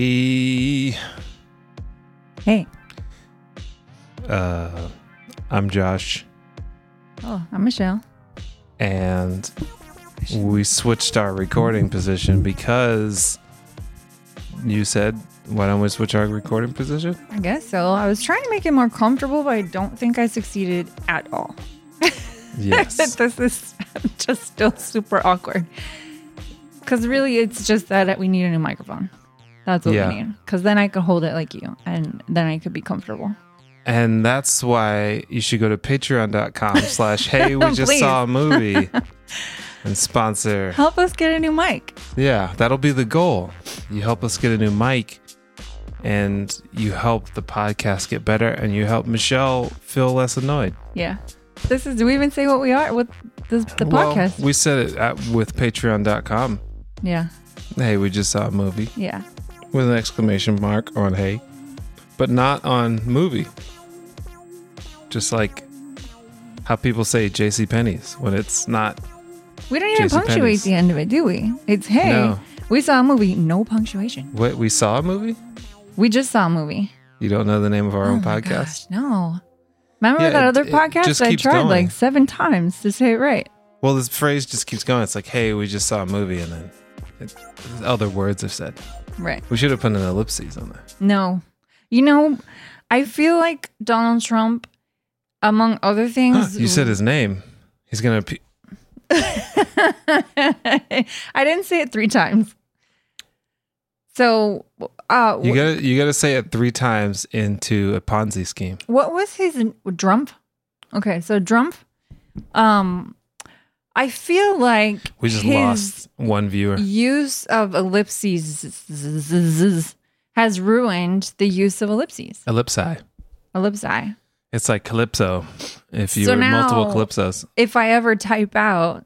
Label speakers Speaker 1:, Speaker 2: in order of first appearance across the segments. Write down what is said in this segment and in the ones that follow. Speaker 1: Hey,
Speaker 2: Hey.
Speaker 1: uh, I'm Josh,
Speaker 2: Oh, I'm Michelle.
Speaker 1: and we switched our recording position because you said, "Why don't we switch our recording position?"
Speaker 2: I guess so. I was trying to make it more comfortable, but I don't think I succeeded at all.
Speaker 1: Yes,
Speaker 2: this is just still super awkward. Because really, it's just that we need a new microphone. That's what
Speaker 1: Yeah.
Speaker 2: we need. Because then I could hold it like you, and then I could be comfortable.
Speaker 1: and that's why you should go to Patreon.com/slash Hey, we just
Speaker 2: Please.
Speaker 1: saw a movie and sponsor.
Speaker 2: Help us get a new mic.
Speaker 1: Yeah, that'll be the goal. You help us get a new mic and you help the podcast get better and you help Michelle feel less annoyed.
Speaker 2: Yeah. This is. Do we even say what we are with this, the
Speaker 1: Well,
Speaker 2: podcast?
Speaker 1: we said it at, with patreon.com.
Speaker 2: yeah.
Speaker 1: Hey, we just saw a movie
Speaker 2: Yeah.
Speaker 1: with an exclamation mark on hey, but not on movie. Just like how people say JC Penney's when it's not
Speaker 2: We don't even
Speaker 1: JCPenney's.
Speaker 2: punctuate the end of it, do we? It's hey,
Speaker 1: No.
Speaker 2: we saw a movie, no punctuation.
Speaker 1: wait, we saw a movie?
Speaker 2: We just saw a movie.
Speaker 1: You don't know the name of our own
Speaker 2: Oh my
Speaker 1: podcast?
Speaker 2: gosh, no. Remember
Speaker 1: Yeah,
Speaker 2: that
Speaker 1: it-
Speaker 2: other
Speaker 1: it
Speaker 2: podcast
Speaker 1: just
Speaker 2: I
Speaker 1: keeps
Speaker 2: tried
Speaker 1: going.
Speaker 2: like seven times to say it right.
Speaker 1: Well, this phrase just keeps going. It's like, hey, we just saw a movie, and then it, other words are said.
Speaker 2: Right.
Speaker 1: We should have put an ellipses on there.
Speaker 2: No. You know, I feel like Donald Trump, among other things.
Speaker 1: You said his name. He's gonna. Pe-
Speaker 2: I didn't say it three times. So, uh,
Speaker 1: you gotta you gotta say it three times into a Ponzi scheme.
Speaker 2: what was his Drumpf? Okay, so Drumpf. Um, I feel like
Speaker 1: We just
Speaker 2: his
Speaker 1: lost one viewer.
Speaker 2: use of ellipses has ruined the use of ellipses.
Speaker 1: Ellipsi.
Speaker 2: Ellipsi.
Speaker 1: It's like calypso. If you
Speaker 2: So
Speaker 1: were multiple
Speaker 2: now-
Speaker 1: calypsos,
Speaker 2: If I ever type out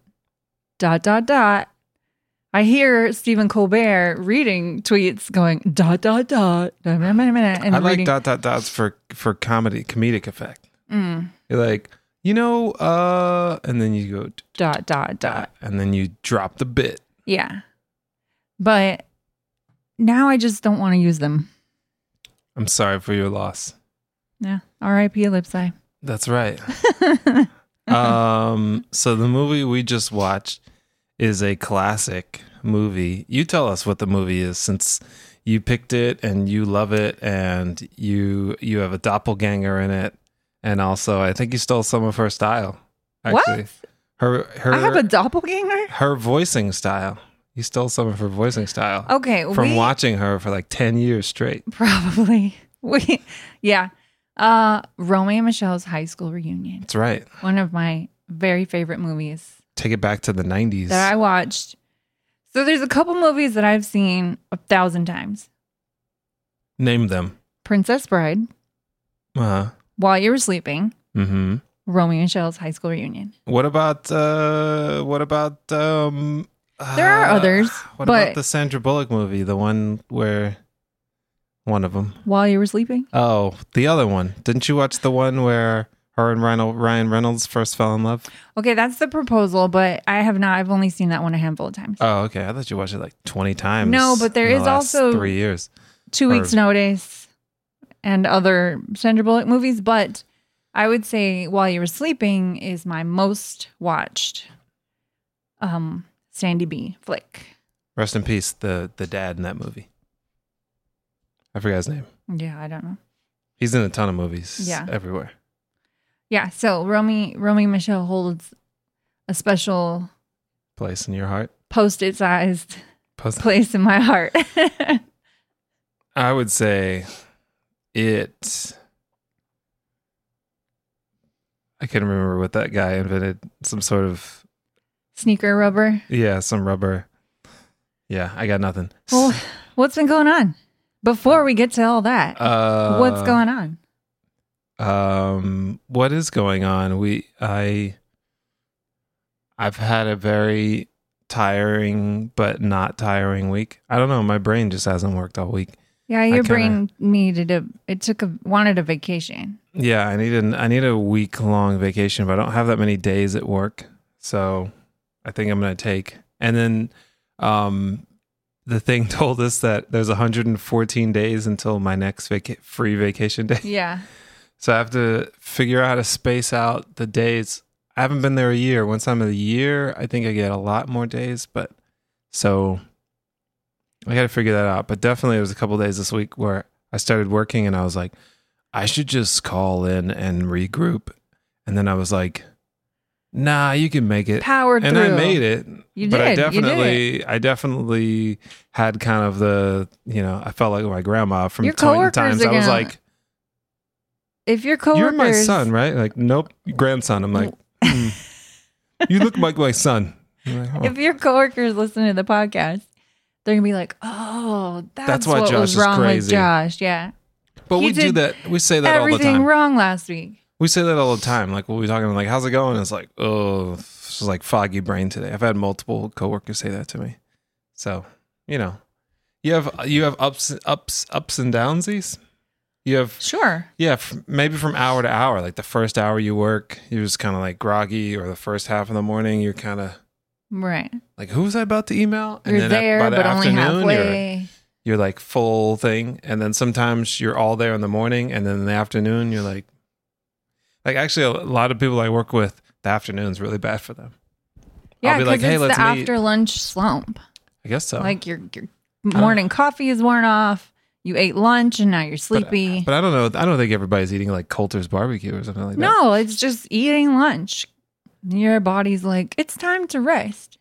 Speaker 2: dot dot dot, I hear Stephen Colbert reading tweets going dot dot dot. dot, dot, dot, dot, And
Speaker 1: I like
Speaker 2: reading,
Speaker 1: dot dot dots for for comedy comedic effect.
Speaker 2: Mm,
Speaker 1: You're like, you know, uh, and then you go d-
Speaker 2: dot dot dot.
Speaker 1: dot, and then you drop the bit.
Speaker 2: Yeah, but now I just don't want to use them.
Speaker 1: I'm sorry for your loss.
Speaker 2: Yeah, R.I.P. Ellipsi.
Speaker 1: That's right. um, so the movie we just watched is a classic movie. You tell us what the movie is since you picked it and you love it and you you have a doppelganger in it and also I think you stole some of her style.
Speaker 2: What?
Speaker 1: Actually. Her her
Speaker 2: I have a doppelganger.
Speaker 1: her voicing style. You stole some of her voicing style
Speaker 2: Okay,
Speaker 1: from
Speaker 2: Oh, we-
Speaker 1: watching her for like 10 years straight.
Speaker 2: Probably. We, yeah. Uh, Romeo and Michelle's high school reunion.
Speaker 1: That's right.
Speaker 2: One of my very favorite movies
Speaker 1: Take it back to the 90s.
Speaker 2: that I watched. So there's a couple movies that I've seen a thousand times.
Speaker 1: Name them.
Speaker 2: Princess Bride,
Speaker 1: Uh-huh.
Speaker 2: While You Were Sleeping,
Speaker 1: Mhm.
Speaker 2: Romeo and Michelle's high school reunion.
Speaker 1: What about uh what about um
Speaker 2: There are
Speaker 1: uh,
Speaker 2: others,
Speaker 1: What
Speaker 2: but-
Speaker 1: about the Sandra Bullock movie, the one where one of them.
Speaker 2: While You Were Sleeping?
Speaker 1: Oh, the other one. Didn't you watch the one where her and Ryan, Ryan Reynolds first fell in love?
Speaker 2: Okay, that's the proposal, but I have not. I've only seen that one a handful of times.
Speaker 1: Oh, okay. I thought you watched it like 20 times.
Speaker 2: No, but there
Speaker 1: there is
Speaker 2: is also-
Speaker 1: 3 years.
Speaker 2: two
Speaker 1: Or-
Speaker 2: weeks notice and other Sandra Bullock movies, but I would say While You Were Sleeping is my most watched um Sandy B flick.
Speaker 1: Rest in peace the the dad in that movie. I forgot his name.
Speaker 2: Yeah, I don't know.
Speaker 1: He's in a ton of movies
Speaker 2: Yeah.
Speaker 1: everywhere.
Speaker 2: Yeah, so Romy Romy Michelle holds a special
Speaker 1: Place in your heart.
Speaker 2: post-it sized
Speaker 1: Post-
Speaker 2: place in my heart.
Speaker 1: I would say it. I can remember what that guy invented. Some sort of
Speaker 2: Sneaker rubber.
Speaker 1: yeah, some rubber. Yeah, I got nothing.
Speaker 2: Well, what's been going on? Before we get to all that,
Speaker 1: uh,
Speaker 2: what's going on?
Speaker 1: Um, what is going on? We I. I've had a very tiring but not tiring week. I don't know. My brain just hasn't worked all week.
Speaker 2: Yeah, your
Speaker 1: kinda-
Speaker 2: brain needed a it took a wanted a vacation.
Speaker 1: Yeah, I need an I need a week long vacation, but I don't have that many days at work. So I think I'm gonna take and then um the thing told us that there's 114 days until my next vaca- free vacation day.
Speaker 2: Yeah.
Speaker 1: So I have to figure out how to space out the days. I haven't been there a year. Once I'm a year, I think I get a lot more days, but so I got to figure that out. But definitely there was a couple days this week where I started working and I was like, I should just call in and regroup. And then I was like, nah, you can make it.
Speaker 2: Powered
Speaker 1: and
Speaker 2: through.
Speaker 1: I made it.
Speaker 2: You
Speaker 1: but I
Speaker 2: did, you did
Speaker 1: definitely I definitely had kind of the, you know, I felt like my grandma from
Speaker 2: Your
Speaker 1: time
Speaker 2: coworkers
Speaker 1: times. I was
Speaker 2: again.
Speaker 1: like,
Speaker 2: If your coworkers,
Speaker 1: you're my son, right? Like, nope, grandson. I'm like, hmm. you look like my son. I'm like, oh,
Speaker 2: if your coworkers listen to the podcast, they're gonna be like, "Oh, that's,
Speaker 1: why
Speaker 2: what
Speaker 1: Josh
Speaker 2: was
Speaker 1: is
Speaker 2: wrong
Speaker 1: crazy."
Speaker 2: with Josh." Yeah,
Speaker 1: but
Speaker 2: he
Speaker 1: we do
Speaker 2: did
Speaker 1: that. We say that all the
Speaker 2: everything
Speaker 1: time.
Speaker 2: wrong last week.
Speaker 1: We say that all the time. Like, we'll be talking, like, how's it going? It's like, oh, it's just like foggy brain today. I've had multiple coworkers say that to me. So, you know, you have you have ups ups ups and downsies. You have
Speaker 2: Sure.
Speaker 1: Yeah, f- maybe from hour to hour. Like the first hour you work, you're just kind of like groggy, or the first half of the morning, you're kind of
Speaker 2: Right.
Speaker 1: like, "Who was I about to email?"
Speaker 2: You're
Speaker 1: at-
Speaker 2: there, but only
Speaker 1: you're
Speaker 2: halfway.
Speaker 1: you're like full thing, and then sometimes you're all there in the morning, and then in the afternoon, you're like, like actually, a lot of people I work with, the afternoon's really bad for them.
Speaker 2: Yeah,
Speaker 1: I'll be like,
Speaker 2: because
Speaker 1: "Hey,
Speaker 2: it's
Speaker 1: let's
Speaker 2: the
Speaker 1: meet." Oh.
Speaker 2: after lunch slump.
Speaker 1: I guess so.
Speaker 2: Like your your morning coffee is worn off. You ate lunch and now you're sleepy.
Speaker 1: but I don't know. I don't think everybody's eating like Coulter's barbecue or something like that.
Speaker 2: no, it's just eating lunch. Your body's like, it's time to rest.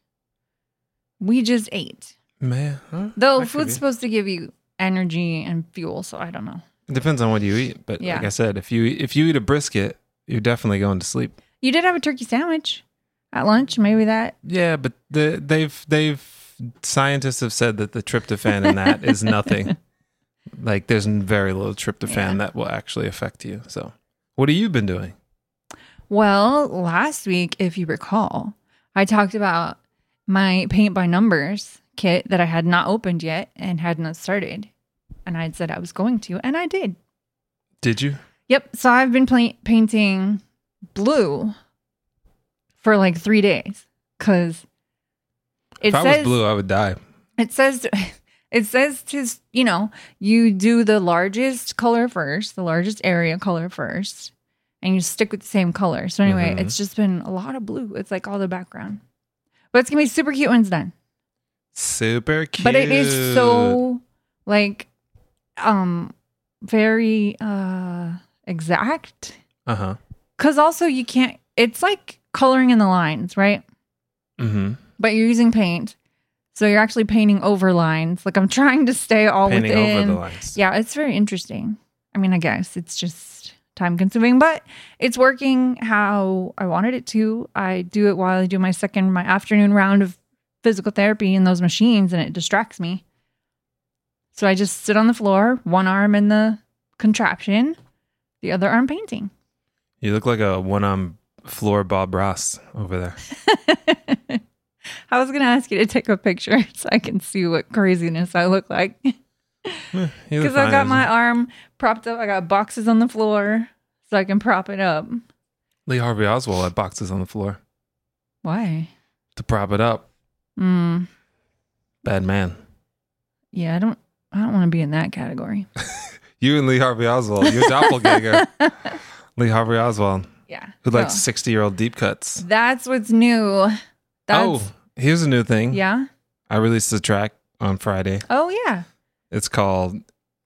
Speaker 2: We just ate.
Speaker 1: man. huh?
Speaker 2: Though
Speaker 1: That could
Speaker 2: food's
Speaker 1: be.
Speaker 2: supposed to give you energy and fuel, so I don't know.
Speaker 1: It depends on what you eat, but
Speaker 2: Yeah.
Speaker 1: like I said, if you if you eat a brisket, you're definitely going to sleep.
Speaker 2: You did have a turkey sandwich at lunch, maybe that.
Speaker 1: Yeah, but the, they've they've scientists have said that the tryptophan in that is nothing. Like there's very little tryptophan
Speaker 2: Yeah.
Speaker 1: that will actually affect you. So, what have you been doing?
Speaker 2: Well, last week, if you recall, I talked about my paint by numbers kit that I had not opened yet and had not started. And I had said I was going to, and I did.
Speaker 1: Did you?
Speaker 2: Yep. So I've been pla- painting blue for like three days because it
Speaker 1: if I was
Speaker 2: says
Speaker 1: blue, I would die.
Speaker 2: it says it says to you know you do the largest color first, the largest area color first, and you stick with the same color. So anyway,
Speaker 1: Mhm.
Speaker 2: it's just been a lot of blue. It's like all the background, but it's gonna be super cute when it's done.
Speaker 1: Super cute.
Speaker 2: But it is so like um very uh exact
Speaker 1: Uh huh.
Speaker 2: Cause also you can't. It's like coloring in the lines, right?
Speaker 1: Mm-hmm.
Speaker 2: But you're using paint, so you're actually painting over lines. Like I'm trying to stay all
Speaker 1: Painting
Speaker 2: within.
Speaker 1: over the lines.
Speaker 2: Yeah, it's very interesting. I mean, I guess it's just time consuming, but it's working how I wanted it to. I do it while I do my second, my afternoon round of physical therapy in those machines, and it distracts me. So I just sit on the floor, one arm in the contraption, the other arm painting.
Speaker 1: You look like a one on floor Bob Ross over there.
Speaker 2: I was going to ask you to take a picture so I can see what craziness I look like.
Speaker 1: You look
Speaker 2: Because I've
Speaker 1: fine,
Speaker 2: got
Speaker 1: Ozzy.
Speaker 2: my arm propped up. I got boxes on the floor so I can prop it up.
Speaker 1: Lee Harvey Oswald had boxes on the floor
Speaker 2: Why?
Speaker 1: to prop it up.
Speaker 2: Mm,
Speaker 1: Bad man.
Speaker 2: yeah, I don't. I don't want to be in that category.
Speaker 1: You and Lee Harvey Oswald, your doppelganger. Lee Harvey Oswald,
Speaker 2: Yeah.
Speaker 1: who likes
Speaker 2: So,
Speaker 1: 60 year old deep cuts.
Speaker 2: that's what's new. That's
Speaker 1: oh, here's a new thing.
Speaker 2: yeah.
Speaker 1: I released a track on Friday.
Speaker 2: Oh yeah.
Speaker 1: It's called,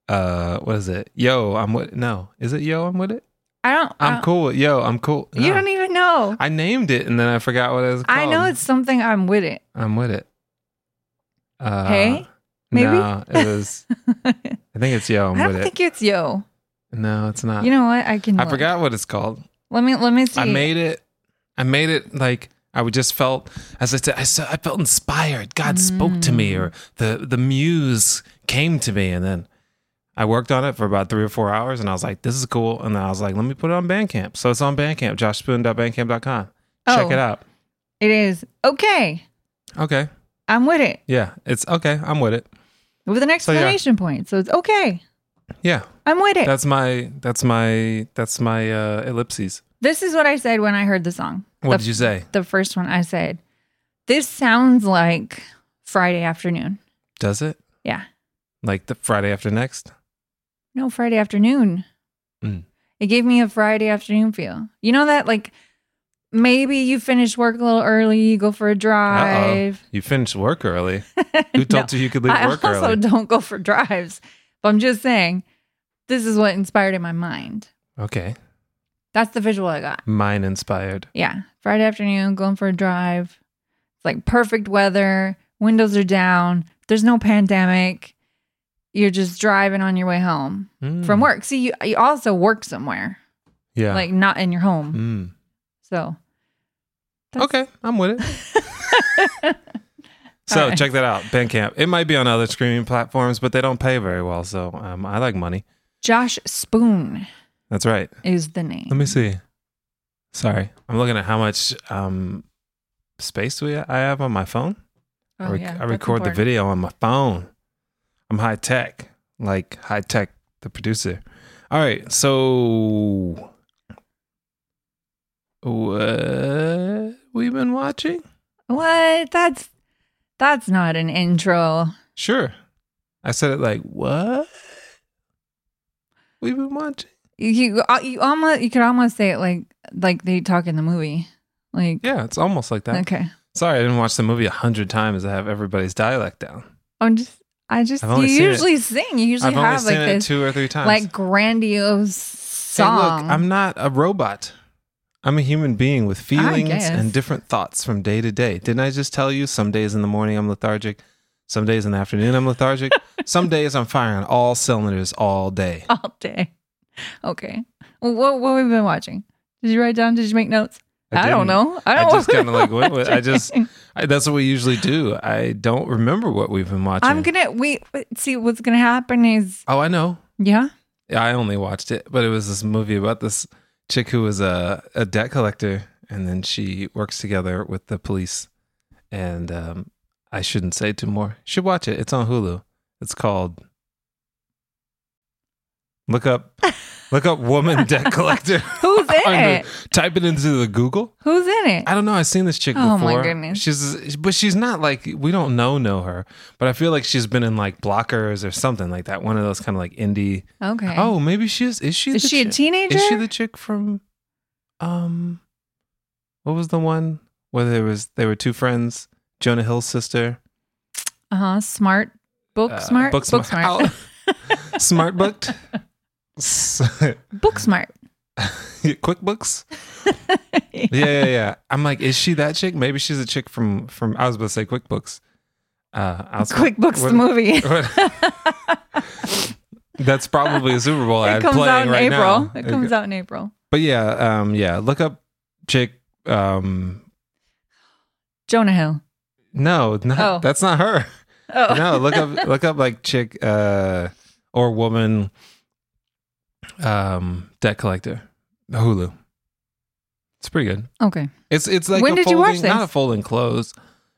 Speaker 1: uh, what is it? Yo, I'm with No, is it Yo, I'm with it?
Speaker 2: I don't. I
Speaker 1: I'm
Speaker 2: don't-
Speaker 1: cool with Yo, I'm cool.
Speaker 2: Uh, You
Speaker 1: No.
Speaker 2: don't even know.
Speaker 1: I named it and then I forgot what it was called.
Speaker 2: I know it's something. I'm with it.
Speaker 1: I'm with it. Uh,
Speaker 2: Hey? Maybe?
Speaker 1: No, it was,
Speaker 2: I
Speaker 1: I think it's Yo, I'm
Speaker 2: don't
Speaker 1: with
Speaker 2: think it's yo.
Speaker 1: it. No, it's not.
Speaker 2: You know what? I can.
Speaker 1: I
Speaker 2: look.
Speaker 1: forgot what it's called.
Speaker 2: Let me. Let me see.
Speaker 1: I made it. I made it like I would just felt as I said. I, saw, I felt inspired. God spoke to me,
Speaker 2: Mm.
Speaker 1: or the the muse came to me, and then I worked on it for about three or four hours, and I was like, "This is cool." And then I was like, "Let me put it on Bandcamp." So it's on Bandcamp, joshspoon.bandcamp.com. Check
Speaker 2: Oh.
Speaker 1: it out.
Speaker 2: It is okay.
Speaker 1: Okay,
Speaker 2: I'm with it.
Speaker 1: yeah, it's okay. I'm with it.
Speaker 2: with an
Speaker 1: yeah.
Speaker 2: exclamation point. So it's okay.
Speaker 1: Yeah,
Speaker 2: I'm with it.
Speaker 1: that's my that's my that's my uh, ellipses.
Speaker 2: this is what I said when I heard the song.
Speaker 1: What
Speaker 2: the,
Speaker 1: did you say?
Speaker 2: The first one I said, "This sounds like Friday afternoon."
Speaker 1: Does it?
Speaker 2: Yeah.
Speaker 1: Like the Friday after next?
Speaker 2: No, Friday afternoon.
Speaker 1: Mm.
Speaker 2: It gave me a Friday afternoon feel. You know that like maybe you finish work a little early, you go for a drive.
Speaker 1: You finished work early. Who told you you could leave
Speaker 2: I
Speaker 1: work
Speaker 2: also
Speaker 1: early?
Speaker 2: don't go for drives. But I'm just saying, this is what inspired in my mind.
Speaker 1: Okay.
Speaker 2: That's the visual I got.
Speaker 1: Mine inspired.
Speaker 2: Yeah. Friday afternoon, going for a drive. It's like perfect weather. Windows are down. There's no pandemic. You're just driving on your way home from
Speaker 1: Mm.
Speaker 2: work. See, you, you also work somewhere,
Speaker 1: Yeah.
Speaker 2: like not in your home.
Speaker 1: Mm.
Speaker 2: So, that's-
Speaker 1: Okay, I'm with it. so
Speaker 2: All right.
Speaker 1: check that out, Bandcamp. It might be on other streaming platforms, but they don't pay very well. So um, I like money.
Speaker 2: Josh Spoon
Speaker 1: That's right.
Speaker 2: is the name.
Speaker 1: Let me see. Sorry, I'm looking at how much um, space we I have on my phone. I,
Speaker 2: Oh,
Speaker 1: rec-
Speaker 2: yeah,
Speaker 1: I
Speaker 2: that's
Speaker 1: record the
Speaker 2: important.
Speaker 1: video on my phone. I'm high tech, like high tech, the producer. All right, so what we've been watching?
Speaker 2: What? That's that's not an intro.
Speaker 1: Sure. I said it like, what? We've been watching.
Speaker 2: You uh, you almost you could almost say it like like they talk in the movie. Like
Speaker 1: Yeah, it's almost like that.
Speaker 2: okay.
Speaker 1: Sorry, I didn't watch the movie a hundred times. I have everybody's dialect down.
Speaker 2: I'm just I just
Speaker 1: I've only
Speaker 2: you
Speaker 1: seen it-
Speaker 2: usually sing. You usually
Speaker 1: I've only
Speaker 2: have
Speaker 1: seen
Speaker 2: like
Speaker 1: it
Speaker 2: this
Speaker 1: two or three times.
Speaker 2: like grandiose
Speaker 1: hey,
Speaker 2: song.
Speaker 1: look, I'm not a robot. I'm a human being with feelings
Speaker 2: guess.
Speaker 1: and different thoughts from day to day. Didn't I just tell you some days in the morning I'm lethargic? Some days in the afternoon I'm lethargic. some days I'm firing all cylinders all day.
Speaker 2: all day. Okay. Well, what what we've been watching? Did you write down? Did you make notes? I, don't
Speaker 1: didn't-
Speaker 2: know. I
Speaker 1: I
Speaker 2: don't.
Speaker 1: just kinda, like, went with- I just-
Speaker 2: watching.
Speaker 1: I, that's what we usually do. I don't remember what we've been watching.
Speaker 2: I'm gonna we see what's gonna happen is
Speaker 1: oh, I know.
Speaker 2: yeah.
Speaker 1: I only watched it, but it was this movie about this chick who was a, a debt collector, and then she works together with the police. And um, I shouldn't say too more. You should watch it. It's on Hulu. It's called look up look up woman debt collector.
Speaker 2: Who's in
Speaker 1: on
Speaker 2: it?
Speaker 1: Hulu. Type it into the Google.
Speaker 2: Who's in it?
Speaker 1: I don't know. I've seen this chick
Speaker 2: Oh my
Speaker 1: before.
Speaker 2: goodness.
Speaker 1: She's but she's not like we don't know know her, but I feel like she's been in like Blockers or something like that. One of those kind of like indie.
Speaker 2: Okay.
Speaker 1: Oh, maybe she is. Is she?
Speaker 2: is
Speaker 1: the
Speaker 2: she a
Speaker 1: chick?
Speaker 2: teenager?
Speaker 1: Is she the chick from um what was the one where there was there were two friends, Jonah Hill's sister.
Speaker 2: uh huh. Smart. Book
Speaker 1: uh,
Speaker 2: smart.
Speaker 1: Book smart.
Speaker 2: smart.
Speaker 1: Ow. smart booked. S-
Speaker 2: book smart.
Speaker 1: QuickBooks. Yeah, yeah, yeah. I'm like, is she that chick? Maybe she's a chick from from I was about to say QuickBooks. Uh I was
Speaker 2: QuickBooks
Speaker 1: what-
Speaker 2: the movie.
Speaker 1: That's probably a Super Bowl ad
Speaker 2: it comes
Speaker 1: playing
Speaker 2: out in
Speaker 1: right
Speaker 2: April.
Speaker 1: now.
Speaker 2: It comes out in April.
Speaker 1: But yeah, um, yeah. Look up chick. Um,
Speaker 2: Jonah Hill.
Speaker 1: no, not,
Speaker 2: Oh.
Speaker 1: that's not her.
Speaker 2: Oh,
Speaker 1: No, look up, look up like chick uh, or woman um, debt collector. Hulu. It's pretty good.
Speaker 2: okay.
Speaker 1: It's it's like
Speaker 2: When
Speaker 1: a
Speaker 2: did you
Speaker 1: folding,
Speaker 2: watch this?
Speaker 1: Not a folding close.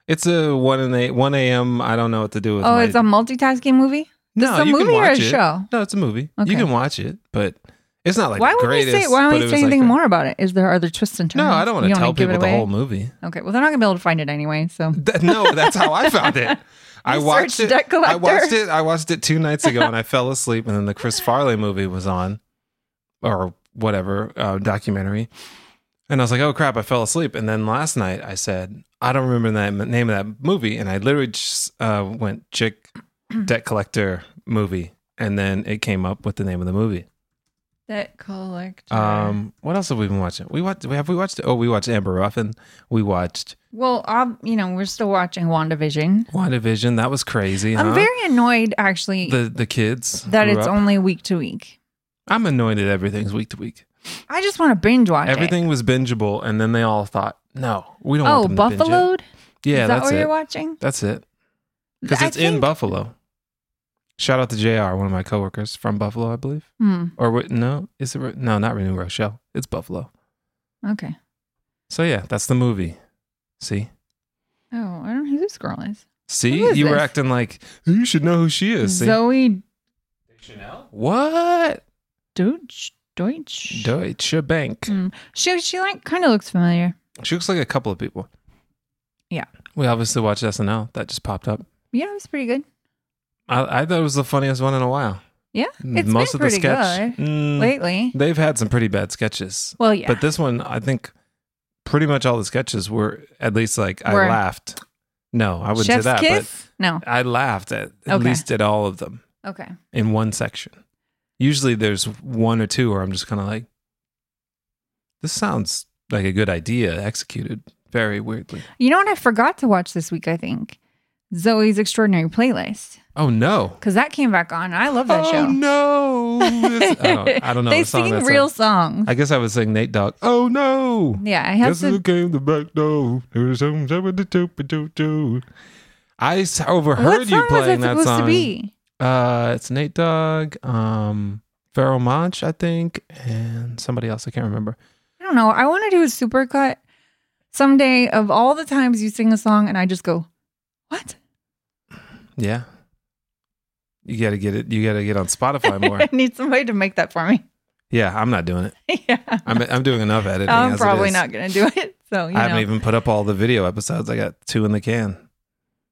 Speaker 1: It's a one and eight one a.m. I don't know what to do with.
Speaker 2: Oh,
Speaker 1: my-
Speaker 2: it's a multitasking movie. This
Speaker 1: no.
Speaker 2: is a
Speaker 1: you
Speaker 2: movie
Speaker 1: can
Speaker 2: or
Speaker 1: watch
Speaker 2: a
Speaker 1: it.
Speaker 2: show?
Speaker 1: No, it's a movie.
Speaker 2: Okay.
Speaker 1: You can watch it, but it's not like
Speaker 2: why
Speaker 1: the
Speaker 2: would we
Speaker 1: greatest.
Speaker 2: say? Why
Speaker 1: but
Speaker 2: would
Speaker 1: it
Speaker 2: we
Speaker 1: was
Speaker 2: say
Speaker 1: like
Speaker 2: anything
Speaker 1: the-
Speaker 2: more about it? Is there other twists and turns?
Speaker 1: No, I don't want
Speaker 2: You
Speaker 1: to tell
Speaker 2: wanna give it
Speaker 1: people the
Speaker 2: away?
Speaker 1: whole movie.
Speaker 2: Okay, well they're not gonna be able to find it anyway. So
Speaker 1: That- no, that's how I found it. I
Speaker 2: You
Speaker 1: watched
Speaker 2: searched
Speaker 1: it.
Speaker 2: debt
Speaker 1: I watched
Speaker 2: collector.
Speaker 1: it. I watched it two nights ago, and I fell asleep. And then the Chris Farley movie was on, or whatever uh, documentary, and I was like, "Oh crap!" I fell asleep. And then last night, I said, "I don't remember the name- name of that movie," and I literally just uh, went "chick debt collector movie," and then it came up with the name of the movie.
Speaker 2: that collector.
Speaker 1: Um, what else have we been watching? We watched. Have we watched? Oh, we watched Amber Ruffin. We watched
Speaker 2: well, um, you know, we're still watching WandaVision.
Speaker 1: WandaVision. That was crazy. huh?
Speaker 2: I'm very annoyed actually
Speaker 1: the the kids
Speaker 2: that
Speaker 1: grew
Speaker 2: it's
Speaker 1: up.
Speaker 2: only week to week.
Speaker 1: I'm annoyed that everything's week to week.
Speaker 2: I just want to binge watch it.
Speaker 1: Everything was bingeable, and then they all thought, "No, we don't."
Speaker 2: Oh,
Speaker 1: want them to binge it."
Speaker 2: Buffaloed.
Speaker 1: Yeah,
Speaker 2: is that
Speaker 1: that's
Speaker 2: what
Speaker 1: it.
Speaker 2: you're watching?
Speaker 1: That's it. Because
Speaker 2: I
Speaker 1: it's in
Speaker 2: think-
Speaker 1: Buffalo. Shout out to Jr. One of my coworkers from Buffalo, I believe.
Speaker 2: Hmm.
Speaker 1: Or wait, no, is it Re- no? Not Renew Rochelle. It's Buffalo.
Speaker 2: Okay.
Speaker 1: So yeah, that's the movie. See,
Speaker 2: Oh, I don't know who this girl is.
Speaker 1: see,
Speaker 2: Who is
Speaker 1: you were
Speaker 2: this?
Speaker 1: acting like you should know who she is. See?
Speaker 2: Zoe
Speaker 1: what?
Speaker 2: Deutsch. Deutsch.
Speaker 1: Deutsche Bank.
Speaker 2: Mm. She she like kind of looks familiar.
Speaker 1: She looks like a couple of people.
Speaker 2: Yeah.
Speaker 1: We obviously watched SNL. That just popped up.
Speaker 2: Yeah, it was pretty good.
Speaker 1: I, I thought it was the funniest one in a while. Mm,
Speaker 2: Yeah,
Speaker 1: most
Speaker 2: it's been
Speaker 1: of the
Speaker 2: pretty
Speaker 1: sketch.
Speaker 2: good
Speaker 1: Mm,
Speaker 2: lately.
Speaker 1: they've had some pretty bad sketches,
Speaker 2: Well, yeah,
Speaker 1: but this one, I think, pretty much all the sketches were at least like I
Speaker 2: Were-
Speaker 1: laughed. No, I wouldn't
Speaker 2: Chef's
Speaker 1: say that,
Speaker 2: kiss. no,
Speaker 1: but I laughed at, at
Speaker 2: Okay.
Speaker 1: least at all of them
Speaker 2: okay.
Speaker 1: in one section. Usually, there's one or two where I'm just kind of like, "This sounds like a good idea executed very weirdly."
Speaker 2: You know what I forgot to watch this week? I think Zoe's Extraordinary Playlist
Speaker 1: Oh no!
Speaker 2: because that came back on. I love that
Speaker 1: oh
Speaker 2: show.
Speaker 1: no! That's- I don't, I don't know.
Speaker 2: they
Speaker 1: the song
Speaker 2: sing
Speaker 1: that's
Speaker 2: real
Speaker 1: on.
Speaker 2: songs.
Speaker 1: I guess I would sing Nate Dogg. Oh no!
Speaker 2: yeah, I have
Speaker 1: Guess who
Speaker 2: to.
Speaker 1: came the back door? It was some- some- do- do- do- do. I s-
Speaker 2: What
Speaker 1: overheard
Speaker 2: song
Speaker 1: you playing
Speaker 2: was that
Speaker 1: that,
Speaker 2: supposed
Speaker 1: song.
Speaker 2: to be?
Speaker 1: Uh, it's Nate Dogg, um, Pharaoh Monch, I think, and somebody else. I can't remember.
Speaker 2: I don't know. I want to do a supercut someday of all the times you sing a song and I just go, what?
Speaker 1: Yeah, you gotta get it. You gotta get on Spotify more.
Speaker 2: I need somebody to make that for me.
Speaker 1: yeah, I'm not doing it.
Speaker 2: yeah.
Speaker 1: I'm I'm doing enough editing.
Speaker 2: I'm
Speaker 1: as it
Speaker 2: probably
Speaker 1: is.
Speaker 2: not going to do it. So, you
Speaker 1: I haven't
Speaker 2: know.
Speaker 1: even put up all the video episodes. I got two in the can.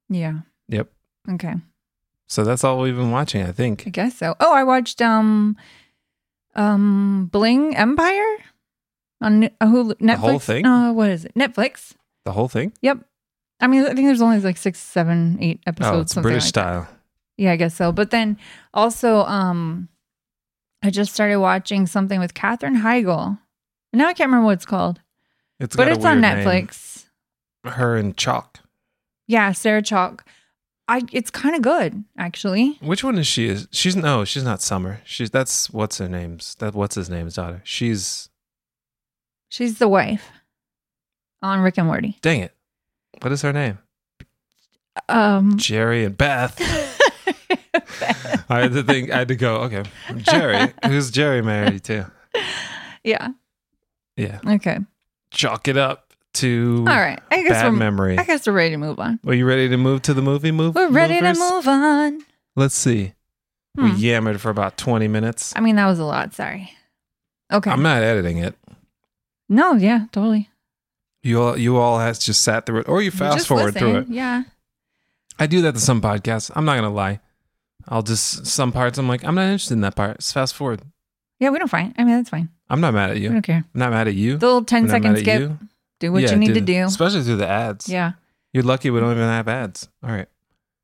Speaker 2: yeah.
Speaker 1: Yep.
Speaker 2: Okay.
Speaker 1: So that's all we've been watching. I
Speaker 2: I
Speaker 1: think.
Speaker 2: guess so. Oh, I watched um um Bling Empire on N- uh, Hulu, Netflix.
Speaker 1: whole thing?
Speaker 2: Uh, what is it? Netflix.
Speaker 1: The whole thing.
Speaker 2: Yep. I mean, I think there's only like six, seven, eight episodes.
Speaker 1: oh, it's
Speaker 2: something
Speaker 1: British
Speaker 2: like that.
Speaker 1: style.
Speaker 2: Yeah, I guess so. But then also, um, I just started watching something with Katherine Heigl. And Now I can't remember what it's called,
Speaker 1: It's
Speaker 2: but
Speaker 1: got a
Speaker 2: it's on
Speaker 1: weird name.
Speaker 2: Netflix.
Speaker 1: Her and Chalk.
Speaker 2: Yeah, Sarah Chalk. I it's kind of good actually.
Speaker 1: Which one is she? Is she's no, she's not Summer. She's that's what's her name's that what's his name's daughter. She's
Speaker 2: She's the wife on Rick and Morty.
Speaker 1: dang it. What is her name?
Speaker 2: Um,
Speaker 1: Jerry and Beth. I had to think. I had to go. Okay, Jerry. Who's Jerry married to?
Speaker 2: yeah.
Speaker 1: Yeah,
Speaker 2: Okay.
Speaker 1: chalk it up to
Speaker 2: All right. I guess
Speaker 1: bad
Speaker 2: we're
Speaker 1: memory.
Speaker 2: I guess we're ready to move on.
Speaker 1: Are you ready to move to the movie? Move.
Speaker 2: We're ready
Speaker 1: movers?
Speaker 2: to move on.
Speaker 1: Let's see. We
Speaker 2: Hmm.
Speaker 1: yammered for about twenty minutes.
Speaker 2: I mean, that was a lot. Sorry. Okay.
Speaker 1: I'm not editing it.
Speaker 2: no. Yeah. Totally.
Speaker 1: You all, you all has just sat through it, or you fast
Speaker 2: Just
Speaker 1: forward through it.
Speaker 2: listening. Yeah.
Speaker 1: I do that to some podcasts. I'm not gonna lie. I'll just some parts. I'm like, I'm not interested in that part. It's fast forward.
Speaker 2: Yeah, we don't find. I mean, that's fine.
Speaker 1: I'm not mad at you.
Speaker 2: We
Speaker 1: I'm
Speaker 2: don't care.
Speaker 1: not mad at you.
Speaker 2: Hmm. The little 10
Speaker 1: I'm not
Speaker 2: second
Speaker 1: mad at
Speaker 2: skip.
Speaker 1: you.
Speaker 2: Do what
Speaker 1: Yeah,
Speaker 2: you need to do.
Speaker 1: especially through the ads.
Speaker 2: Yeah.
Speaker 1: you're lucky we don't even have ads. All right,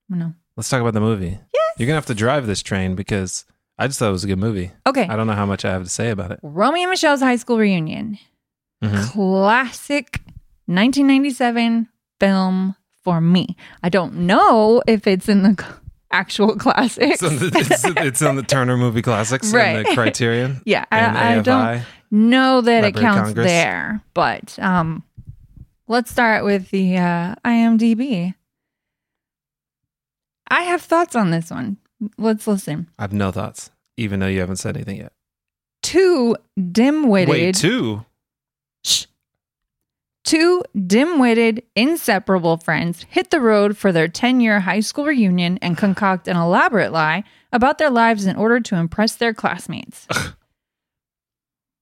Speaker 2: No.
Speaker 1: let's talk about the movie.
Speaker 2: Yes.
Speaker 1: You're gonna have to drive this train because I just thought it was a good movie.
Speaker 2: Okay.
Speaker 1: I don't know how much I have to say about it.
Speaker 2: Romeo and Michelle's high school reunion.
Speaker 1: Mhm.
Speaker 2: Classic 1997 film for me. I don't know if it's in the c- actual classics.
Speaker 1: It's on, the, it's, it's on the Turner Movie Classics and the
Speaker 2: Right.
Speaker 1: Criterion
Speaker 2: yeah,
Speaker 1: and
Speaker 2: I, I
Speaker 1: AFI.
Speaker 2: don't know that it
Speaker 1: Library of
Speaker 2: counts
Speaker 1: Congress.
Speaker 2: there, but um, let's start with the uh, IMDb. I have thoughts on this one. Let's listen.
Speaker 1: I have no thoughts, even though you haven't said anything yet.
Speaker 2: two dim-witted
Speaker 1: Wait, two?
Speaker 2: Shh. two dim-witted inseparable friends hit the road for their 10-year high school reunion and concoct an elaborate lie about their lives in order to impress their classmates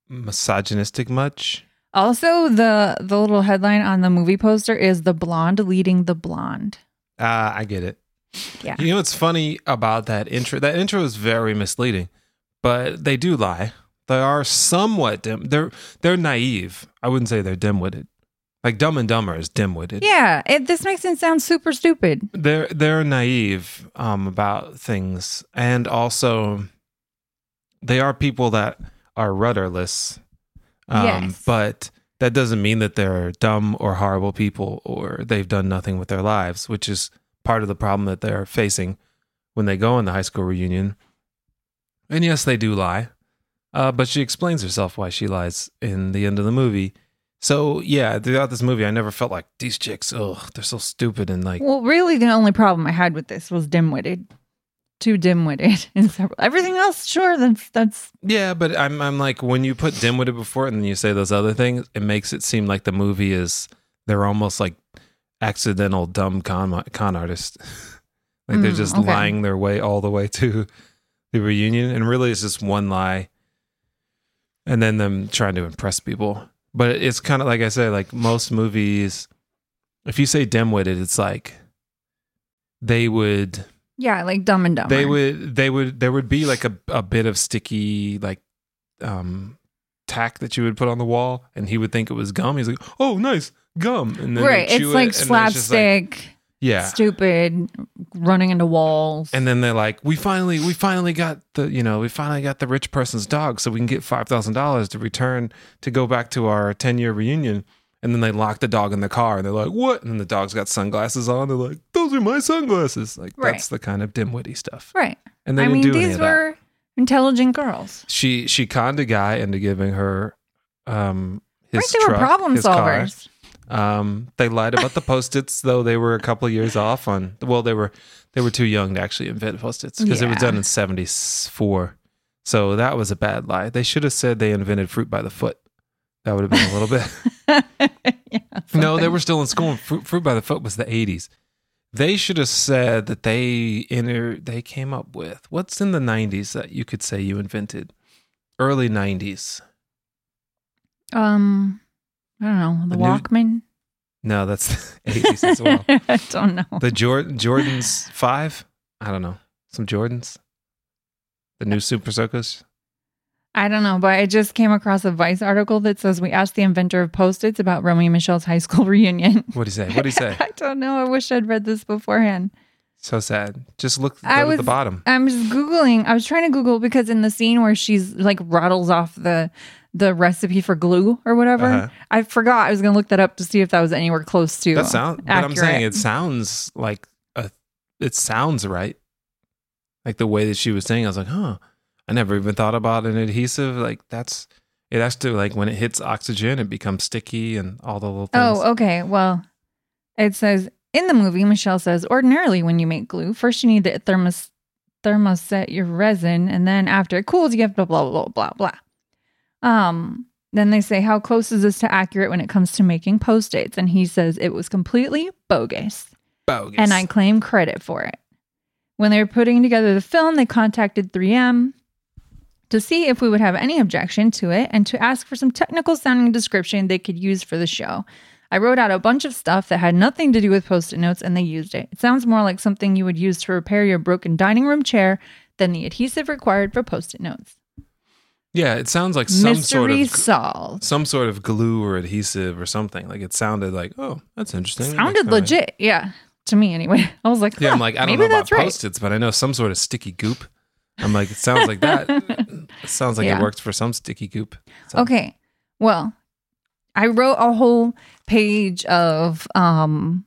Speaker 1: Misogynistic much?
Speaker 2: also the the little headline on the movie poster is the blonde leading the blonde
Speaker 1: Uh, I get it.
Speaker 2: Yeah.
Speaker 1: You know what's funny about that intro? That intro is very misleading, but they do lie. They are somewhat dim. They're they're naive. I wouldn't say they're dim-witted. Like Dumb and Dumber is dim-witted.
Speaker 2: yeah it, this makes it sound super stupid
Speaker 1: they're they're naive um, about things, and also they are people that are rudderless. Um,
Speaker 2: Yes.
Speaker 1: But that doesn't mean that they're dumb or horrible people or they've done nothing with their lives, which is part of the problem that they're facing when they go in the high school reunion. And yes, they do lie, uh, but she explains herself why she lies in the end of the movie. So yeah, throughout this movie, I never felt like these chicks. Oh, they're so stupid and like
Speaker 2: well really the only problem i had with this was dim-witted two dim-witted inseparable everything else sure that's that's
Speaker 1: Yeah, but I'm I'm like when you put dimwitted before it and then you say those other things, it makes it seem like the movie is they're almost like accidental dumb con con artists. like they're
Speaker 2: Mm,
Speaker 1: just
Speaker 2: okay.
Speaker 1: lying their way all the way to the reunion and really it's just one lie and then them trying to impress people. But it's kind of like I said like most movies if you say dimwitted it's like they would
Speaker 2: Yeah, like Dumb and Dumber.
Speaker 1: They would they would there would be like a, a bit of sticky like um tack that you would put on the wall and he would think it was gum. He's like, Oh nice, gum and then they'd
Speaker 2: right. It's
Speaker 1: chew it, and
Speaker 2: like
Speaker 1: then it's just like-
Speaker 2: slapstick,
Speaker 1: yeah.
Speaker 2: stupid, running into walls.
Speaker 1: And then they're like, "We finally, we finally got the, you know, we finally got the rich person's dog, so we can get five thousand dollars to return to go back to our ten year reunion." And then they lock the dog in the car, and they're like, "What?" And then the dog's got sunglasses on. They're like, "Those are my sunglasses." Like
Speaker 2: Right.
Speaker 1: that's the kind of dimwitty stuff.
Speaker 2: right.
Speaker 1: And they
Speaker 2: I
Speaker 1: didn't do
Speaker 2: mean,
Speaker 1: any
Speaker 2: these
Speaker 1: of that.
Speaker 2: were intelligent girls.
Speaker 1: She she conned a guy into giving her um his
Speaker 2: right? They were
Speaker 1: truck,
Speaker 2: problem
Speaker 1: his car.
Speaker 2: solvers.
Speaker 1: Um, they lied about the post-its, though they were a couple of years off on. Well, they were they were too young to actually invent post-its because it was
Speaker 2: Yeah.
Speaker 1: done in '74. So that was a bad lie. They should have said they invented fruit by the foot. That would have been a little bit.
Speaker 2: yeah,
Speaker 1: no, they
Speaker 2: something.
Speaker 1: were still in school. And fruit, fruit by the foot was the '80s. They should have said that they inter, they came up with what's in the '90s that you could say you invented. Early '90s.
Speaker 2: Um, I don't know the,
Speaker 1: The new-
Speaker 2: Walkman.
Speaker 1: No, that's the '80s as well.
Speaker 2: I don't know.
Speaker 1: The Jordan Jordans five? I don't know. Some Jordans. The new Super Soakers.
Speaker 2: I don't know, but I just came across a Vice article that says we asked the inventor of Post-its about Romeo and Michelle's high school reunion.
Speaker 1: What do you say? What do you say?
Speaker 2: I don't know. I wish I'd read this beforehand.
Speaker 1: so sad. Just look go
Speaker 2: I
Speaker 1: to the
Speaker 2: was-
Speaker 1: bottom.
Speaker 2: I'm just googling. I was trying to Google because in the scene where she's like rattles off the the recipe for glue or whatever,
Speaker 1: Uh-huh.
Speaker 2: I forgot. I was gonna look that up to see if that was anywhere close to.
Speaker 1: That sound but I'm saying
Speaker 2: accurate.
Speaker 1: it sounds like a it sounds right. Like the way that she was saying, I was like, huh. I never even thought about an adhesive. Like that's it has to like when it hits oxygen it becomes sticky and all the little things.
Speaker 2: Oh, okay. Well, it says in the movie, Michelle says, ordinarily when you make glue, first you need to thermos thermoset your resin, and then after it cools, you have to blah blah blah blah blah. Um. Then they say, how close is this to accurate when it comes to making post its? And he says it was completely bogus,
Speaker 1: Bogus.
Speaker 2: and I claim credit for it. When they were putting together the film, they contacted 3M to see if we would have any objection to it and to ask for some technical sounding description they could use for the show. I wrote out a bunch of stuff that had nothing to do with post it notes and they used it. It sounds more like something you would use to repair your broken dining room chair than the adhesive required for post it notes.
Speaker 1: Yeah, it sounds like some sort
Speaker 2: Mystery
Speaker 1: of
Speaker 2: solved.
Speaker 1: some sort of glue or adhesive or something. Like it sounded like, oh, that's interesting. That
Speaker 2: Sounded
Speaker 1: makes sense.
Speaker 2: legit. Yeah. To me, anyway. I was like,
Speaker 1: Yeah, I'm
Speaker 2: huh,
Speaker 1: like, I don't
Speaker 2: maybe
Speaker 1: know about
Speaker 2: that's right.
Speaker 1: post-its, but I know some sort of sticky goop. I'm like, it sounds like that. it sounds like
Speaker 2: Yeah.
Speaker 1: it worked for some sticky goop. So-
Speaker 2: Okay. Well, I wrote a whole page of um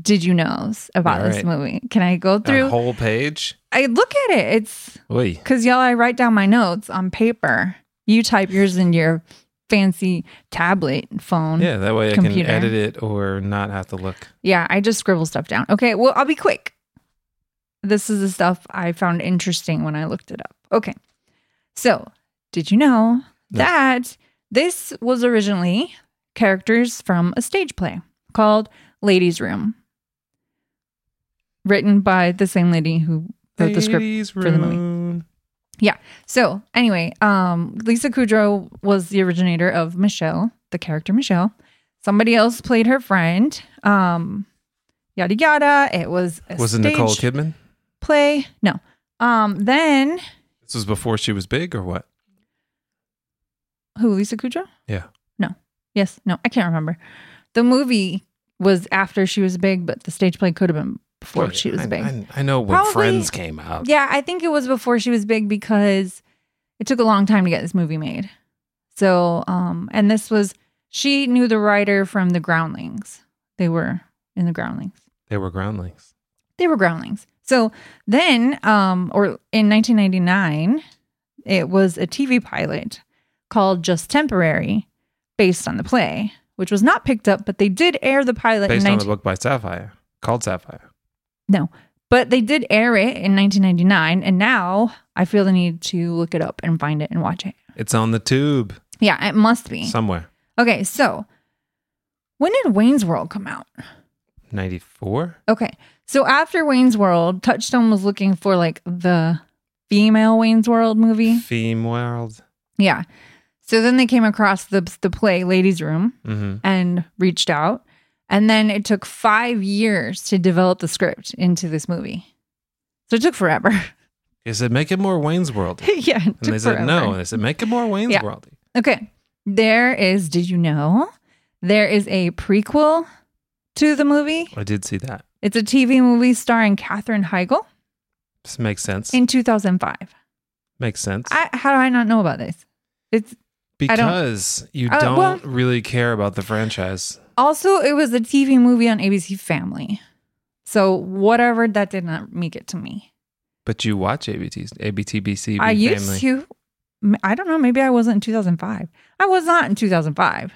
Speaker 2: did you knows about
Speaker 1: All
Speaker 2: this
Speaker 1: right.
Speaker 2: movie. Can I go
Speaker 1: A
Speaker 2: through? Mm-hmm.
Speaker 1: whole page.
Speaker 2: I look at it. It's
Speaker 1: Oy.
Speaker 2: cuz y'all I write down my notes on paper. You type yours in your fancy tablet phone.
Speaker 1: Yeah, that way I
Speaker 2: Computer.
Speaker 1: can edit it or not have to look.
Speaker 2: Yeah, I just scribble stuff down. Okay, well, I'll be quick. This is the stuff I found interesting when I looked it up. Okay. So, did you know
Speaker 1: No.
Speaker 2: that this was originally characters from a stage play called Ladies' Room, written by the same lady who wrote the script
Speaker 1: Ladies
Speaker 2: for the movie.
Speaker 1: room.
Speaker 2: so anyway, um, Lisa Kudrow was the originator of Michelle, the character Michelle. Somebody else played her friend. Um, yada yada. It was a
Speaker 1: Was it
Speaker 2: stage
Speaker 1: Nicole Kidman?
Speaker 2: play. No. Um, then
Speaker 1: This was before she was big or what?
Speaker 2: who? Lisa Kudrow?
Speaker 1: Yeah.
Speaker 2: No. Yes. No. I can't remember. The movie was after she was big, but the stage play could have been before
Speaker 1: Well,
Speaker 2: she was
Speaker 1: Oh, I,
Speaker 2: big.
Speaker 1: I, I know when
Speaker 2: Probably-
Speaker 1: Friends came out.
Speaker 2: Yeah, I think it was before she was big because it took a long time to get this movie made. So, um, and this was she knew the writer from the Groundlings. They were in the Groundlings.
Speaker 1: They were groundlings.
Speaker 2: They were Groundlings. So then, um, or in 1999, it was a TV pilot called Just Temporary, based on the play, which was not picked up, but they did air the pilot
Speaker 1: Based
Speaker 2: in 19-
Speaker 1: on the book by Sapphire, called Sapphire.
Speaker 2: But they did air it in 1999, and now I feel the need to look it up and find it and watch it.
Speaker 1: It's on the tube
Speaker 2: Yeah, it must be.
Speaker 1: somewhere.
Speaker 2: okay, so when did Wayne's World come out?
Speaker 1: 94?
Speaker 2: Okay, so after Wayne's World, Touchstone was looking for like the female Wayne's World movie.
Speaker 1: Theme World.
Speaker 2: Yeah. So then they came across the, the play Ladies' Room
Speaker 1: hmm
Speaker 2: and reached out. And then it took five years to develop the script into this movie. So it took forever.
Speaker 1: They said, make it more Wayne's World. And
Speaker 2: yeah. It took
Speaker 1: they said,
Speaker 2: forever.
Speaker 1: no. And they said, make it more Wayne's
Speaker 2: Yeah.
Speaker 1: World.
Speaker 2: Okay. There is, did you know? There is a prequel to the movie.
Speaker 1: I did see that.
Speaker 2: It's a TV movie starring Katherine Heigl
Speaker 1: This makes sense.
Speaker 2: in 2005.
Speaker 1: makes sense.
Speaker 2: I, how do I not know about this? It's I don't-
Speaker 1: because you
Speaker 2: I-
Speaker 1: don't
Speaker 2: well-
Speaker 1: really care about the franchise.
Speaker 2: also it was a TV movie on ABC Family. So whatever that did not make it to me.
Speaker 1: But you watch ABT's, ABTBC.
Speaker 2: I used
Speaker 1: family.
Speaker 2: to. m- I don't know. Maybe I wasn't in 2005. I was not in 2005.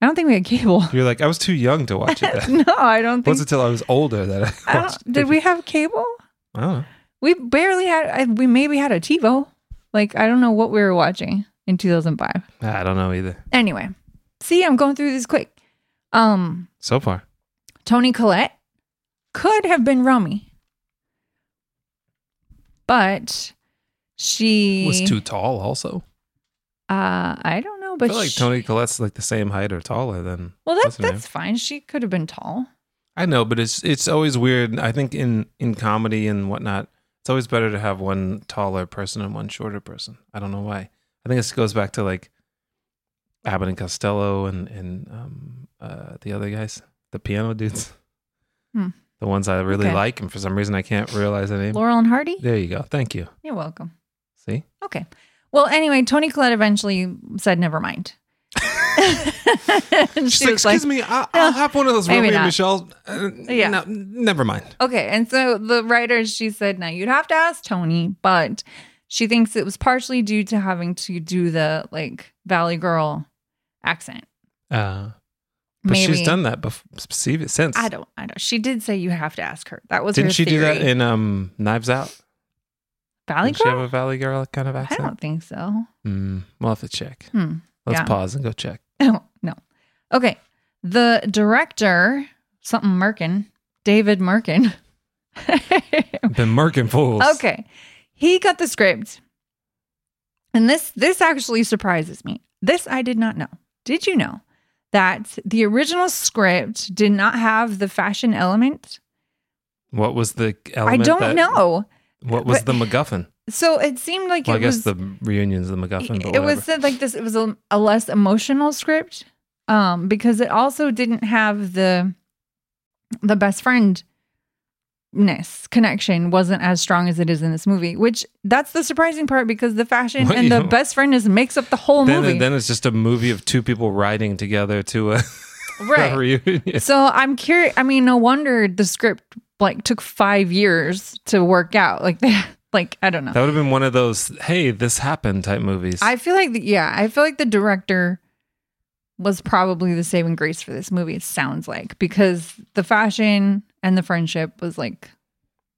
Speaker 2: I don't think we had cable.
Speaker 1: You're like, I was too young to watch it. then."
Speaker 2: no, I don't think.
Speaker 1: Wasn't until I was older that I
Speaker 2: I
Speaker 1: watched.
Speaker 2: don't, Uh, did we have cable?
Speaker 1: I don't know.
Speaker 2: We barely had. I- We maybe had a TiVo. Like I don't know what we were watching in 2005.
Speaker 1: I don't know either.
Speaker 2: Anyway, see, I'm going through this quick. Um,
Speaker 1: So far,
Speaker 2: Tony Collette could have been Romy, but she
Speaker 1: was too tall. Also,
Speaker 2: Uh, I don't know,
Speaker 1: I
Speaker 2: but
Speaker 1: feel like
Speaker 2: she-
Speaker 1: Tony Collette's like the same height or taller than.
Speaker 2: Well, that's
Speaker 1: what's her name?
Speaker 2: that's fine. She could have been tall.
Speaker 1: I know, but it's it's always weird. I think in in comedy and whatnot, it's always better to have one taller person and one shorter person. I don't know why. I think this goes back to like Abbott and Costello and and um, uh, the other guys, the piano dudes,
Speaker 2: Hmm.
Speaker 1: the ones I really
Speaker 2: Okay.
Speaker 1: like, and for some reason I can't realize their name.
Speaker 2: Laurel and Hardy.
Speaker 1: There you go. Thank you.
Speaker 2: You're welcome.
Speaker 1: See,
Speaker 2: Okay. Well, anyway, Tony Collette eventually said, "Never mind." And
Speaker 1: she's
Speaker 2: she
Speaker 1: like,
Speaker 2: was like,
Speaker 1: excuse me, I, I'll have one of those Romeo
Speaker 2: Maybe
Speaker 1: and
Speaker 2: not.
Speaker 1: Michelle. Uh,
Speaker 2: Yeah.
Speaker 1: no, never mind.
Speaker 2: Okay. And so the writer, she said, now you'd have to ask Tony, but she thinks it was partially due to having to do the like Valley Girl accent.
Speaker 1: Uh, but she's done that before, since.
Speaker 2: I don't, I don't. She did say you have to ask her. That was her
Speaker 1: Didn't she do that
Speaker 2: theory.
Speaker 1: in um, Knives Out?
Speaker 2: Valley
Speaker 1: Did she have
Speaker 2: Girl?
Speaker 1: a Valley Girl kind of
Speaker 2: I
Speaker 1: accent?
Speaker 2: don't think so.
Speaker 1: Mm, we'll have to check.
Speaker 2: Hmm.
Speaker 1: Let's
Speaker 2: yeah.
Speaker 1: pause and go check.
Speaker 2: Oh, no. Okay. The director, something Merkin, David Merkin.
Speaker 1: Been murking fools.
Speaker 2: Okay. He got the script. And this this actually surprises me. This I did not know. Did you know that the original script did not have the fashion element?
Speaker 1: What was the element?
Speaker 2: I don't
Speaker 1: that-
Speaker 2: know.
Speaker 1: What was
Speaker 2: but-
Speaker 1: the MacGuffin?
Speaker 2: So it seemed like
Speaker 1: Well, I
Speaker 2: it
Speaker 1: guess
Speaker 2: was
Speaker 1: the reunion's the MacGuffin, but
Speaker 2: it was said like this it was a, a less emotional script um because it also didn't have the the best friend ness connection wasn't as strong as it is in this movie which that's the surprising part because the fashion
Speaker 1: Well,
Speaker 2: and
Speaker 1: you
Speaker 2: the
Speaker 1: know-
Speaker 2: best friendness makes up the whole
Speaker 1: Then,
Speaker 2: movie
Speaker 1: then it's just a movie of two people riding together to a, a
Speaker 2: right
Speaker 1: reunion.
Speaker 2: so i'm curious i mean no wonder the script like took five years to work out like they like i don't know
Speaker 1: That would have been one of those, hey, this happened type movies.
Speaker 2: I feel like the, yeah, I feel like the director was probably the saving grace for this movie. It sounds like because the fashion and the friendship was like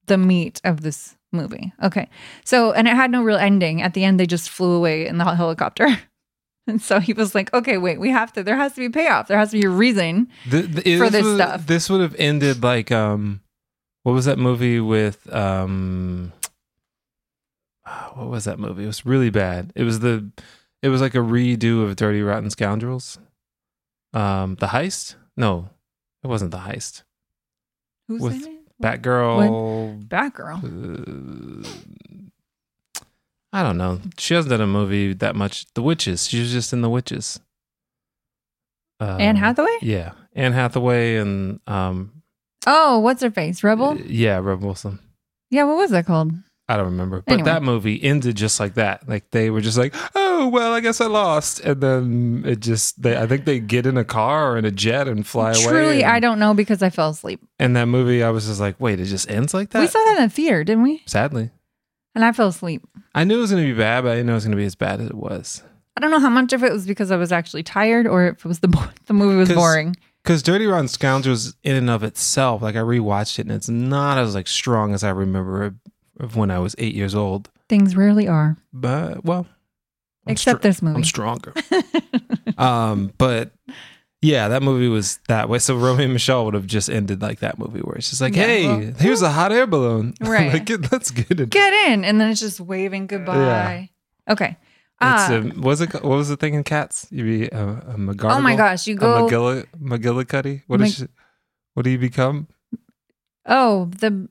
Speaker 2: the meat of this movie. Okay, so and it had no real ending. At the end, they just flew away in the hel- helicopter. And so he was like, "Okay, wait, we have to. There has to be payoff. There has to be a reason."
Speaker 1: The- the-
Speaker 2: for this
Speaker 1: would-
Speaker 2: stuff.
Speaker 1: This would have ended like um, what was that movie with um, ah, what was that movie? It was really bad. It was the, it was like a redo of Dirty Rotten Scoundrels. Um, the heist? No, it wasn't the heist.
Speaker 2: Who's
Speaker 1: With
Speaker 2: in it?
Speaker 1: Batgirl.
Speaker 2: Batgirl.
Speaker 1: uh, I don't know. She hasn't done a movie that much. The Witches. She was just in The Witches. Um,
Speaker 2: Anne Hathaway.
Speaker 1: yeah, Anne Hathaway and um,
Speaker 2: Oh, what's her face? Rebel.
Speaker 1: uh, yeah, Rebel Wilson.
Speaker 2: yeah, what was that called?
Speaker 1: I don't remember, but
Speaker 2: Anyway.
Speaker 1: that movie ended just like that. Like they were just like, "Oh well, I guess I lost," and then it just they. I think they get in a car or in a jet and fly away.
Speaker 2: Truly,
Speaker 1: and,
Speaker 2: I don't know because I fell asleep.
Speaker 1: And that movie, I was just like, "Wait, it just ends like that."
Speaker 2: we saw that in the theater, didn't we?
Speaker 1: Sadly,
Speaker 2: And I fell asleep.
Speaker 1: I knew it was going to be bad, but I didn't know it was going to be as bad as it was.
Speaker 2: I don't know how much of it was because I was actually tired or if it was the bo- the movie was
Speaker 1: 'Cause-
Speaker 2: boring.
Speaker 1: Because Dirty Rotten Scoundrels, in and of itself, like I rewatched it, and it's not as like strong as I remember it of when I was eight years old.
Speaker 2: Things rarely are,
Speaker 1: But well, I'm
Speaker 2: except
Speaker 1: str-
Speaker 2: this movie.
Speaker 1: I'm stronger. um, but yeah, that movie was that way. So Romeo and Michelle would have just ended like that movie, where it's just like,
Speaker 2: Yeah,
Speaker 1: hey,
Speaker 2: well-
Speaker 1: here's a hot air balloon.
Speaker 2: Right.
Speaker 1: like, get- let's get it.
Speaker 2: Get in, and then it's just waving goodbye. Okay.
Speaker 1: it's
Speaker 2: Uh,
Speaker 1: a, was it? ca- What was the thing in Cats? You be a, a McGargle.
Speaker 2: oh my gosh, you
Speaker 1: a
Speaker 2: go.
Speaker 1: McGilli- McGillicuddy. What is?
Speaker 2: Mc-
Speaker 1: she- what do you become?
Speaker 2: oh, the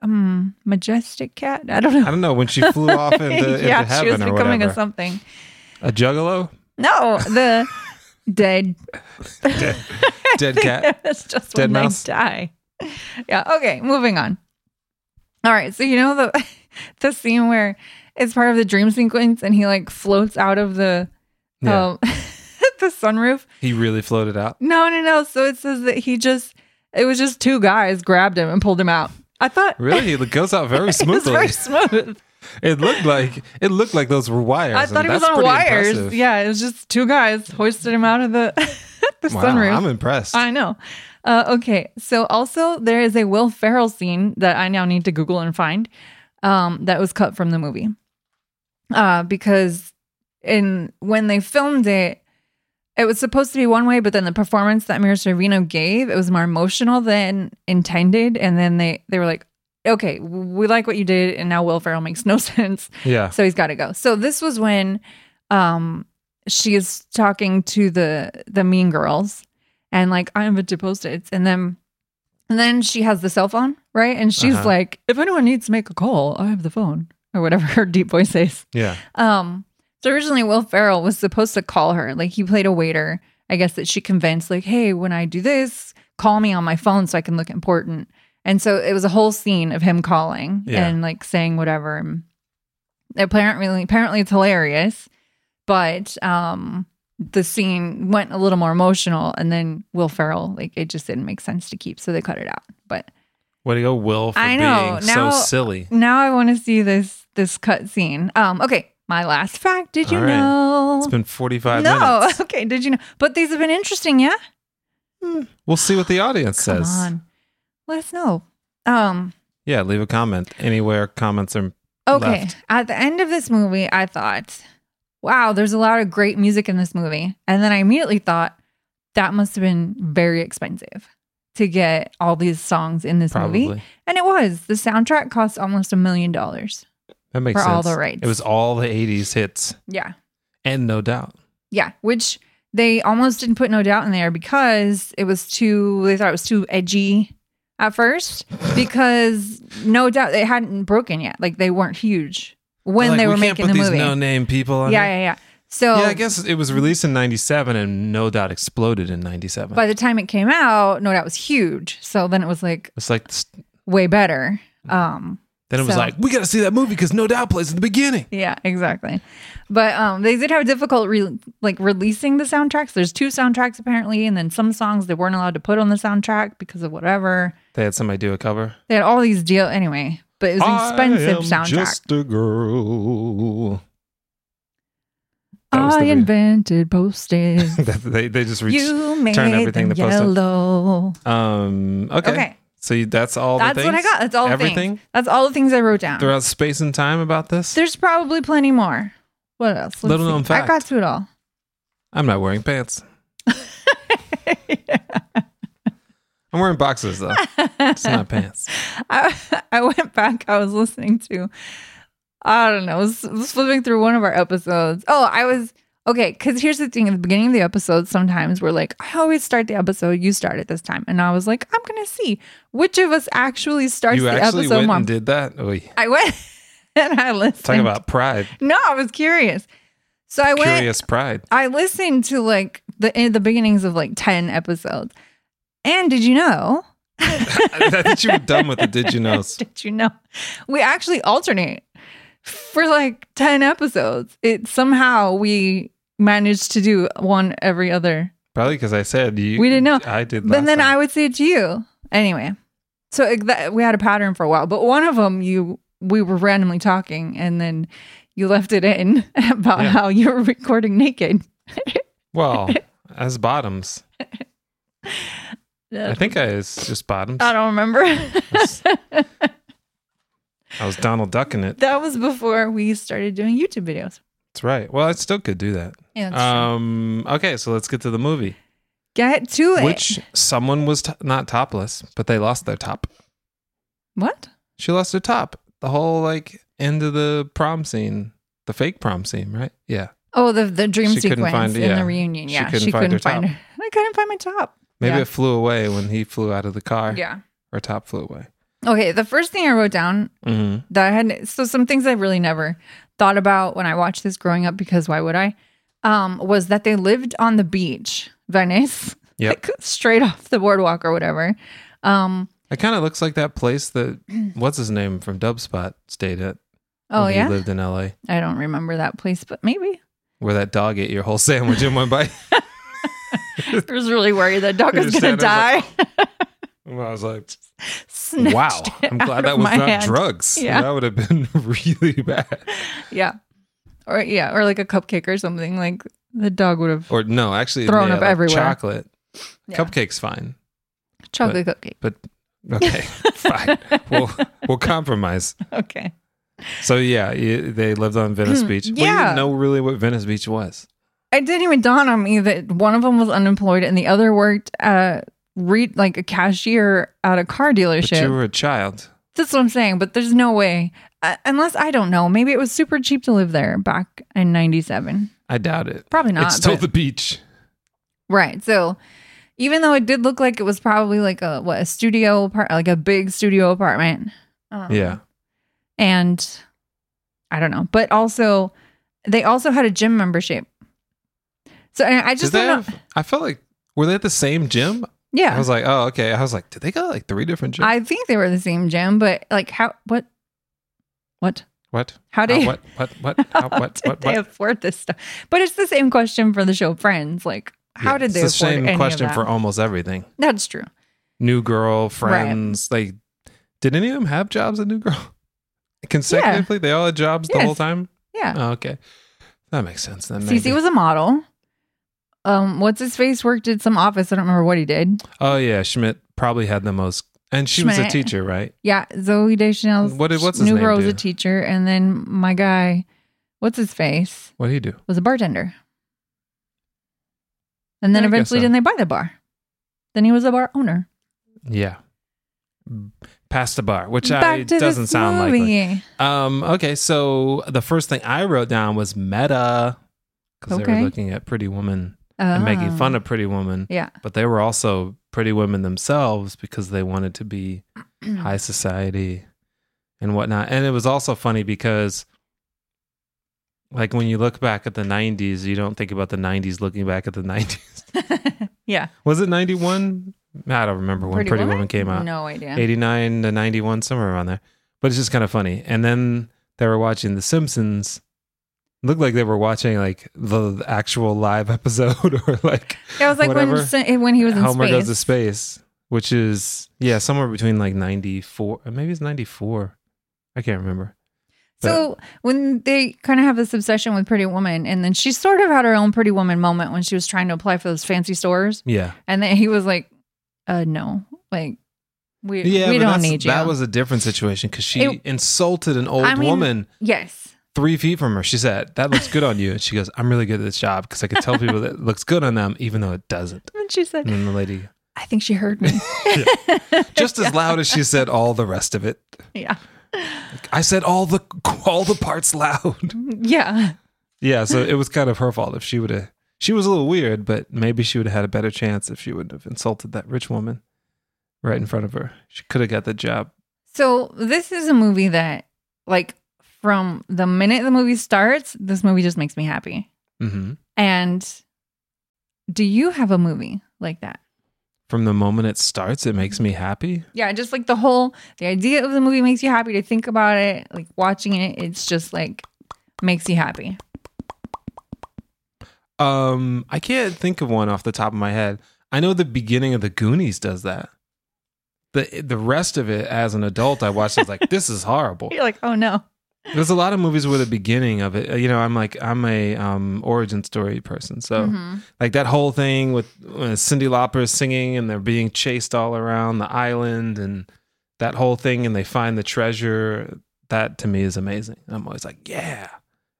Speaker 2: um, majestic cat. I don't know.
Speaker 1: I don't know when she flew off into, into
Speaker 2: yeah,
Speaker 1: heaven
Speaker 2: she was
Speaker 1: or
Speaker 2: becoming
Speaker 1: whatever.
Speaker 2: a something.
Speaker 1: a juggalo,
Speaker 2: No, the dead
Speaker 1: dead
Speaker 2: think
Speaker 1: cat.
Speaker 2: That's just
Speaker 1: Dead
Speaker 2: when
Speaker 1: mouse?
Speaker 2: they die. Yeah. Okay. Moving on. All right. So you know the the scene where it's part of the dream sequence and he like floats out of the
Speaker 1: Yeah,
Speaker 2: um, the sunroof.
Speaker 1: he really floated out.
Speaker 2: No, no, no. So it says that he just it was just two guys grabbed him and pulled him out. I thought
Speaker 1: Really, he goes out very
Speaker 2: it was
Speaker 1: smoothly.
Speaker 2: very smooth.
Speaker 1: It looked like it looked like those were wires.
Speaker 2: I thought
Speaker 1: and
Speaker 2: he was
Speaker 1: that's
Speaker 2: on
Speaker 1: pretty
Speaker 2: wires.
Speaker 1: impressive.
Speaker 2: Yeah, it was just two guys hoisted him out of the the
Speaker 1: wow,
Speaker 2: sunroof.
Speaker 1: I'm impressed.
Speaker 2: I know. Uh, okay. So also there is a Will Ferrell scene that I now need to Google and find um, that was cut from the movie uh, because in when they filmed it, it was supposed to be one way, but then the performance that Mira Sorvino gave it was more emotional than intended, and then they they were like, okay, we like what you did, and now Will Ferrell makes no sense.
Speaker 1: yeah,
Speaker 2: So he's got to go. So this was when um she is talking to the the mean girls and like I am a post-its and then and then she has the cell phone, right? And she's
Speaker 1: Uh-huh.
Speaker 2: like, if anyone needs to make a call, I have the phone or whatever her deep voice says.
Speaker 1: yeah.
Speaker 2: Um so originally Will Ferrell was supposed to call her. Like he played a waiter, I guess that she convinced like, "Hey, when I do this, call me on my phone so I can look important." And so it was a whole scene of him calling
Speaker 1: Yeah.
Speaker 2: and like saying whatever. And Apparently, apparently it's hilarious, but um the scene went a little more emotional and then Will Ferrell like it just didn't make sense to keep, so they cut it out. But
Speaker 1: Way to go, Will, for
Speaker 2: I know.
Speaker 1: being
Speaker 2: Now-
Speaker 1: so silly.
Speaker 2: now I want to see this this cut scene. Um okay, my last fact, did you
Speaker 1: All right.
Speaker 2: know?
Speaker 1: It's been 45
Speaker 2: no,
Speaker 1: minutes.
Speaker 2: okay. Did you know? But these have been interesting, yeah.
Speaker 1: We'll see what the audience
Speaker 2: Come
Speaker 1: says.
Speaker 2: on, let us know. Um,
Speaker 1: Yeah, leave a comment anywhere. Comments are
Speaker 2: okay.
Speaker 1: Left.
Speaker 2: At the end of this movie, I thought, "Wow, there's a lot of great music in this movie," and then I immediately thought that must have been very expensive to get all these songs in this
Speaker 1: probably
Speaker 2: movie, and it was. The soundtrack cost almost a million dollars.
Speaker 1: that makes
Speaker 2: for
Speaker 1: sense.
Speaker 2: all the rights.
Speaker 1: It was all the 80s hits,
Speaker 2: Yeah,
Speaker 1: and no doubt.
Speaker 2: yeah. Which they almost didn't put No Doubt in there because it was too. They thought it was too edgy. at first because no doubt they hadn't broken yet. Like they weren't huge when
Speaker 1: Like,
Speaker 2: they
Speaker 1: we
Speaker 2: were
Speaker 1: can't
Speaker 2: making
Speaker 1: put
Speaker 2: the
Speaker 1: these
Speaker 2: movie.
Speaker 1: no-name people
Speaker 2: yeah,
Speaker 1: on it.
Speaker 2: yeah, yeah. So
Speaker 1: Yeah, I guess it was released in 97 and no doubt exploded in 97.
Speaker 2: by the time it came out, no doubt was huge. So then it was like
Speaker 1: it's like s-
Speaker 2: way better.
Speaker 1: Mm-hmm.
Speaker 2: Um
Speaker 1: then it was
Speaker 2: So-
Speaker 1: like we got to see that movie cuz no doubt plays at the beginning.
Speaker 2: yeah, exactly. But um they did have difficult re- like releasing the soundtracks. There's two soundtracks apparently and then some songs they weren't allowed to put on the soundtrack because of whatever.
Speaker 1: They had somebody do a cover.
Speaker 2: They had all these deal anyway, but it was an
Speaker 1: I
Speaker 2: expensive
Speaker 1: am
Speaker 2: soundtrack.
Speaker 1: Just a girl. That was
Speaker 2: I
Speaker 1: the video.
Speaker 2: invented post-its.
Speaker 1: That- they they just reached
Speaker 2: you made
Speaker 1: everything
Speaker 2: them
Speaker 1: to post-it.
Speaker 2: yellow.
Speaker 1: um okay.
Speaker 2: Okay,
Speaker 1: So you, that's all
Speaker 2: that's
Speaker 1: the
Speaker 2: what I
Speaker 1: things?
Speaker 2: got. That's all the
Speaker 1: Everything
Speaker 2: things. That's all the things I wrote down.
Speaker 1: throughout space and time about this?
Speaker 2: There's probably plenty more. What else? Let's
Speaker 1: Little known
Speaker 2: see. I got
Speaker 1: fact.
Speaker 2: to it all.
Speaker 1: I'm not wearing pants. I'm wearing boxes though. It's not pants.
Speaker 2: I, I went back. I was listening to, I don't know, I was flipping through one of our episodes. Oh, I was okay. Because here's the thing: at the beginning of the episode, sometimes we're like, I always start the episode. You start it this time, and I was like, I'm gonna see which of us actually starts
Speaker 1: you
Speaker 2: the
Speaker 1: actually
Speaker 2: episode
Speaker 1: went
Speaker 2: more.
Speaker 1: and did that? Oy,
Speaker 2: I went and I listened.
Speaker 1: talk about pride.
Speaker 2: No, I was curious. So I went.
Speaker 1: Curious pride.
Speaker 2: I listened to like the in the beginnings of like ten episodes. And did you know?
Speaker 1: I thought you were done with the did you knows.
Speaker 2: Did you know? We actually alternate for like ten episodes. It somehow we managed to do one every other.
Speaker 1: Probably because I said you.
Speaker 2: We didn't know.
Speaker 1: I did.
Speaker 2: But then I would say it to you anyway. So it, that, we had a pattern for a while, but one of them you we were randomly talking, and then you left it in about
Speaker 1: Yeah.
Speaker 2: how you were recording naked.
Speaker 1: Well, as bottoms, I think I it's just bottoms.
Speaker 2: I don't remember.
Speaker 1: I was Donald ducking it.
Speaker 2: That was before we started doing YouTube videos.
Speaker 1: That's right. Well, I still could do that.
Speaker 2: Yeah, that's true.
Speaker 1: Um. Okay, so let's get to the movie,
Speaker 2: Get to it.
Speaker 1: which someone was t- not topless, but they lost their top.
Speaker 2: what?
Speaker 1: She lost her top. The whole like end of the prom scene, the fake prom scene, right? Yeah.
Speaker 2: Oh, the the dream
Speaker 1: She couldn't
Speaker 2: sequence
Speaker 1: find-
Speaker 2: in
Speaker 1: yeah.
Speaker 2: the reunion.
Speaker 1: She
Speaker 2: Yeah,
Speaker 1: couldn't
Speaker 2: she
Speaker 1: find
Speaker 2: couldn't
Speaker 1: her
Speaker 2: find
Speaker 1: top.
Speaker 2: her. I couldn't find my top.
Speaker 1: Maybe
Speaker 2: Yeah.
Speaker 1: it flew away when he flew out of the car.
Speaker 2: Yeah,
Speaker 1: Her top flew away.
Speaker 2: Okay, the first thing I wrote down
Speaker 1: hmm
Speaker 2: that I had so some things I really never thought about when I watched this growing up because why would I? Um, was that they lived on the beach, Venice,
Speaker 1: Yep.
Speaker 2: like straight off the boardwalk or whatever. Um,
Speaker 1: It kind of looks like that place that what's his name from Dubspot stayed at.
Speaker 2: oh
Speaker 1: when
Speaker 2: yeah,
Speaker 1: he lived in L.A.
Speaker 2: I don't remember that place, but maybe
Speaker 1: where that dog ate your whole sandwich in one bite.
Speaker 2: I was really worried that dog
Speaker 1: Your
Speaker 2: was gonna
Speaker 1: Santa's like,
Speaker 2: die.
Speaker 1: And I was like,
Speaker 2: Snatched
Speaker 1: wow,
Speaker 2: it
Speaker 1: I'm
Speaker 2: out
Speaker 1: glad that
Speaker 2: of
Speaker 1: was
Speaker 2: my
Speaker 1: not
Speaker 2: hand.
Speaker 1: drugs.
Speaker 2: Yeah.
Speaker 1: That would have been really bad.
Speaker 2: Yeah, or yeah, or like a cupcake or something. Like the dog would have
Speaker 1: Or no, actually, they
Speaker 2: Thrown
Speaker 1: had,
Speaker 2: up
Speaker 1: like,
Speaker 2: everywhere.
Speaker 1: Chocolate,
Speaker 2: Yeah.
Speaker 1: cupcakes, fine.
Speaker 2: chocolate cupcake.
Speaker 1: Okay, fine. We'll we'll compromise.
Speaker 2: Okay.
Speaker 1: So yeah, you, they lived on Venice Beach. We
Speaker 2: Hmm. Yeah.
Speaker 1: didn't know really what Venice Beach was.
Speaker 2: It didn't even dawn on me that one of them was unemployed and the other worked at re- like a cashier at a car
Speaker 1: But
Speaker 2: dealership.
Speaker 1: you were a child.
Speaker 2: That's what I'm saying. But there's no way, uh, unless I don't know. Maybe it was super cheap to live there back in '97.
Speaker 1: I doubt it.
Speaker 2: Probably not.
Speaker 1: it's still
Speaker 2: but-
Speaker 1: the beach.
Speaker 2: right. So even though it did look like it was probably like a what a studio apart, like a big studio apartment. Um,
Speaker 1: Yeah.
Speaker 2: And I don't know, but also they also had a gym membership. So and I just
Speaker 1: Did
Speaker 2: don't
Speaker 1: they
Speaker 2: know.
Speaker 1: have, I felt like were they at the same gym?
Speaker 2: yeah.
Speaker 1: I was like, oh okay. I was like, did they go to, like three different gyms?
Speaker 2: I think they were the same gym, but like how what what
Speaker 1: what?
Speaker 2: how
Speaker 1: How,
Speaker 2: did
Speaker 1: what? What? What?
Speaker 2: how
Speaker 1: How, what?
Speaker 2: did
Speaker 1: What?
Speaker 2: they
Speaker 1: What?
Speaker 2: afford this stuff? But it's the same question for the show Friends. Like how
Speaker 1: Yeah,
Speaker 2: did they
Speaker 1: It's the
Speaker 2: afford
Speaker 1: same
Speaker 2: any
Speaker 1: question
Speaker 2: of that?
Speaker 1: for almost everything.
Speaker 2: That's true.
Speaker 1: New Girl, Friends. Like, did any of them have jobs at New Girl? Consecutively, they all had jobs the
Speaker 2: Yes.
Speaker 1: whole time.
Speaker 2: Yeah.
Speaker 1: Oh, okay, that makes sense. Then maybe.
Speaker 2: Cece was a model. Um, what's his face worked at some office. I don't remember what he did.
Speaker 1: oh yeah, Schmidt probably had the most, and she was a
Speaker 2: Schmidt.
Speaker 1: teacher, right?
Speaker 2: Yeah, Zoe Deschanel.
Speaker 1: What did- what's his
Speaker 2: new
Speaker 1: name
Speaker 2: girl was
Speaker 1: do?
Speaker 2: a teacher, and then my guy, what's his face,
Speaker 1: What did he do?
Speaker 2: was a bartender. And then
Speaker 1: Yeah, I guess
Speaker 2: eventually,
Speaker 1: so.
Speaker 2: didn't they buy the bar? Then he was a bar owner.
Speaker 1: Yeah, past the bar, which I
Speaker 2: Back to
Speaker 1: doesn't
Speaker 2: this
Speaker 1: sound likely.
Speaker 2: movie.
Speaker 1: Um, okay, so the first thing I wrote down was meta because they
Speaker 2: Okay.
Speaker 1: were looking at Pretty Woman and making
Speaker 2: Ah.
Speaker 1: fun of Pretty Woman.
Speaker 2: Yeah.
Speaker 1: But they were also Pretty Women themselves because they wanted to be
Speaker 2: Mm.
Speaker 1: high society and whatnot. And it was also funny because, like, when you look back at the 90s, you don't think about the 90s looking back at the 90s.
Speaker 2: yeah.
Speaker 1: was it 91? I don't remember when Pretty, Woman? came out.
Speaker 2: No idea.
Speaker 1: 89 to 91 somewhere around there but it's just kind of funny and then they were watching the simpsons looked like they were watching like the the actual live episode or like
Speaker 2: Yeah, it was like when
Speaker 1: whatever.
Speaker 2: Sin- when he was in
Speaker 1: homer
Speaker 2: space.
Speaker 1: goes to space which is yeah somewhere between like 94 or maybe it's 94 i can't remember
Speaker 2: So when they kind of have this obsession with Pretty Woman, and then she sort of had her own Pretty Woman moment when she was trying to apply for those fancy stores,
Speaker 1: yeah
Speaker 2: and then he was like, "Uh, no, like we
Speaker 1: yeah
Speaker 2: we
Speaker 1: but
Speaker 2: don't
Speaker 1: that's-
Speaker 2: need you."
Speaker 1: that was a different situation because she
Speaker 2: It-
Speaker 1: insulted an old
Speaker 2: I mean-
Speaker 1: woman
Speaker 2: yes,
Speaker 1: three feet from her she said that looks good on you and she goes i'm really good at this job because i can tell people that it looks good on them even though it doesn't
Speaker 2: and she said,
Speaker 1: and then the lady
Speaker 2: "I think she heard me."
Speaker 1: just as loud as she said all the rest of it.
Speaker 2: yeah,
Speaker 1: I said all the all the parts loud.
Speaker 2: yeah,
Speaker 1: Yeah, so it was kind of her fault if she would have. She was a little weird, but maybe she would have had a better chance if she wouldn't have insulted that rich woman right in front of her. She could have got the job.
Speaker 2: So this is a movie that, like, from the minute the movie starts, this movie just makes me happy.
Speaker 1: hmm
Speaker 2: And do you have a movie like that?
Speaker 1: From the moment it starts, it makes me happy.
Speaker 2: Yeah, just like the whole the idea of the movie makes you happy to think about it, like watching it, it's just like makes you happy.
Speaker 1: Um, I can't think of one off the top of my head. I know the beginning of the Goonies does that. the The rest of it, as an adult, I watched. I was like, "This is horrible."
Speaker 2: You're like, oh no.
Speaker 1: There's a lot of movies where the beginning of it, you know, I'm like I'm a um, origin story person, so
Speaker 2: Mhm.
Speaker 1: like that whole thing with uh, Cindy Lauper singing and they're being chased all around the island and that whole thing, and they find the treasure. That to me is amazing. I'm always like, yeah.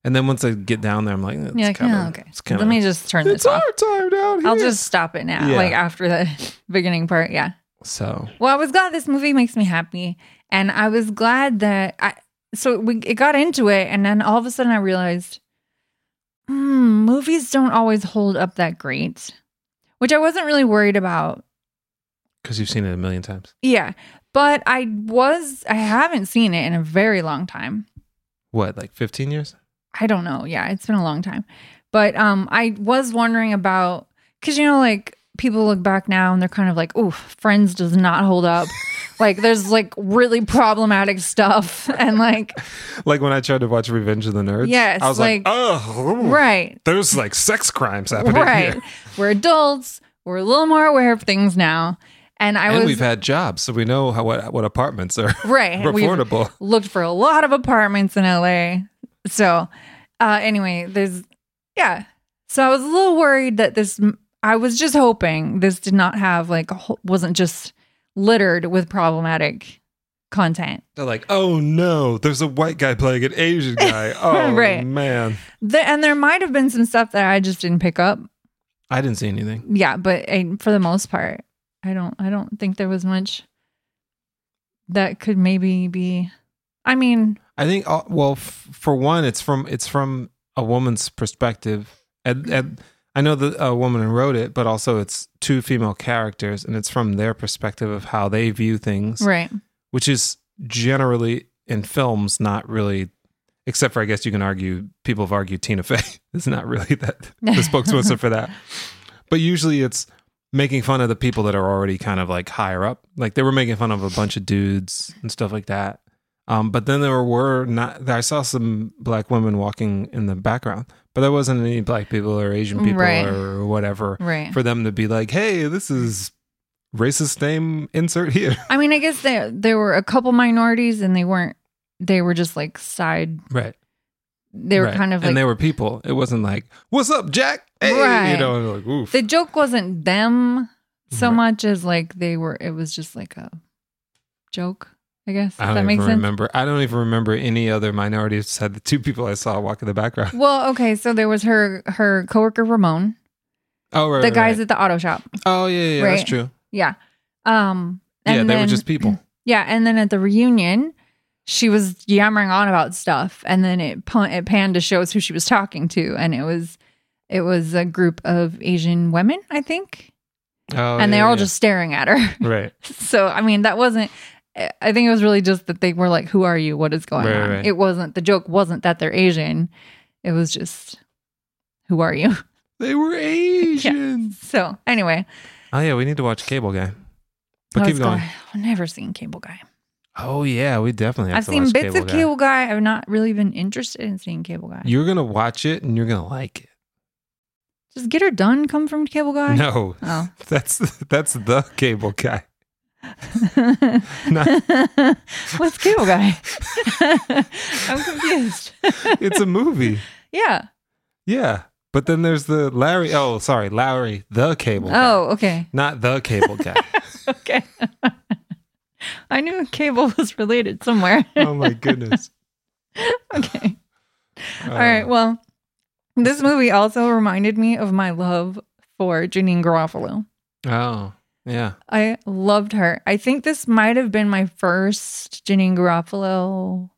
Speaker 1: And then once I get down there, I'm like, it's
Speaker 2: You're like,
Speaker 1: kind of
Speaker 2: oh, okay.
Speaker 1: It's kind
Speaker 2: Let
Speaker 1: of
Speaker 2: me just turn
Speaker 1: it's
Speaker 2: this off.
Speaker 1: our time down here.
Speaker 2: I'll just stop it now.
Speaker 1: Yeah.
Speaker 2: Like after the beginning part. Yeah.
Speaker 1: so
Speaker 2: Well, I was glad this movie makes me happy, and I was glad that I. So we it got into it, and then all of a sudden I realized, hmm, movies don't always hold up that great, which I wasn't really worried about.
Speaker 1: because you've seen it a million times.
Speaker 2: Yeah, But I was I haven't seen it in a very long time.
Speaker 1: What, like 15 years?
Speaker 2: I don't know. Yeah, it's been a long time. But um I was wondering about cuz you know like people look back now and they're kind of like, "Ooh, Friends does not hold up." like there's like really problematic stuff and like
Speaker 1: Like when I tried to watch Revenge of the Nerds?
Speaker 2: Yes,
Speaker 1: I was like,
Speaker 2: like-
Speaker 1: oh, ooh,
Speaker 2: right.
Speaker 1: there's like sex crimes happening
Speaker 2: Right.
Speaker 1: here.
Speaker 2: We're adults. We're a little more aware of things now. And I
Speaker 1: and
Speaker 2: was
Speaker 1: we've had jobs, so we know how, what, what apartments are
Speaker 2: right. we've-
Speaker 1: affordable.
Speaker 2: looked for a lot of apartments in LA. So, uh, anyway, there's, yeah. So I was a little worried that this, I was just hoping this did not have like, a whole- wasn't just littered with problematic content.
Speaker 1: They're like, oh no, there's a white guy playing an Asian guy. Oh
Speaker 2: Right.
Speaker 1: man,
Speaker 2: The, and there might have been some stuff that I just didn't pick up.
Speaker 1: I didn't see anything.
Speaker 2: Yeah. But I, for the most part, I don't, I don't think there was much that could maybe be, I mean,
Speaker 1: I think uh, well, f- for one, it's from it's from a woman's perspective. And, and I know that a woman wrote it, but also it's two female characters, and it's from their perspective of how they view things,
Speaker 2: right.
Speaker 1: which is generally in films not really. Except for, I guess you can argue people have argued Tina Fey is not really that the spokesperson for that. But usually it's making fun of the people that are already kind of like higher up. Like they were making fun of a bunch of dudes and stuff like that. Um, but then there were not. I saw some black women walking in the background, but there wasn't any black people or Asian people
Speaker 2: Right.
Speaker 1: or whatever
Speaker 2: Right.
Speaker 1: for them to be like, "Hey, this is racist name insert here."
Speaker 2: I mean, I guess there there were a couple minorities, and they weren't. They were just like side.
Speaker 1: Right.
Speaker 2: They were
Speaker 1: Right.
Speaker 2: kind of like
Speaker 1: and they were people. It wasn't like, "What's up, Jack?" Hey, you
Speaker 2: Right.
Speaker 1: know, and like, oof.
Speaker 2: the joke wasn't them so
Speaker 1: Right.
Speaker 2: much as like they were. It was just like a joke, I guess.
Speaker 1: I
Speaker 2: Does
Speaker 1: don't
Speaker 2: that
Speaker 1: even
Speaker 2: make sense?
Speaker 1: remember. I don't even remember any other minorities besides the two people I saw walk in the background.
Speaker 2: Well, okay, so there was her her coworker Ramon,
Speaker 1: Oh, right.
Speaker 2: the
Speaker 1: right,
Speaker 2: guys
Speaker 1: right.
Speaker 2: at the auto shop.
Speaker 1: oh, yeah, yeah, yeah,
Speaker 2: Right.
Speaker 1: that's true.
Speaker 2: Yeah. Um. And
Speaker 1: yeah, they
Speaker 2: then-
Speaker 1: were just people.
Speaker 2: Yeah, and then at the reunion, she was yammering on about stuff, and then it pun- it panned to shows who she was talking to, and it was it was a group of Asian women, I think,
Speaker 1: Oh,
Speaker 2: and
Speaker 1: yeah,
Speaker 2: they're all
Speaker 1: yeah.
Speaker 2: just staring at her.
Speaker 1: right.
Speaker 2: so I mean, that wasn't. I think it was really just that they were like, "Who are you? What is going
Speaker 1: Right,
Speaker 2: on?"
Speaker 1: right.
Speaker 2: It wasn't the joke wasn't that they're Asian. It was just, "Who are you?"
Speaker 1: They were Asians.
Speaker 2: So anyway,
Speaker 1: Oh yeah, we need to watch Cable Guy. But
Speaker 2: I
Speaker 1: keep
Speaker 2: was
Speaker 1: going.
Speaker 2: going, I've never seen Cable Guy.
Speaker 1: Oh yeah, we definitely. Have
Speaker 2: I've
Speaker 1: to
Speaker 2: seen
Speaker 1: watch
Speaker 2: bits
Speaker 1: Cable
Speaker 2: of
Speaker 1: Guy.
Speaker 2: Cable Guy. I've not really been interested in seeing Cable Guy.
Speaker 1: You're gonna watch it and you're gonna like it.
Speaker 2: Does Get Her Done come from Cable Guy?
Speaker 1: No,
Speaker 2: Oh.
Speaker 1: that's that's the Cable Guy.
Speaker 2: What's Cable Guy? I'm confused.
Speaker 1: It's a movie.
Speaker 2: yeah.
Speaker 1: yeah, but then there's the Larry. Oh, sorry, Larry the Cable. Guy.
Speaker 2: Oh, okay.
Speaker 1: not the Cable Guy.
Speaker 2: Okay. I knew cable was related somewhere.
Speaker 1: oh my goodness. Um,
Speaker 2: okay.
Speaker 1: Uh,
Speaker 2: All right. Well, this movie also reminded me of my love for Janine Garofalo.
Speaker 1: Oh yeah.
Speaker 2: I loved her. I think this might have been my first Janine Garofalo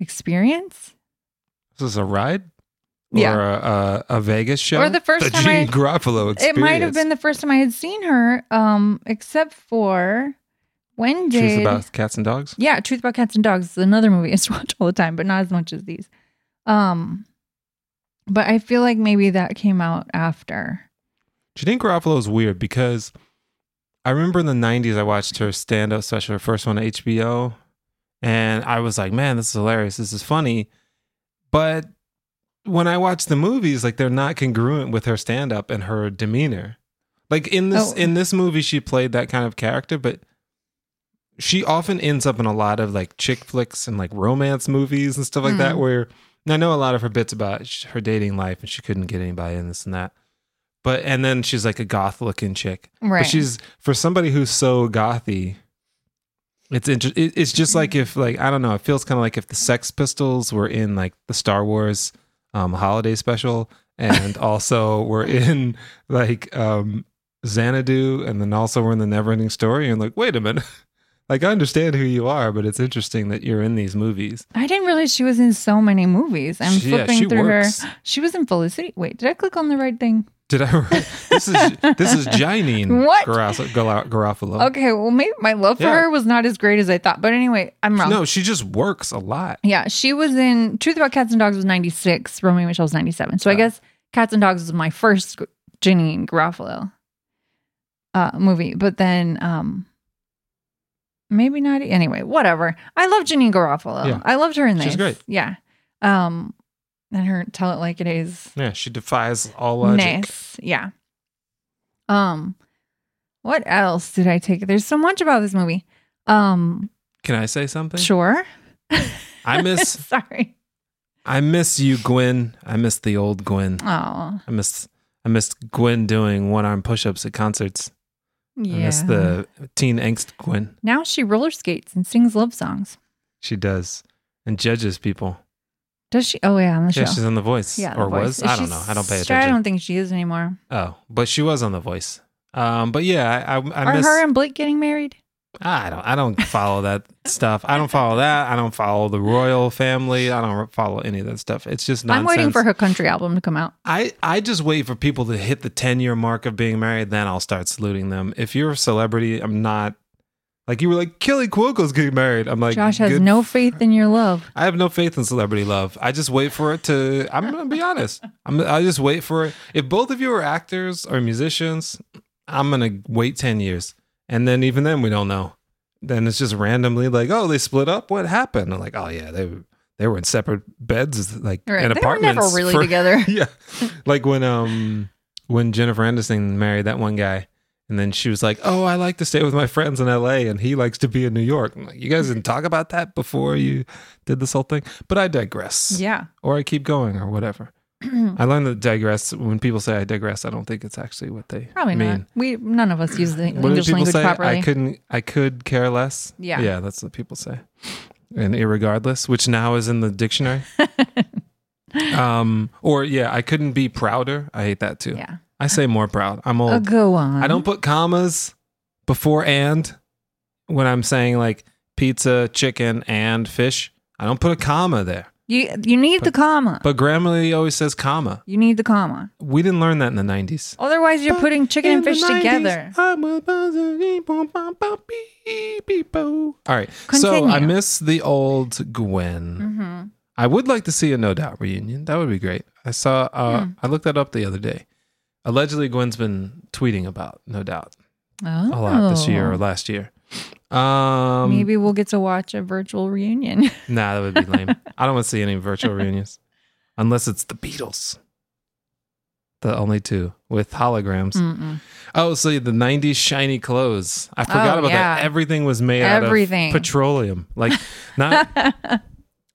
Speaker 2: experience.
Speaker 1: This is a ride.
Speaker 2: Yeah.
Speaker 1: Or a, a, a Vegas show.
Speaker 2: Or the first
Speaker 1: the
Speaker 2: time
Speaker 1: Gene
Speaker 2: I-
Speaker 1: Garofalo experience.
Speaker 2: It might have been the first time I had seen her, um, except for when did
Speaker 1: Truth about cats and dogs.
Speaker 2: yeah, Truth About Cats and Dogs is another movie I used to watch all the time, but not as much as these. Um, but I feel like maybe that came out after.
Speaker 1: Janine Garofalo is weird because I remember in the '90s I watched her stand-up special, her first one on HBO, and I was like, "Man, this is hilarious. This is funny." But when I watch the movies, like they're not congruent with her stand-up and her demeanor. Like in this
Speaker 2: Oh.
Speaker 1: in this movie, she played that kind of character, but she often ends up in a lot of like chick flicks and like romance movies and stuff like that.
Speaker 2: Mm.
Speaker 1: Where and I know a lot of her bits about sh- her dating life and she couldn't get anybody and this and that. But and then she's like a goth looking chick.
Speaker 2: Right.
Speaker 1: But she's for somebody who's so gothy. It's inter- it, it's just like if like I don't know. It feels kind of like if the Sex Pistols were in like the Star Wars um, holiday special, and also were in like um, Xanadu, and then also we're in the Neverending Story. And like, wait a minute. Like I understand who you are, but it's interesting that you're in these movies.
Speaker 2: I didn't realize she was in so many movies. I'm
Speaker 1: She- yeah,
Speaker 2: flipping
Speaker 1: she
Speaker 2: through
Speaker 1: works.
Speaker 2: her. She was in Felicity. Wait, did I click on the right thing?
Speaker 1: Did I? This is this is Janine
Speaker 2: What?
Speaker 1: Garas- Gala- Garofalo.
Speaker 2: Okay, well, maybe my love for
Speaker 1: Oh. Yeah.
Speaker 2: her was not as great as I thought. But anyway, I'm wrong.
Speaker 1: No, she just works a lot.
Speaker 2: Yeah, she was in Truth About Cats and Dogs was 96, Romeo and Michelle was 97. So I
Speaker 1: Yeah.
Speaker 2: guess Cats and Dogs was my first G- Janine Garofalo uh, movie. But then um maybe not e, anyway, whatever. I love Janine Garofalo.
Speaker 1: Yeah.
Speaker 2: I loved her in this.
Speaker 1: She's great.
Speaker 2: Yeah. Um and her Tell It Like It Is
Speaker 1: Yeah, she defies all logic.
Speaker 2: nice. Yeah. Um what else did I take? There's so much about this movie. Um
Speaker 1: Can I say something?
Speaker 2: sure.
Speaker 1: I miss
Speaker 2: Sorry.
Speaker 1: I miss you, Gwen. I miss the old Gwen.
Speaker 2: Oh.
Speaker 1: I miss I missed Gwen doing one arm push ups at concerts.
Speaker 2: Yeah.
Speaker 1: I miss the teen angst Gwen.
Speaker 2: Now she roller skates and sings love songs.
Speaker 1: She does. And judges people.
Speaker 2: Does she? Oh yeah, on the
Speaker 1: Yeah,
Speaker 2: show.
Speaker 1: she's on The Voice.
Speaker 2: yeah, The
Speaker 1: or
Speaker 2: Voice.
Speaker 1: was?
Speaker 2: Is
Speaker 1: I don't
Speaker 2: she
Speaker 1: know. I don't pay
Speaker 2: star- I
Speaker 1: attention.
Speaker 2: don't think she is anymore.
Speaker 1: Oh, but she was on The Voice. Um, but yeah, I, I, I
Speaker 2: Are
Speaker 1: miss.
Speaker 2: her and Blake getting married?
Speaker 1: I don't. I don't follow that stuff. I don't follow that. I don't follow the royal family. I don't follow any of that stuff. It's just nonsense.
Speaker 2: I'm waiting for her country album to come out.
Speaker 1: I, I just wait for people to hit the 10 year mark of being married, then I'll start saluting them. If you're a celebrity, I'm not like you were like, Kelly Cuoco's getting married. I'm like,
Speaker 2: Josh has
Speaker 1: good-
Speaker 2: no faith in your love.
Speaker 1: I have no faith in celebrity love. I just wait for it to, I'm going to be honest. I'm, I just wait for it. If both of you are actors or musicians, I'm going to wait 10 years. And then even then, we don't know. Then it's just randomly like, oh, they split up. What happened? I'm like, oh, yeah, they, they were in separate beds, like,
Speaker 2: Right.
Speaker 1: and
Speaker 2: They were
Speaker 1: apartments.
Speaker 2: never really
Speaker 1: for-
Speaker 2: together.
Speaker 1: yeah. Like when um when Jennifer Anderson married that one guy and then she was like, "Oh, I like to stay with my friends in LA and he likes to be in New York." I'm like, "You guys didn't talk about that before you did this whole thing." But I digress.
Speaker 2: Yeah.
Speaker 1: Or I keep going or whatever. I learned that digress when people say I digress, I don't think it's actually what they
Speaker 2: Probably
Speaker 1: mean.
Speaker 2: not. We none of us use the
Speaker 1: What do
Speaker 2: English
Speaker 1: people
Speaker 2: language
Speaker 1: say? I
Speaker 2: properly.
Speaker 1: couldn't I could care less.
Speaker 2: Yeah.
Speaker 1: Yeah, that's what people say. And irregardless, which now is in the dictionary. um or yeah, I couldn't be prouder. I hate that too.
Speaker 2: yeah.
Speaker 1: I say more proud. I'm
Speaker 2: Oh,
Speaker 1: old.
Speaker 2: go on.
Speaker 1: I don't put commas before and when I'm saying like pizza, chicken, and fish. I don't put a comma there.
Speaker 2: You you need the comma.
Speaker 1: But Grammarly always says comma.
Speaker 2: You need the comma.
Speaker 1: We didn't learn that in the 90s.
Speaker 2: Otherwise, you're putting chicken and
Speaker 1: In the
Speaker 2: fish
Speaker 1: 90s,
Speaker 2: together.
Speaker 1: I was buzzing, boom, bum, bum, beep, beep, boom. All right. So
Speaker 2: Continue.
Speaker 1: I miss the old Gwen.
Speaker 2: Mm-hmm.
Speaker 1: I would like to see a No Doubt reunion. That would be great. I saw. Uh,
Speaker 2: Hmm.
Speaker 1: I looked that up the other day. Allegedly, Gwen's been tweeting about No Doubt
Speaker 2: Oh.
Speaker 1: a lot this year or last year. Um,
Speaker 2: Maybe we'll get to watch a virtual reunion.
Speaker 1: Nah, that would be lame. I don't want to see any virtual reunions unless it's the Beatles. The only two with holograms.
Speaker 2: Mm-mm.
Speaker 1: Oh, so the '90s shiny clothes. I forgot
Speaker 2: Oh,
Speaker 1: about
Speaker 2: yeah.
Speaker 1: that. Everything was made
Speaker 2: Everything.
Speaker 1: out of petroleum. Like not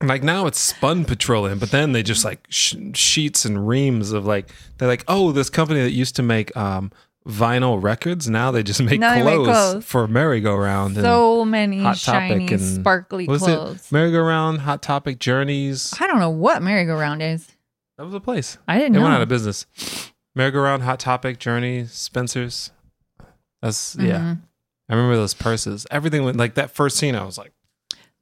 Speaker 1: like now it's spun petroleum, but then they just like sh- sheets and reams of like they're like, oh, this company that used to make um, vinyl records now they just make,
Speaker 2: Now they
Speaker 1: clothes,
Speaker 2: make clothes.
Speaker 1: for merry-go-round.
Speaker 2: so many
Speaker 1: Hot Topic
Speaker 2: shiny,
Speaker 1: and-
Speaker 2: sparkly
Speaker 1: and, what was
Speaker 2: clothes.
Speaker 1: it merry-go-round, Hot Topic, Journeys?
Speaker 2: I don't know what merry-go-round is.
Speaker 1: That was a place.
Speaker 2: I didn't
Speaker 1: It
Speaker 2: know.
Speaker 1: went out of business. Merry-go-round, Hot Topic, Journeys, Spencer's. That's yeah.
Speaker 2: Mhm.
Speaker 1: I remember those purses. Everything went like that first scene. I was like,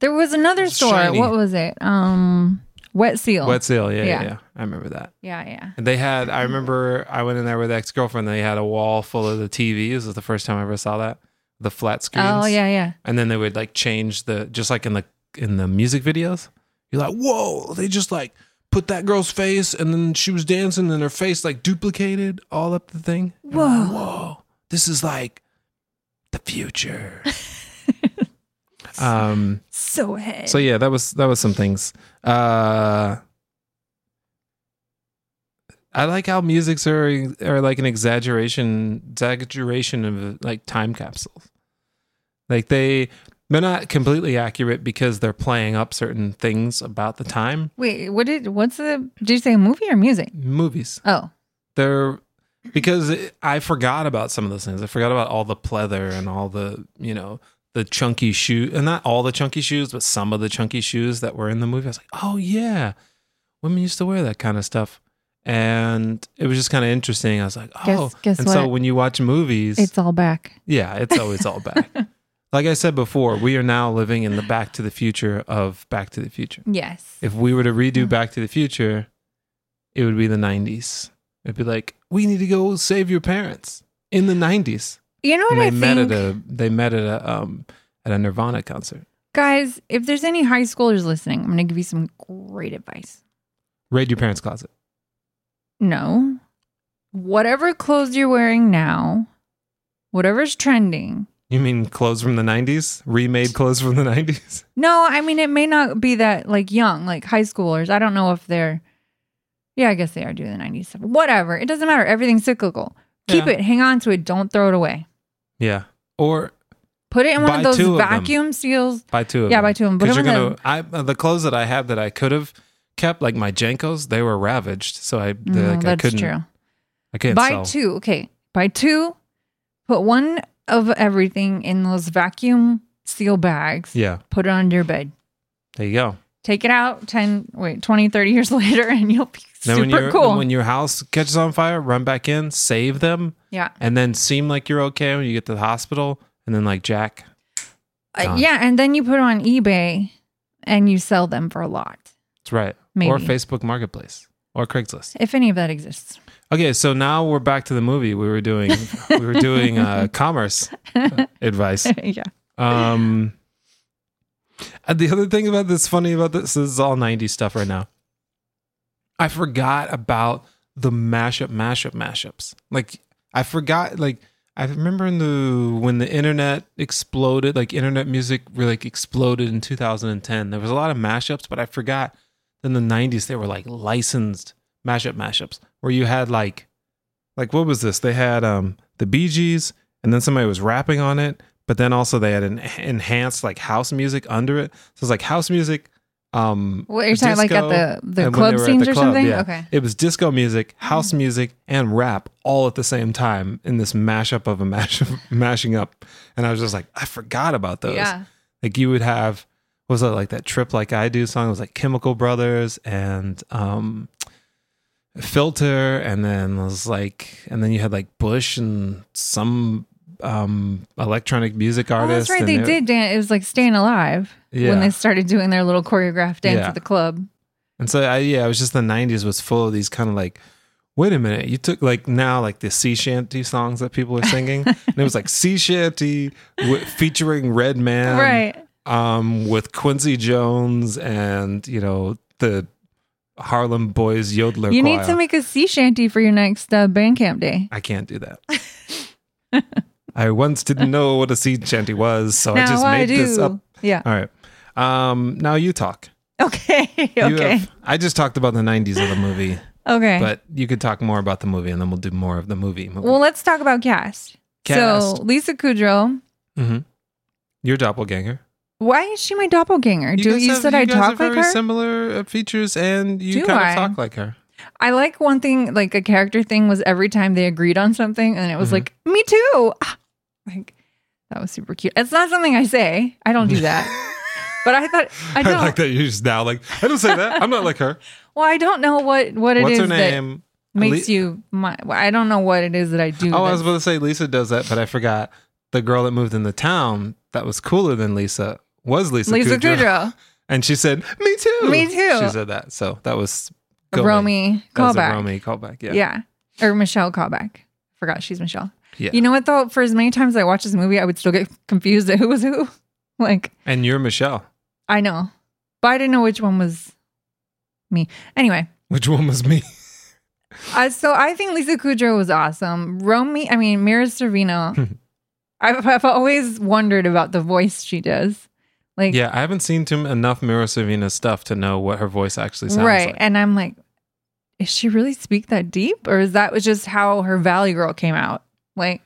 Speaker 2: There was another
Speaker 1: It's
Speaker 2: store.
Speaker 1: shiny.
Speaker 2: What was it? Um, Wet Seal.
Speaker 1: "Wet Seal." Yeah,
Speaker 2: Yeah.
Speaker 1: yeah, yeah. I remember that.
Speaker 2: yeah, yeah.
Speaker 1: And they had, I remember I went in there with ex girlfriend. They had a wall full of the TVs. This was the first time I ever saw that. The flat screens.
Speaker 2: Oh yeah, yeah.
Speaker 1: And then they would like change the, just like in the in the music videos. You're like, whoa! They just like put that girl's face, and then she was dancing, and her face like duplicated all up the thing. And I'm like,
Speaker 2: Whoa.
Speaker 1: whoa! This is like the future. um.
Speaker 2: So ahead.
Speaker 1: So yeah, that was that was some things. Uh I like how musics are are like an exaggeration exaggeration of like time capsules. Like they they're not completely accurate because they're playing up certain things about the time.
Speaker 2: Wait, what did? What's the? Did you say movie or music?
Speaker 1: Movies.
Speaker 2: Oh,
Speaker 1: They're because it, I forgot about some of those things. I forgot about all the pleather and all the, you know, the chunky shoe and not all the chunky shoes, but some of the chunky shoes that were in the movie. I was like, "Oh yeah, women used to wear that kind of stuff." And it was just kind of interesting. I was like, "Oh."
Speaker 2: Guess- guess
Speaker 1: and so
Speaker 2: what?
Speaker 1: when you watch movies,
Speaker 2: it's all back.
Speaker 1: yeah, it's always all back. like I said before, we are now living in the back to the future of back to the future.
Speaker 2: Yes. Mm.
Speaker 1: If we were to redo Back to the Future, it would be the 90s. It'd be like, we need to go save your parents in the 90s.
Speaker 2: You know what
Speaker 1: And they
Speaker 2: I
Speaker 1: met
Speaker 2: think,
Speaker 1: at a they met at a um at a Nirvana concert.
Speaker 2: guys? If there's any high schoolers listening, I'm gonna give you some great advice.
Speaker 1: Raid your parents' closet.
Speaker 2: No, whatever clothes you're wearing now, whatever's trending.
Speaker 1: You mean clothes from the 90s? Remade clothes from the 90s?
Speaker 2: No, I mean it may not be that like young, like high schoolers. I don't know if they're. Yeah, I guess they are doing the '90s stuff. Whatever, it doesn't matter. Everything's cyclical. Keep
Speaker 1: Yeah.
Speaker 2: it. Hang on to it. Don't throw it away.
Speaker 1: Yeah. Or
Speaker 2: Put it in one
Speaker 1: Buy
Speaker 2: of those
Speaker 1: two of them.
Speaker 2: vacuum seals.
Speaker 1: buy two of
Speaker 2: Yeah,
Speaker 1: them.
Speaker 2: buy two of them. Put
Speaker 1: Because you're
Speaker 2: them in
Speaker 1: gonna I uh, the clothes that I have that I could have kept, like my Jankos, they were ravaged. So I
Speaker 2: No,
Speaker 1: like, I
Speaker 2: Mm, that's
Speaker 1: couldn't
Speaker 2: true.
Speaker 1: I can't
Speaker 2: buy
Speaker 1: sell.
Speaker 2: two. Okay, buy two. Put one of everything in those vacuum seal bags.
Speaker 1: Yeah.
Speaker 2: Put it under your bed.
Speaker 1: There you go.
Speaker 2: Take it out 10, wait, 20, 30 years later, and you'll be
Speaker 1: Then when,
Speaker 2: super
Speaker 1: you're-
Speaker 2: cool.
Speaker 1: when your house catches on fire, run back in, save them,
Speaker 2: yeah.
Speaker 1: and then seem like you're okay when you get to the hospital. And then like Jack,
Speaker 2: Uh,
Speaker 1: God.
Speaker 2: yeah. And then you put it on eBay and you sell them for a lot,
Speaker 1: that's right. Or
Speaker 2: Maybe.
Speaker 1: Facebook Marketplace or Craigslist.
Speaker 2: if any of that exists.
Speaker 1: Okay, so now we're back to the movie. We were doing we were doing uh, commerce uh, advice.
Speaker 2: yeah.
Speaker 1: Um, and the other thing about this funny about this, this is all 90s stuff right now. I forgot about the mashup, mashup, mashups. Like I forgot, like I remember in the when the internet exploded, like internet music really like, exploded in 2010. There was a lot of mashups, but I forgot. In the 90s, they were like licensed mashup mashups where you had like, like what was this? They had um the Bee Gees, and then somebody was rapping on it, but then also they had an enhanced like house music under it. So it's like house music. Um,
Speaker 2: What, you're talking like
Speaker 1: disco,
Speaker 2: at the, the
Speaker 1: and when they
Speaker 2: club
Speaker 1: were at
Speaker 2: scenes
Speaker 1: the
Speaker 2: or
Speaker 1: club,
Speaker 2: something?
Speaker 1: yeah.
Speaker 2: Okay. Mm-hmm.
Speaker 1: It was disco music, house music, and rap all at the same time in this mashup of a mash- mashing up. And I was just like, I forgot about those.
Speaker 2: Yeah.
Speaker 1: Like you would have, what was it like that trip like I do song? It was like Chemical Brothers and um, Filter, and then it was like, and then you had like Bush and some um electronic music
Speaker 2: Oh,
Speaker 1: artist.
Speaker 2: that's right. They
Speaker 1: and
Speaker 2: did dance. It was like staying alive. when they started doing their little choreographed dance
Speaker 1: Yeah.
Speaker 2: at the club.
Speaker 1: And so I yeah, it was just the nineties was full of these kind of like, wait a minute, you took like now like the sea shanty songs that people are singing, and it was like sea shanty w- featuring Red Man,
Speaker 2: right.
Speaker 1: Um, with Quincy Jones and you know the Harlem Boys Yodeler.
Speaker 2: You need
Speaker 1: Choir.
Speaker 2: to make a sea shanty for your next uh, band camp day.
Speaker 1: I can't do that. I once didn't know what a sea shanty was, so Oh, I
Speaker 2: now
Speaker 1: just
Speaker 2: I,
Speaker 1: made
Speaker 2: do.
Speaker 1: this up.
Speaker 2: Yeah.
Speaker 1: All right. Um, now you talk.
Speaker 2: Okay.
Speaker 1: You
Speaker 2: okay.
Speaker 1: have- I just talked about the 90s of the movie.
Speaker 2: okay.
Speaker 1: But you could talk more about the movie, and then we'll do more of the movie. movie.
Speaker 2: well, let's talk about cast.
Speaker 1: Cast.
Speaker 2: So Lisa Kudrow.
Speaker 1: Mhm. Your doppelganger.
Speaker 2: Why is she my doppelganger? do
Speaker 1: guys
Speaker 2: you
Speaker 1: have-
Speaker 2: said
Speaker 1: you
Speaker 2: I
Speaker 1: guys
Speaker 2: talk
Speaker 1: have
Speaker 2: like
Speaker 1: very
Speaker 2: her?
Speaker 1: Similar uh, features, and you
Speaker 2: Do
Speaker 1: kind
Speaker 2: I?
Speaker 1: of talk like her.
Speaker 2: I like one thing, like a character thing, was every time they agreed on something, and it was like,
Speaker 1: Mm-hmm.
Speaker 2: "Me too." Ah, Like that was super cute. It's not something I say. I don't do that. but I thought I
Speaker 1: I
Speaker 2: don't.
Speaker 1: like that you just now like I don't say that. I'm not like her.
Speaker 2: Well, I don't know what what it is
Speaker 1: What's her
Speaker 2: that
Speaker 1: name?
Speaker 2: makes
Speaker 1: Ali-
Speaker 2: you. My, well, I don't know what it is that I do.
Speaker 1: Oh, I
Speaker 2: that-
Speaker 1: was about to say Lisa does that, but I forgot. The girl that moved in the town that was cooler than Lisa was Lisa,
Speaker 2: Lisa Kudrow,
Speaker 1: and she said, "Me too,
Speaker 2: Me too.
Speaker 1: She said that, so that was
Speaker 2: a
Speaker 1: going.
Speaker 2: Romy
Speaker 1: That was a
Speaker 2: callback.
Speaker 1: Romy callback. Yeah,
Speaker 2: yeah. or Michelle callback. Forgot she's Michelle.
Speaker 1: Yeah.
Speaker 2: You know what though? For as many times as I watch this movie, I would still get confused at who was who. Like
Speaker 1: And you're Michelle.
Speaker 2: I know, but I didn't know which one was me. Anyway,
Speaker 1: Which one was me?
Speaker 2: uh, so I think Lisa Kudrow was awesome. Romy, I mean Mira Servino. I've, I've always wondered about the voice she does. Like
Speaker 1: Yeah, I haven't seen too m- enough Mira Savina stuff to know what her voice actually sounds
Speaker 2: right
Speaker 1: like.
Speaker 2: and i'm like is she really speak that deep or is that was just how her valley girl came out like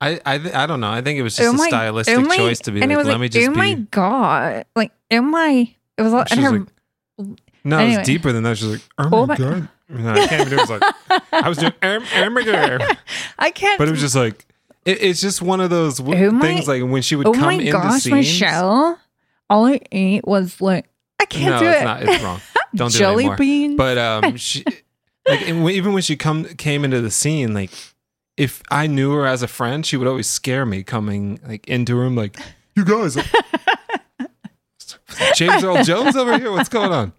Speaker 1: I I, th- I don't know. I think it was just a stylistic
Speaker 2: oh my-
Speaker 1: choice to be
Speaker 2: and
Speaker 1: like,
Speaker 2: it
Speaker 1: let
Speaker 2: was
Speaker 1: me just
Speaker 2: oh
Speaker 1: be.
Speaker 2: my god like oh my it was all
Speaker 1: She
Speaker 2: and
Speaker 1: was
Speaker 2: her
Speaker 1: no, it
Speaker 2: anyway.
Speaker 1: was deeper than that. She's like, oh,
Speaker 2: Oh
Speaker 1: my
Speaker 2: my-
Speaker 1: god. No, I can't even do it. It was like I was doing "Em- em- em- em."
Speaker 2: i can't
Speaker 1: but it was just like it, it's just one of those w-
Speaker 2: Oh my-
Speaker 1: things like when she would
Speaker 2: oh
Speaker 1: come
Speaker 2: my
Speaker 1: into
Speaker 2: gosh
Speaker 1: scenes.
Speaker 2: michelle all i ate was like i can't
Speaker 1: no,
Speaker 2: do
Speaker 1: it's
Speaker 2: it
Speaker 1: not. It's wrong. Don't do it
Speaker 2: jelly
Speaker 1: anymore.
Speaker 2: beans
Speaker 1: But um, she like and when- even when she come came into the scene, like if I knew her as a friend, she would always scare me coming like into her room, like you guys, James Earl Jones over here. What's going on?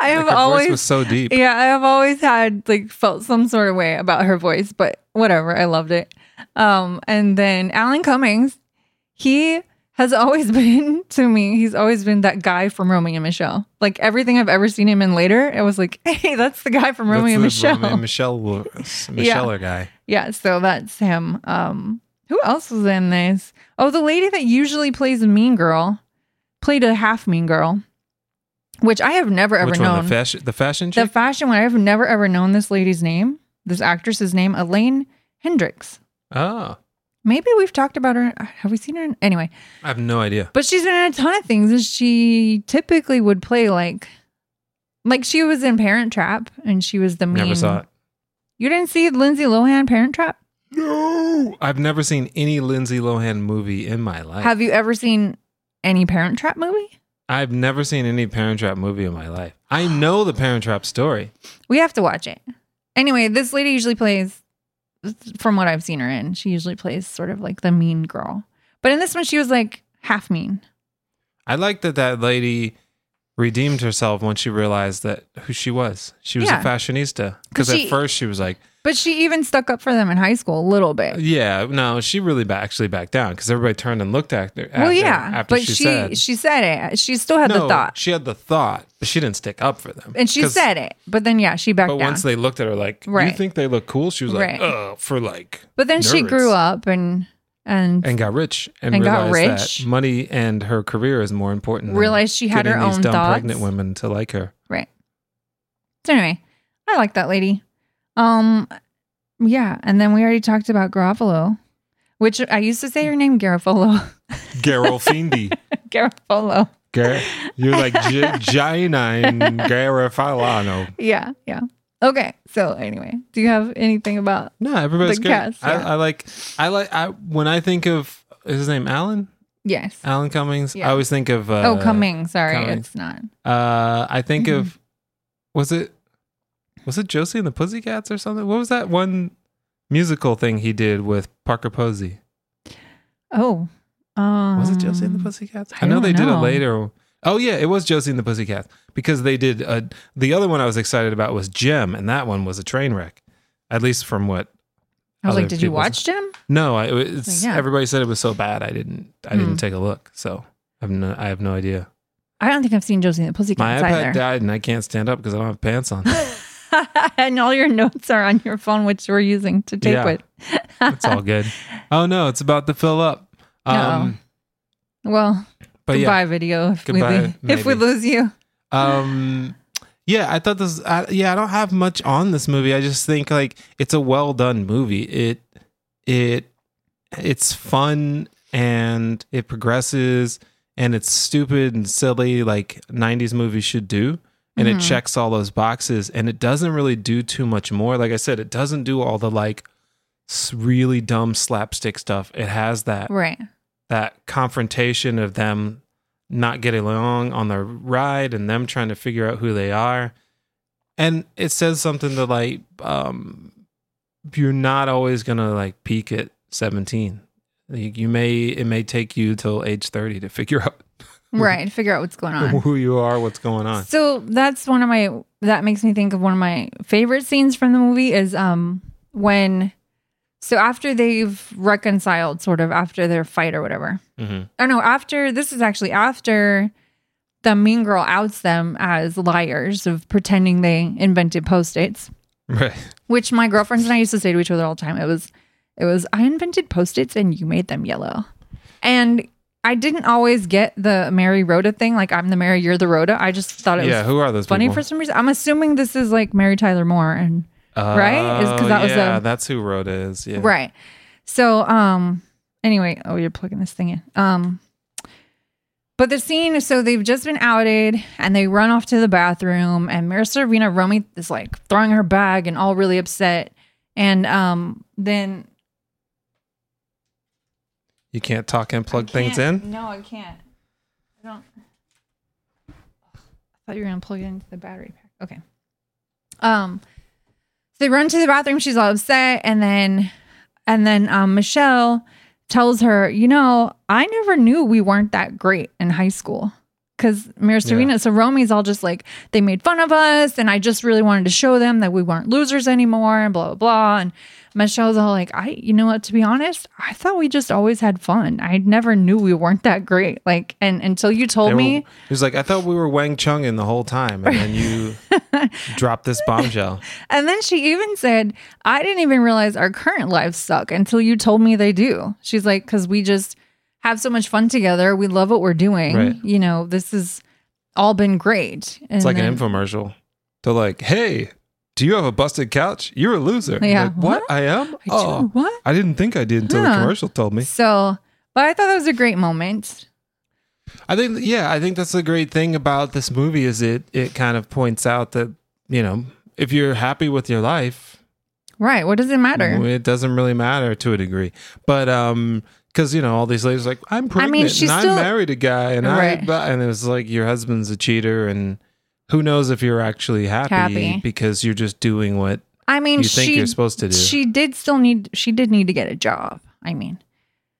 Speaker 2: I have
Speaker 1: her
Speaker 2: always
Speaker 1: voice was so deep.
Speaker 2: Yeah, I have always had like felt some sort of way about her voice, but whatever, I loved it. Um, and then Alan Cummings, he has always been to me. He's always been that guy from Romeo and Michelle. Like everything I've ever seen him in later, it was like, hey, that's the guy from Romeo and
Speaker 1: That's the
Speaker 2: Michelle.
Speaker 1: Romeo and Michelle, wo- Michelle guy.
Speaker 2: yeah, so that's him. Um, who else was in this? Oh, the lady that usually plays a mean girl played a half mean girl, which I have never ever
Speaker 1: Which
Speaker 2: known.
Speaker 1: one? The fashion, the fashion
Speaker 2: The
Speaker 1: chick?
Speaker 2: fashion one, I've never ever known this lady's name, this actress's name, Elaine Hendricks.
Speaker 1: oh,
Speaker 2: Maybe we've talked about her. uh, Have we seen her? in- Anyway,
Speaker 1: I have no idea.
Speaker 2: but she's been in a ton of things, and she typically would play like, like she was in Parent Trap, and she was the mean.
Speaker 1: Never saw it.
Speaker 2: You didn't see Lindsay Lohan Parent Trap?
Speaker 1: No, I've never seen any Lindsay Lohan movie in my life.
Speaker 2: Have you ever seen any Parent Trap movie?
Speaker 1: I've never seen any Parent Trap movie in my life. I know the Parent Trap story.
Speaker 2: We have to watch it. Anyway, this lady usually plays, from what I've seen her in, she usually plays sort of like the mean girl. But in this one, she was like half mean.
Speaker 1: I like that that lady redeemed herself when she realized that who she was. She was
Speaker 2: Yeah.
Speaker 1: a fashionista because
Speaker 2: 'Cause
Speaker 1: at
Speaker 2: she-
Speaker 1: first she was like,
Speaker 2: But she even stuck up for them in high school a little bit.
Speaker 1: "Yeah, no." She really ba- actually backed down because everybody turned and looked at her. at
Speaker 2: well,
Speaker 1: her
Speaker 2: yeah,
Speaker 1: after
Speaker 2: but
Speaker 1: she,
Speaker 2: she
Speaker 1: said,
Speaker 2: she said it. She still had
Speaker 1: no,
Speaker 2: the thought,
Speaker 1: she had the thought, but she didn't stick up for them.
Speaker 2: and she
Speaker 1: 'Cause-
Speaker 2: said it. But then, yeah, she backed
Speaker 1: But
Speaker 2: down.
Speaker 1: once they looked at her like, "You
Speaker 2: Right.
Speaker 1: think they look cool?" She was like,
Speaker 2: Right.
Speaker 1: "Oh, for like."
Speaker 2: but then she
Speaker 1: nerds."
Speaker 2: grew up and and,
Speaker 1: and got rich and,
Speaker 2: And got
Speaker 1: realized
Speaker 2: rich.
Speaker 1: that money and her career is more important. than
Speaker 2: realized she had her
Speaker 1: getting these
Speaker 2: own
Speaker 1: dumb
Speaker 2: thoughts.
Speaker 1: pregnant women to like her.
Speaker 2: Right. So anyway, I like that lady. Um, yeah, and then we already talked about Garofalo, which I used to say her name Garofalo.
Speaker 1: Garofindi.
Speaker 2: Garofalo.
Speaker 1: Gar- you're like G- Janine Garofalano.
Speaker 2: Yeah, yeah. Okay. So anyway, do you have anything about?
Speaker 1: No, everybody's
Speaker 2: The
Speaker 1: good.
Speaker 2: cast, yeah.
Speaker 1: I, I like. I like. I when I think of is his name Alan
Speaker 2: Yes.
Speaker 1: Alan Cummings.
Speaker 2: Yeah.
Speaker 1: I always think of uh,
Speaker 2: oh, coming. Sorry,
Speaker 1: Cummings.
Speaker 2: it's not.
Speaker 1: Uh, I think
Speaker 2: Mm-hmm.
Speaker 1: of was it was it Josie and the Pussycats or something? What was that one musical thing he did with Parker Posey?
Speaker 2: Oh. Um,
Speaker 1: Was it Josie and the Pussycats?
Speaker 2: I
Speaker 1: I, know
Speaker 2: don't
Speaker 1: they did it
Speaker 2: know.
Speaker 1: later. Oh yeah, it was Josie and the Pussycats because they did. uh the other one I was excited about was Jim, and that one was a train wreck. At least from what?
Speaker 2: I was
Speaker 1: other
Speaker 2: like, did you
Speaker 1: people's-
Speaker 2: watch Jim?
Speaker 1: No, I, it's,
Speaker 2: Yeah.
Speaker 1: everybody said it was so bad. I didn't. I
Speaker 2: Hmm.
Speaker 1: didn't take a look. So I've no, I have no idea.
Speaker 2: I don't think I've seen Josie and the
Speaker 1: My
Speaker 2: Pussycats
Speaker 1: iPad
Speaker 2: either.
Speaker 1: died, and I can't stand up because I don't have pants on.
Speaker 2: and all your notes are on your phone, which you are using to tape
Speaker 1: Yeah.
Speaker 2: with.
Speaker 1: it's all good. Oh no, it's about to fill up. Um,
Speaker 2: Well,
Speaker 1: but yeah,
Speaker 2: goodbye video if,
Speaker 1: Goodbye,
Speaker 2: we, lose, if we
Speaker 1: maybe.
Speaker 2: lose you.
Speaker 1: um yeah i thought this I, yeah i don't have much on this movie i just think like it's a well done movie it it it's fun and it progresses and it's stupid and silly like 90s movies should do and it checks all those boxes and it doesn't really do too much more like i said it doesn't do all the like s- really dumb slapstick stuff it has that
Speaker 2: Right.
Speaker 1: that confrontation of them not getting along on their ride and them trying to figure out who they are. And it says something to like, um, you're not always gonna like peak at 17. Like, You may it may take you till age 30 to figure out
Speaker 2: Right. Figure out what's going on.
Speaker 1: who you are, what's going on.
Speaker 2: So that's one of my that makes me think of one of my favorite scenes from the movie is um when so after they've reconciled sort of after their fight or whatever.
Speaker 1: Mm-hmm.
Speaker 2: Oh no, after this is actually after the mean girl outs them as liars of pretending they invented post-its.
Speaker 1: Right.
Speaker 2: which my girlfriends and I used to say to each other all the time. It was, it was, I invented post-its and you made them yellow. And I didn't always get the Mary Rhoda thing. Like I'm the Mary, you're the Rhoda. I just thought it
Speaker 1: Yeah.
Speaker 2: was
Speaker 1: Who are those
Speaker 2: funny
Speaker 1: people?
Speaker 2: for some reason. I'm assuming this is like Mary Tyler Moore and right? Is- 'cause
Speaker 1: Oh,
Speaker 2: that was
Speaker 1: yeah,
Speaker 2: a-
Speaker 1: that's who wrote it. Is yeah.
Speaker 2: right. So, um, anyway, oh, you're plugging this thing in. Um, but the scene, so they've just been outed and they run off to the bathroom and Mira Servina Romy is like throwing her bag and all really upset. And um, then
Speaker 1: You can't talk and plug
Speaker 2: I
Speaker 1: things
Speaker 2: can't-
Speaker 1: in.
Speaker 2: No, I can't. I don't. I thought you were gonna plug it into the battery pack. Okay. Um, so they run to the bathroom. She's all upset, and then, and then um, Michelle tells her, "You know, I never knew we weren't that great in high school." because Mayor Serena, so Romy's all just like, they made fun of us. And I just really wanted to show them that we weren't losers anymore and blah, blah, blah. And Michelle's all like, I, you know what, to be honest, I thought we just always had fun. I never knew we weren't that great. Like, and until you told
Speaker 1: They were-
Speaker 2: me,
Speaker 1: He was like, I thought we were Wang Chung in the whole time, and then you dropped this bombshell.
Speaker 2: And then she even said, I didn't even realize our current lives suck until you told me they do. She's like, because we just have so much fun together. We love what we're doing.
Speaker 1: Right.
Speaker 2: You know, this has all been great. And
Speaker 1: It's like
Speaker 2: then-
Speaker 1: an infomercial. They're like, Hey, do you have a busted couch? You're a loser. I'm
Speaker 2: Yeah.
Speaker 1: like, what? I am?
Speaker 2: I do,
Speaker 1: oh,
Speaker 2: what?
Speaker 1: I didn't think I did until
Speaker 2: Huh.
Speaker 1: the commercial told me.
Speaker 2: So, but I thought that was a great moment.
Speaker 1: I think yeah, I think that's the great thing about this movie is it it kind of points out that, you know, if you're happy with your life,
Speaker 2: Right. What does it matter?
Speaker 1: It doesn't really matter to a degree, but um, because you know all these ladies are like I'm pregnant
Speaker 2: she's
Speaker 1: and
Speaker 2: still-
Speaker 1: I married a guy and I
Speaker 2: Right.
Speaker 1: blah," and it was like your husband's a cheater and who knows if you're actually happy,
Speaker 2: Happy.
Speaker 1: because you're just doing what
Speaker 2: I mean,
Speaker 1: you think
Speaker 2: she,
Speaker 1: you're supposed to do.
Speaker 2: she did still need, she did need to get a job. I mean,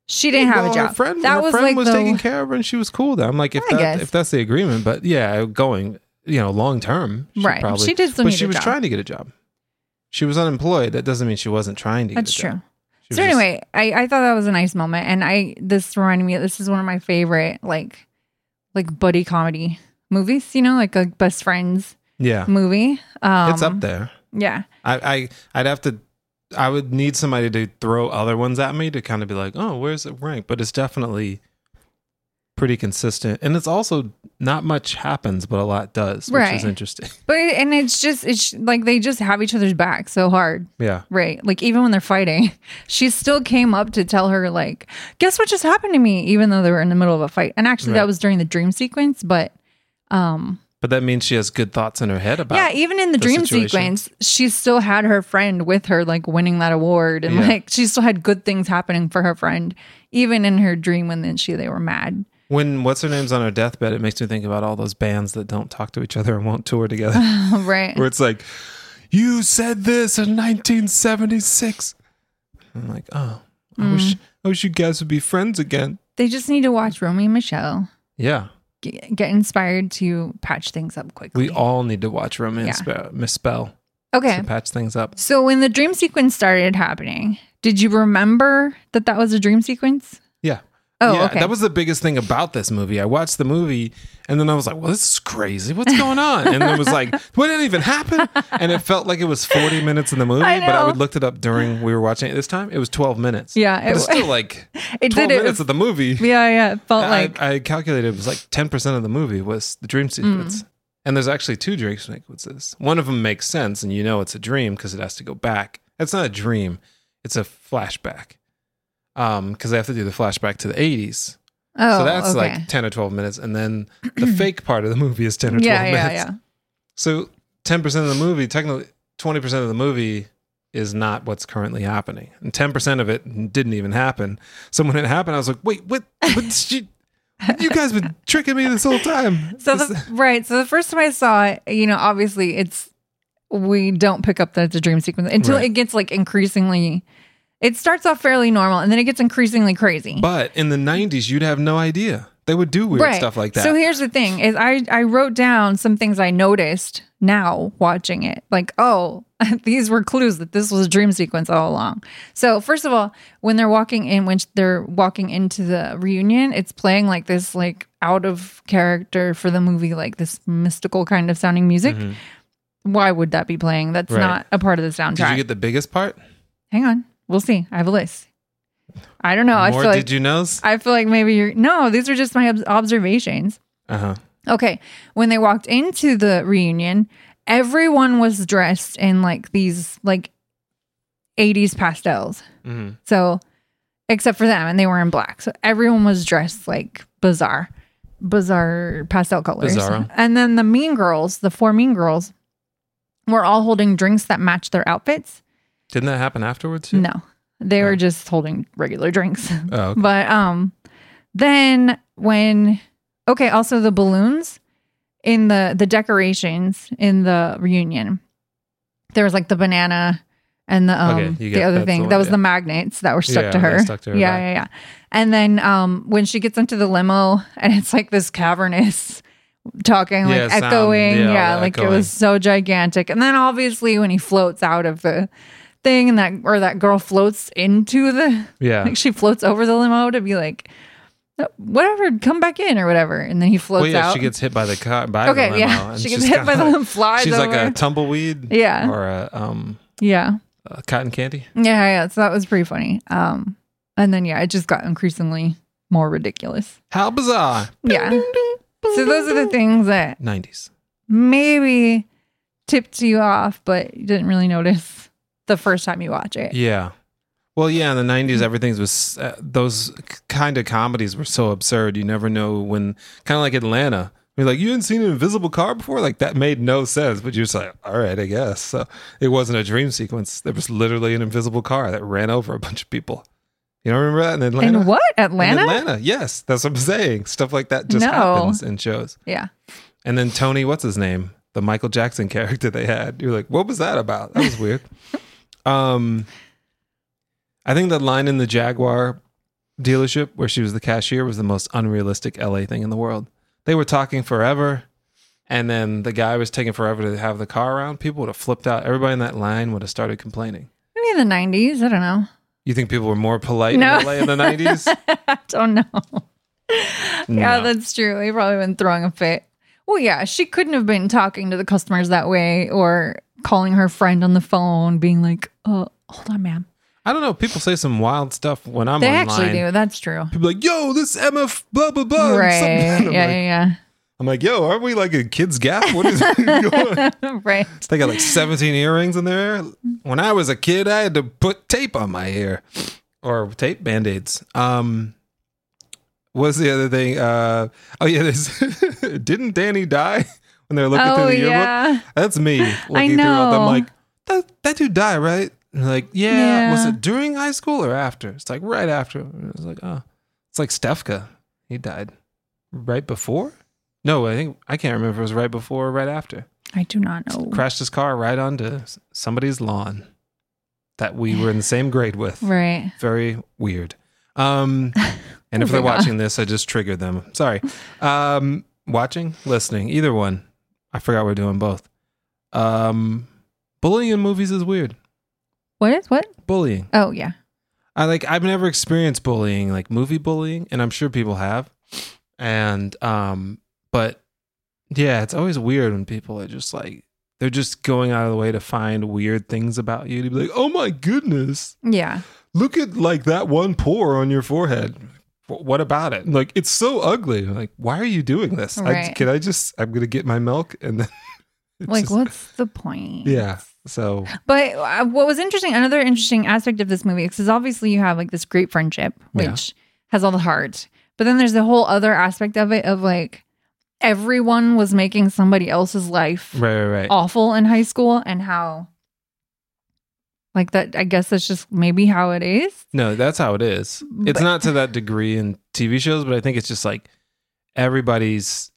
Speaker 2: she didn't have
Speaker 1: Well,
Speaker 2: a job.
Speaker 1: Her friend,
Speaker 2: that
Speaker 1: her
Speaker 2: was
Speaker 1: friend
Speaker 2: like
Speaker 1: was
Speaker 2: the,
Speaker 1: taking care of her and she was cool. With that. I'm like if
Speaker 2: I
Speaker 1: that,
Speaker 2: guess.
Speaker 1: if that's the agreement, but yeah, going you know long term, she
Speaker 2: Right.
Speaker 1: Probably,
Speaker 2: She did still
Speaker 1: but
Speaker 2: need
Speaker 1: she
Speaker 2: a
Speaker 1: was
Speaker 2: job.
Speaker 1: trying to get a job. She was unemployed. That doesn't mean she wasn't trying to.
Speaker 2: That's
Speaker 1: get a job.
Speaker 2: true.
Speaker 1: She
Speaker 2: so
Speaker 1: was just-
Speaker 2: anyway, I, I thought that was a nice moment, and I this reminded me. This is one of my favorite like like buddy comedy movies. You know, like a best friends
Speaker 1: yeah,
Speaker 2: movie. Um,
Speaker 1: it's up there.
Speaker 2: Yeah,
Speaker 1: I, I I'd have to I would need somebody to throw other ones at me to kind of be like, oh, where's it ranked? But it's definitely pretty consistent. And it's also not much happens, but a lot does, which
Speaker 2: Right.
Speaker 1: is interesting.
Speaker 2: but and it's just it's like they just have each other's back so hard,
Speaker 1: Yeah.
Speaker 2: right? Like even when they're fighting, she still came up to tell her like, "Guess what just happened to me?" Even though they were in the middle of a fight, and actually
Speaker 1: Right.
Speaker 2: that was during the dream sequence, but um
Speaker 1: But that means she has good thoughts in her head about
Speaker 2: yeah, e even in the,
Speaker 1: the
Speaker 2: dream
Speaker 1: situation.
Speaker 2: sequence, she still had her friend with her, like winning that award, and
Speaker 1: Yeah.
Speaker 2: like she still had good things happening for her friend, even in her dream when then she they were mad.
Speaker 1: when what's her name's on her deathbed, it makes me think about all those bands that don't talk to each other and won't tour together.
Speaker 2: right?
Speaker 1: where it's like, You said this in nineteen seventy six. I'm like, oh, I
Speaker 2: Mm.
Speaker 1: wish I wish you guys would be friends again.
Speaker 2: They just need to watch Romy and Michelle
Speaker 1: Yeah.
Speaker 2: get, get inspired to patch things up quickly.
Speaker 1: We all need to watch Romance Spe- Misspell
Speaker 2: okay.
Speaker 1: to patch things up.
Speaker 2: So when the dream sequence started happening, did you remember that that was a dream sequence?
Speaker 1: Yeah.
Speaker 2: Oh,
Speaker 1: yeah,
Speaker 2: okay.
Speaker 1: that was the biggest thing about this movie. I watched the movie and then I was like, "Well, this is crazy. What's going on?" And then it was like, "What didn't even happen?" And it felt like it was 40 minutes in the movie,
Speaker 2: I
Speaker 1: but I
Speaker 2: know.
Speaker 1: would looked it up during we were watching it this time. It was 12 minutes.
Speaker 2: Yeah,
Speaker 1: It
Speaker 2: it
Speaker 1: was
Speaker 2: wa-
Speaker 1: still like 12
Speaker 2: It did it.
Speaker 1: minutes of the movie.
Speaker 2: yeah, yeah. It felt
Speaker 1: I,
Speaker 2: like Mm.
Speaker 1: I calculated it was like 10% of the movie was the dream sequence. And there's actually two dream sequences. One of them makes sense, and you know it's a dream because it has to go back. It's not a dream, it's a flashback. Um, because they have to do the flashback to the 80s.
Speaker 2: oh,
Speaker 1: so that's
Speaker 2: okay.
Speaker 1: like 10 or 12 minutes. And then the fake part of the movie is 10 or 12
Speaker 2: yeah,
Speaker 1: minutes.
Speaker 2: yeah, yeah.
Speaker 1: So 10% of the movie, technically 20% of the movie is not what's currently happening. And 10% of it didn't even happen. So when it happened, I was like, wait, what? what you, you guys been tricking me this whole time.
Speaker 2: So
Speaker 1: This-
Speaker 2: the, right, so the first time I saw it, you know, obviously it's we don't pick up that it's a dream sequence until
Speaker 1: Right.
Speaker 2: it gets like increasingly. It starts off fairly normal, and then it gets increasingly crazy.
Speaker 1: but in the 90s, you'd have no idea. They would do weird stuff like that.
Speaker 2: So here's the thing: is I I wrote down some things I noticed now watching it, like oh, these were clues that this was a dream sequence all along. So first of all, when they're walking in, when they're walking into the reunion, it's playing like this like out of character for the movie, like this mystical kind of sounding music. Why would that be playing? That's
Speaker 1: Mm-hmm. Right.
Speaker 2: not a part of the soundtrack.
Speaker 1: did you get the biggest part?
Speaker 2: Hang on, we'll see. I have a list. I don't know. Oh, I
Speaker 1: More
Speaker 2: feel like
Speaker 1: did you knows?
Speaker 2: I feel like maybe you're no. These are just my ob- observations.
Speaker 1: Uh huh.
Speaker 2: Okay. When they walked into the reunion, everyone was dressed in like these like 80s pastels.
Speaker 1: hmm
Speaker 2: So, except for them, and they were in black. So everyone was dressed like bizarre, bizarre pastel colors.
Speaker 1: Bizarro.
Speaker 2: And then the mean girls, the four mean girls, were all holding drinks that matched their outfits.
Speaker 1: Didn't that happen afterwards? too?
Speaker 2: No, they were just holding regular drinks.
Speaker 1: Oh, okay.
Speaker 2: But um then when okay, also the balloons in the the decorations in the reunion. There was like the banana and the um
Speaker 1: Okay, you
Speaker 2: the
Speaker 1: get-
Speaker 2: other
Speaker 1: that's
Speaker 2: thing.
Speaker 1: the one,
Speaker 2: that was
Speaker 1: yeah.
Speaker 2: the magnets that were stuck
Speaker 1: Yeah,
Speaker 2: to
Speaker 1: that
Speaker 2: her.
Speaker 1: stuck to her,
Speaker 2: yeah,
Speaker 1: right.
Speaker 2: yeah, yeah. And then um when she gets into the limo and it's like this cavernous talking,
Speaker 1: Yeah,
Speaker 2: like
Speaker 1: sound,
Speaker 2: echoing.
Speaker 1: yeah,
Speaker 2: Yeah,
Speaker 1: all that
Speaker 2: like it
Speaker 1: echoing.
Speaker 2: was so gigantic. And then obviously when he floats out of the thing and that or that girl floats into the
Speaker 1: Yeah.
Speaker 2: like she floats over the limo to be like "Oh, whatever, come back in or whatever. And then he floats
Speaker 1: Well, yeah,
Speaker 2: out.
Speaker 1: she gets hit by the car. By the
Speaker 2: okay,
Speaker 1: limo,
Speaker 2: yeah.
Speaker 1: and
Speaker 2: She gets
Speaker 1: she's
Speaker 2: hit by
Speaker 1: kinda
Speaker 2: the
Speaker 1: like-
Speaker 2: flies
Speaker 1: She's
Speaker 2: over.
Speaker 1: like a tumbleweed.
Speaker 2: Yeah.
Speaker 1: Or a um
Speaker 2: yeah.
Speaker 1: a cotton candy.
Speaker 2: Yeah, yeah. So that was pretty funny. Um, and then yeah, it just got increasingly more ridiculous.
Speaker 1: How bizarre.
Speaker 2: Yeah. So those are the things that
Speaker 1: Nineties.
Speaker 2: maybe tipped you off, but you didn't really notice the first time you watch it.
Speaker 1: Yeah. Well, yeah, in the '90s, everything was uh, those kind of comedies were so absurd. You never know when, kind of like Atlanta. You're like, you hadn't seen an invisible car before. Like that made no sense. But you're just like, all right, I guess. So it wasn't a dream sequence. There was literally an invisible car that ran over a bunch of people. You don't remember that in Atlanta?
Speaker 2: And what
Speaker 1: In
Speaker 2: Atlanta?
Speaker 1: Atlanta, yes, that's what I'm saying. Stuff like that just
Speaker 2: No.
Speaker 1: happens in shows.
Speaker 2: Yeah,
Speaker 1: And then Tony, what's his name? The Michael Jackson character they had. You're like, what was that about? That was weird. um, I think that line in the Jaguar dealership where she was the cashier was the most unrealistic LA thing in the world. They were talking forever, and then the guy was taking forever to have the car around. People would have flipped out. Everybody in that line would have started complaining.
Speaker 2: maybe in the nineties. I don't know.
Speaker 1: You think people were more polite
Speaker 2: No.
Speaker 1: in LA in the 90s?
Speaker 2: I don't know. Yeah,
Speaker 1: No.
Speaker 2: that's true. They probably been throwing a fit. Well, yeah, she couldn't have been talking to the customers that way or calling her friend on the phone, being like, "Uh, hold on, ma'am."
Speaker 1: I don't know. People say some wild stuff when I'm
Speaker 2: They
Speaker 1: online.
Speaker 2: actually do. That's true.
Speaker 1: People are like, yo, this MF blah blah blah. and
Speaker 2: Right.
Speaker 1: something.
Speaker 2: Yeah,
Speaker 1: I'm like,
Speaker 2: yeah,
Speaker 1: I'm like, yo, aren't we like a kid's gap? What is going on?
Speaker 2: yeah. right.
Speaker 1: They got like 17 earrings in their ear. When I was a kid, I had to put tape on my ear or tape band aids. Um, what's the other thing? Uh, oh, yeah, there's didn't Danny die when they're looking
Speaker 2: Oh,
Speaker 1: through the yearbook?
Speaker 2: yeah.
Speaker 1: That's me looking through all that.
Speaker 2: know.
Speaker 1: I'm like, that, that dude died, right? And they're like, yeah. Was
Speaker 2: Yeah.
Speaker 1: it during high school or after? It's like right after. And It's like, oh, it's like Stefka. He died right before. No, I think I can't remember. If it was right before or right after.
Speaker 2: I do not know.
Speaker 1: Crashed his car right onto s- somebody's lawn that we were in the same grade with.
Speaker 2: Right.
Speaker 1: Very weird. Um, and if they're
Speaker 2: Moving on.
Speaker 1: watching this, I just triggered them. Sorry. Um, watching, listening, either one. I forgot we're doing both. Um, bullying in movies is weird.
Speaker 2: What is what?
Speaker 1: Bullying.
Speaker 2: Oh yeah.
Speaker 1: I like. I've never experienced bullying, like movie bullying, and I'm sure people have. And um, but yeah, it's always weird when people are just like they're just going out of the way to find weird things about you to be like, oh my goodness,
Speaker 2: Yeah.
Speaker 1: look at like that one pore on your forehead. Wh- What about it? Like it's so ugly. Like why are you doing this? I,
Speaker 2: Right.
Speaker 1: can I just? I'm gonna get my milk and then. it's
Speaker 2: Like
Speaker 1: just-
Speaker 2: what's the point?
Speaker 1: Yeah. So
Speaker 2: But uh, what was interesting, another interesting aspect of this movie, because obviously you have like this great friendship, which
Speaker 1: Yeah.
Speaker 2: has all the heart. But then there's the whole other aspect of it of like everyone was making somebody else's life
Speaker 1: right, right, right.
Speaker 2: awful in high school and how like that I guess that's just maybe how it is.
Speaker 1: No, that's how it is. It's
Speaker 2: But-
Speaker 1: not to that degree in TV shows, but I think it's just like everybody's.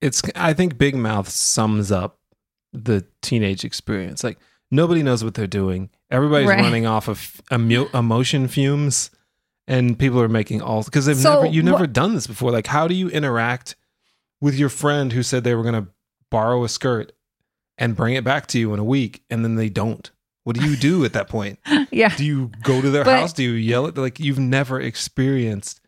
Speaker 1: It's. I think Big Mouth sums up the teenage experience. Like nobody knows what they're doing. Everybody's
Speaker 2: Right.
Speaker 1: running off of emu- emotion fumes, and people are making all because they've
Speaker 2: So
Speaker 1: never you've
Speaker 2: wha-
Speaker 1: never done this before. Like, how do you interact with your friend who said they were going to borrow a skirt and bring it back to you in a week, and then they don't? What do you do at that point?
Speaker 2: yeah.
Speaker 1: do you go to their
Speaker 2: But-
Speaker 1: house? Do you yell at like you've never experienced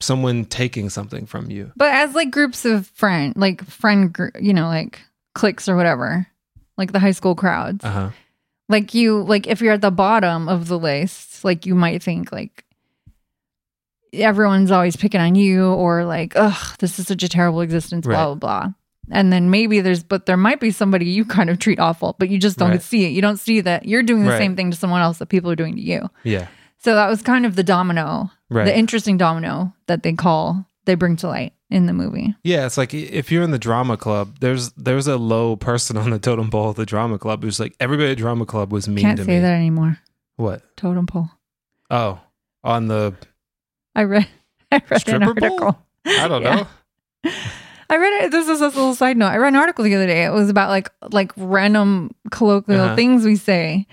Speaker 1: someone taking something from you?
Speaker 2: But as like groups of friend, like friend, gr- you know, like cliques or whatever, like the high school crowds,
Speaker 1: Uh huh.
Speaker 2: like you, like if you're at the bottom of the list, like you might think like everyone's always picking on you or like, ugh, this is such a terrible existence,
Speaker 1: Right.
Speaker 2: blah, blah, blah. And then maybe there's, but there might be somebody you kind of treat awful, but you just don't
Speaker 1: Right.
Speaker 2: see it. You don't see that you're doing the
Speaker 1: Right.
Speaker 2: same thing to someone else that people are doing to you.
Speaker 1: Yeah.
Speaker 2: So that was kind of the domino,
Speaker 1: Right.
Speaker 2: the interesting domino that they call, they bring to light in the movie.
Speaker 1: yeah. It's like i- if you're in the drama club, there's there's a low person on the totem pole of the drama club who's like everybody at drama club was mean
Speaker 2: Can't
Speaker 1: to
Speaker 2: say
Speaker 1: me.
Speaker 2: that anymore.
Speaker 1: What?
Speaker 2: Totem pole.
Speaker 1: Oh, on the
Speaker 2: I read. I read an
Speaker 1: Stripper pole?
Speaker 2: article.
Speaker 1: I don't
Speaker 2: Yeah.
Speaker 1: know.
Speaker 2: I read it. This is just a little side note. I read an article the other day. It was about like like random colloquial
Speaker 1: Uh-huh.
Speaker 2: things we say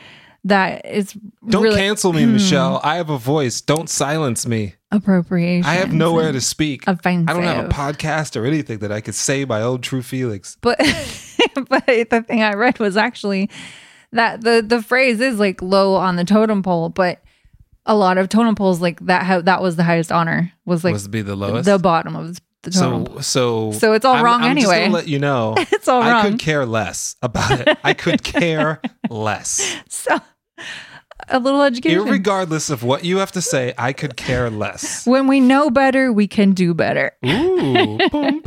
Speaker 2: that is
Speaker 1: Don't
Speaker 2: really
Speaker 1: cancel me,
Speaker 2: Hmm.
Speaker 1: Michelle. I have a voice. Don't silence me.
Speaker 2: appropriation.
Speaker 1: I have nowhere to speak.
Speaker 2: offensive.
Speaker 1: I don't have a podcast or anything that I could say my own true feelings.
Speaker 2: but but the thing I read was actually that the the phrase is like low on the totem pole, but a lot of totem poles like that ha- that was the highest honor was like
Speaker 1: was to be the lowest.
Speaker 2: the bottom of the totem. pole.
Speaker 1: so so
Speaker 2: So it's all
Speaker 1: I'm-
Speaker 2: wrong
Speaker 1: I'm just gonna
Speaker 2: anyway.
Speaker 1: let you know.
Speaker 2: it's all
Speaker 1: I
Speaker 2: wrong.
Speaker 1: could care less about it. I could care less.
Speaker 2: so a little education.
Speaker 1: Irregardless of what you have to say, I could care less.
Speaker 2: when we know better, we can do better.
Speaker 1: Ooh, boom, boom,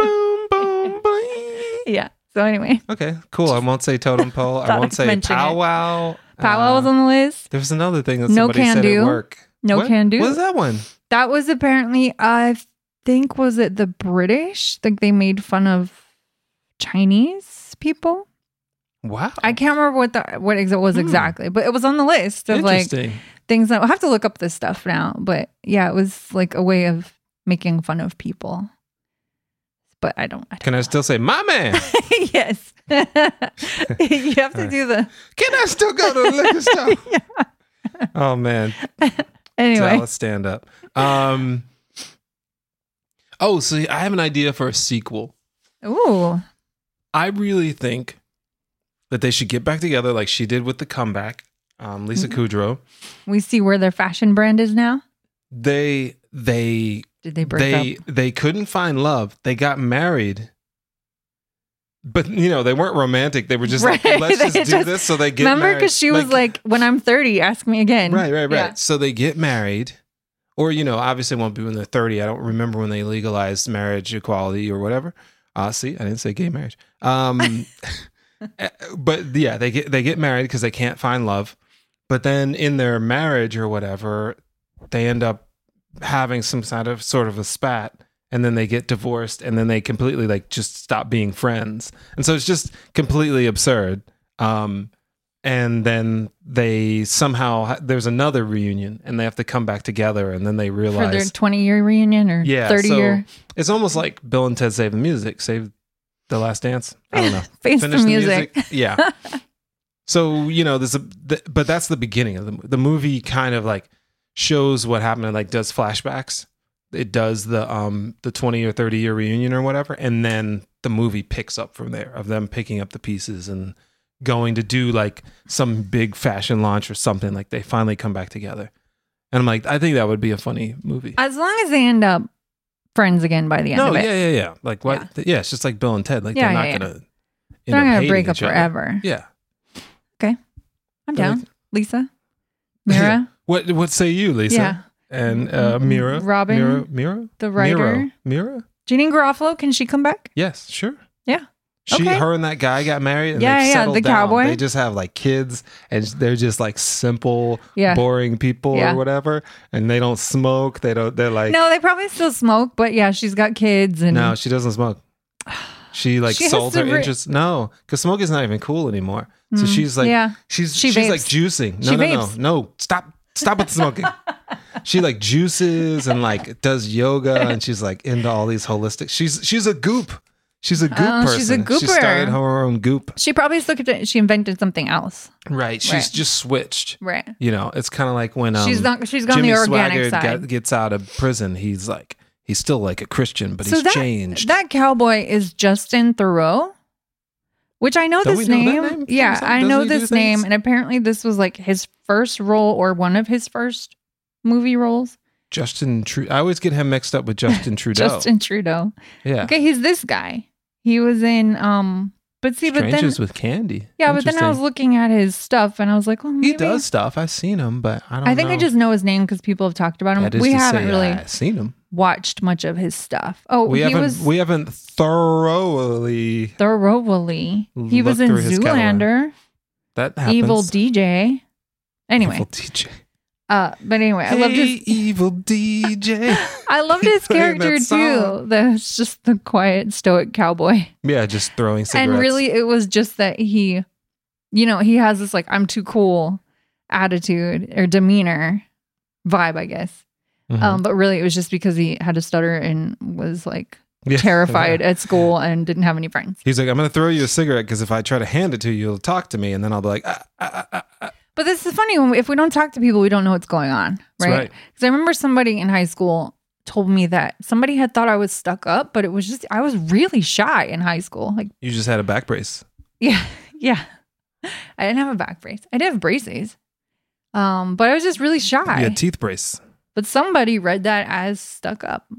Speaker 1: boom, boing.
Speaker 2: Yeah. So anyway,
Speaker 1: Okay, cool. I won't say totem pole. I
Speaker 2: Thought
Speaker 1: won't
Speaker 2: I'd
Speaker 1: say
Speaker 2: mention it.
Speaker 1: powwow.
Speaker 2: powwow was
Speaker 1: Uh,
Speaker 2: on the list.
Speaker 1: there was another thing that
Speaker 2: No
Speaker 1: somebody
Speaker 2: can
Speaker 1: said
Speaker 2: do.
Speaker 1: at work.
Speaker 2: No
Speaker 1: What-
Speaker 2: can do.
Speaker 1: What is that one?
Speaker 2: That was apparently, I think, was it the British? Like they made fun of Chinese people.
Speaker 1: Wow.
Speaker 2: I can't remember what the what exa- was
Speaker 1: Hmm.
Speaker 2: exactly, but it was on the list of like
Speaker 1: Interesting.
Speaker 2: things that I have to look up this stuff now. But yeah, it was like a way of making fun of people. But I don't. I don't
Speaker 1: Can I still say my man?
Speaker 2: yes. you have to
Speaker 1: Alright.
Speaker 2: do the
Speaker 1: Can I still go to the liquor store? Oh man,
Speaker 2: anyway.
Speaker 1: let's stand up. Um. Oh, so I have an idea for a sequel.
Speaker 2: Ooh.
Speaker 1: I really think that they should get back together, like she did with the comeback, um, Lisa
Speaker 2: Mm-hmm.
Speaker 1: Kudrow.
Speaker 2: We see where their fashion brand is now.
Speaker 1: They they
Speaker 2: Did they break
Speaker 1: they
Speaker 2: up?
Speaker 1: they couldn't find love. They got married. But you know, they weren't romantic. They were just
Speaker 2: Right,
Speaker 1: like, let's just
Speaker 2: they
Speaker 1: do
Speaker 2: just-
Speaker 1: this so they get
Speaker 2: Remember
Speaker 1: married.
Speaker 2: because she was like, when I'm 30, ask me again.
Speaker 1: Right, right, right.
Speaker 2: Yeah.
Speaker 1: So they get married. Or, you know, obviously it won't be when they're 30. I don't remember when they legalized marriage equality or whatever. Uh, see, I didn't say gay marriage. Um, but yeah, they get they get married because they can't find love. But then in their marriage or whatever, they end up having some sort of sort of a spat and then they get divorced and then they completely like just stop being friends. And so it's just completely absurd. Um, and then they somehow there's another reunion and they have to come back together and then they
Speaker 2: For their
Speaker 1: realize
Speaker 2: 20 year reunion or
Speaker 1: yeah
Speaker 2: 30
Speaker 1: so
Speaker 2: year.
Speaker 1: it's almost like bill and ted save the music save the last dance i don't know
Speaker 2: Face the music.
Speaker 1: yeah so you know there's a th- but that's the beginning of the, mo- the movie kind of like shows what happened and like does flashbacks it does the um the 20 or 30 year reunion or whatever and then the movie picks up from there of them picking up the pieces and going to do like some big fashion launch or something like they finally come back together and i'm like i think that would be a funny movie
Speaker 2: As long as they end up friends again by the end
Speaker 1: no
Speaker 2: of it.
Speaker 1: yeah yeah yeah like what yeah. it's just like bill and ted like
Speaker 2: Yeah,
Speaker 1: they're not
Speaker 2: yeah, yeah.
Speaker 1: gonna
Speaker 2: They're
Speaker 1: end
Speaker 2: not going to
Speaker 1: hating
Speaker 2: break up
Speaker 1: each other.
Speaker 2: forever.
Speaker 1: yeah
Speaker 2: I'm
Speaker 1: They're
Speaker 2: down.
Speaker 1: like-
Speaker 2: Lisa? Mira?
Speaker 1: What what say you, Lisa?
Speaker 2: yeah.
Speaker 1: And uh, Mira.
Speaker 2: Robin,
Speaker 1: Mira. Mira.
Speaker 2: The writer.
Speaker 1: Miro. Mira.
Speaker 2: Janine Garofalo, can she come back?
Speaker 1: Yes. Sure.
Speaker 2: Yeah.
Speaker 1: She,
Speaker 2: Okay.
Speaker 1: her, and that guy got married. And
Speaker 2: Yeah,
Speaker 1: they've
Speaker 2: yeah,
Speaker 1: settled
Speaker 2: the
Speaker 1: down.
Speaker 2: cowboy.
Speaker 1: They just have like kids, and they're just like simple,
Speaker 2: Yeah.
Speaker 1: boring people
Speaker 2: Yeah.
Speaker 1: or whatever. And they don't smoke. They don't. They're like
Speaker 2: no, they probably still smoke, but yeah, she's got kids and
Speaker 1: No, she doesn't smoke. She like
Speaker 2: She has
Speaker 1: sold
Speaker 2: to
Speaker 1: her
Speaker 2: re-
Speaker 1: interest. No, because smoke is not even cool anymore. So
Speaker 2: Mm,
Speaker 1: she's like,
Speaker 2: yeah.
Speaker 1: she's
Speaker 2: She
Speaker 1: she's like
Speaker 2: vapes.
Speaker 1: juicing. No,
Speaker 2: She
Speaker 1: no,
Speaker 2: vapes.
Speaker 1: no, no. Stop, stop with the smoking. she like juices and like does yoga, and she's like into all these holistic. She's she's a goop. She's a goop
Speaker 2: Oh,
Speaker 1: person.
Speaker 2: she's a
Speaker 1: She
Speaker 2: gooper.
Speaker 1: started her own goop.
Speaker 2: she probably still could, she invented something else.
Speaker 1: Right. She's
Speaker 2: Right.
Speaker 1: just switched.
Speaker 2: Right.
Speaker 1: You know, it's kind of like when um,
Speaker 2: she's not, she's gone
Speaker 1: Jimmy
Speaker 2: the organic
Speaker 1: Swaggart
Speaker 2: side.
Speaker 1: Got, gets out of prison. He's like he's still like a Christian, but
Speaker 2: So
Speaker 1: he's
Speaker 2: that-
Speaker 1: changed.
Speaker 2: That cowboy is Justin Thoreau, which I know
Speaker 1: Don't
Speaker 2: this
Speaker 1: we know
Speaker 2: name.
Speaker 1: that name from
Speaker 2: Yeah,
Speaker 1: some-
Speaker 2: I
Speaker 1: doesn't
Speaker 2: know
Speaker 1: he do things?
Speaker 2: this name, and apparently this was like his first role or one of his first movie roles.
Speaker 1: Justin Trudeau. I always get him mixed up with Justin Trudeau.
Speaker 2: Justin Trudeau.
Speaker 1: yeah.
Speaker 2: Okay, he's this guy. He was in um, but see, but then
Speaker 1: Strangers with Candy.
Speaker 2: yeah, but then I was
Speaker 1: Interesting.
Speaker 2: looking at his stuff and I was like, well, maybe.
Speaker 1: He does stuff. I've seen him, but I don't.
Speaker 2: I think I
Speaker 1: know.
Speaker 2: just know his name because people have talked about
Speaker 1: That
Speaker 2: him.
Speaker 1: is
Speaker 2: We
Speaker 1: to
Speaker 2: haven't
Speaker 1: say
Speaker 2: really
Speaker 1: I've seen him.
Speaker 2: watched much of his stuff. Oh,
Speaker 1: We
Speaker 2: he
Speaker 1: haven't.
Speaker 2: was
Speaker 1: we haven't thoroughly.
Speaker 2: thoroughly. He
Speaker 1: Look
Speaker 2: was in
Speaker 1: through his catalog.
Speaker 2: Zoolander.
Speaker 1: That happens.
Speaker 2: evil DJ. Anyway,
Speaker 1: Evil DJ.
Speaker 2: uh, but anyway, I loved
Speaker 1: Hey,
Speaker 2: his
Speaker 1: evil DJ.
Speaker 2: I loved
Speaker 1: keep
Speaker 2: his
Speaker 1: playing that
Speaker 2: character too.
Speaker 1: song.
Speaker 2: That's just the quiet stoic cowboy,
Speaker 1: yeah, just throwing cigarettes.
Speaker 2: and really, it was just that he, you know, he has this like I'm too cool attitude or demeanor vibe, I guess.
Speaker 1: Mhm.
Speaker 2: Um, but really, it was just because he had a stutter and was like
Speaker 1: Yeah.
Speaker 2: terrified at school and didn't have any friends.
Speaker 1: He's like, I'm going to throw you a cigarette because if I try to hand it to you, you'll talk to me, and then I'll be like, ah, ah, ah, ah, ah.
Speaker 2: But this is funny. when we- If we don't talk to people, we don't know what's going on,
Speaker 1: That's
Speaker 2: right?
Speaker 1: right.
Speaker 2: Because I remember somebody in high school told me that somebody had thought I was stuck up, but it was just I was really shy in high school. Like,
Speaker 1: You just had a back brace.
Speaker 2: yeah, yeah. I didn't have a back brace. I did have braces, um, but I was just really shy.
Speaker 1: You had teeth brace.
Speaker 2: but somebody read that as stuck up,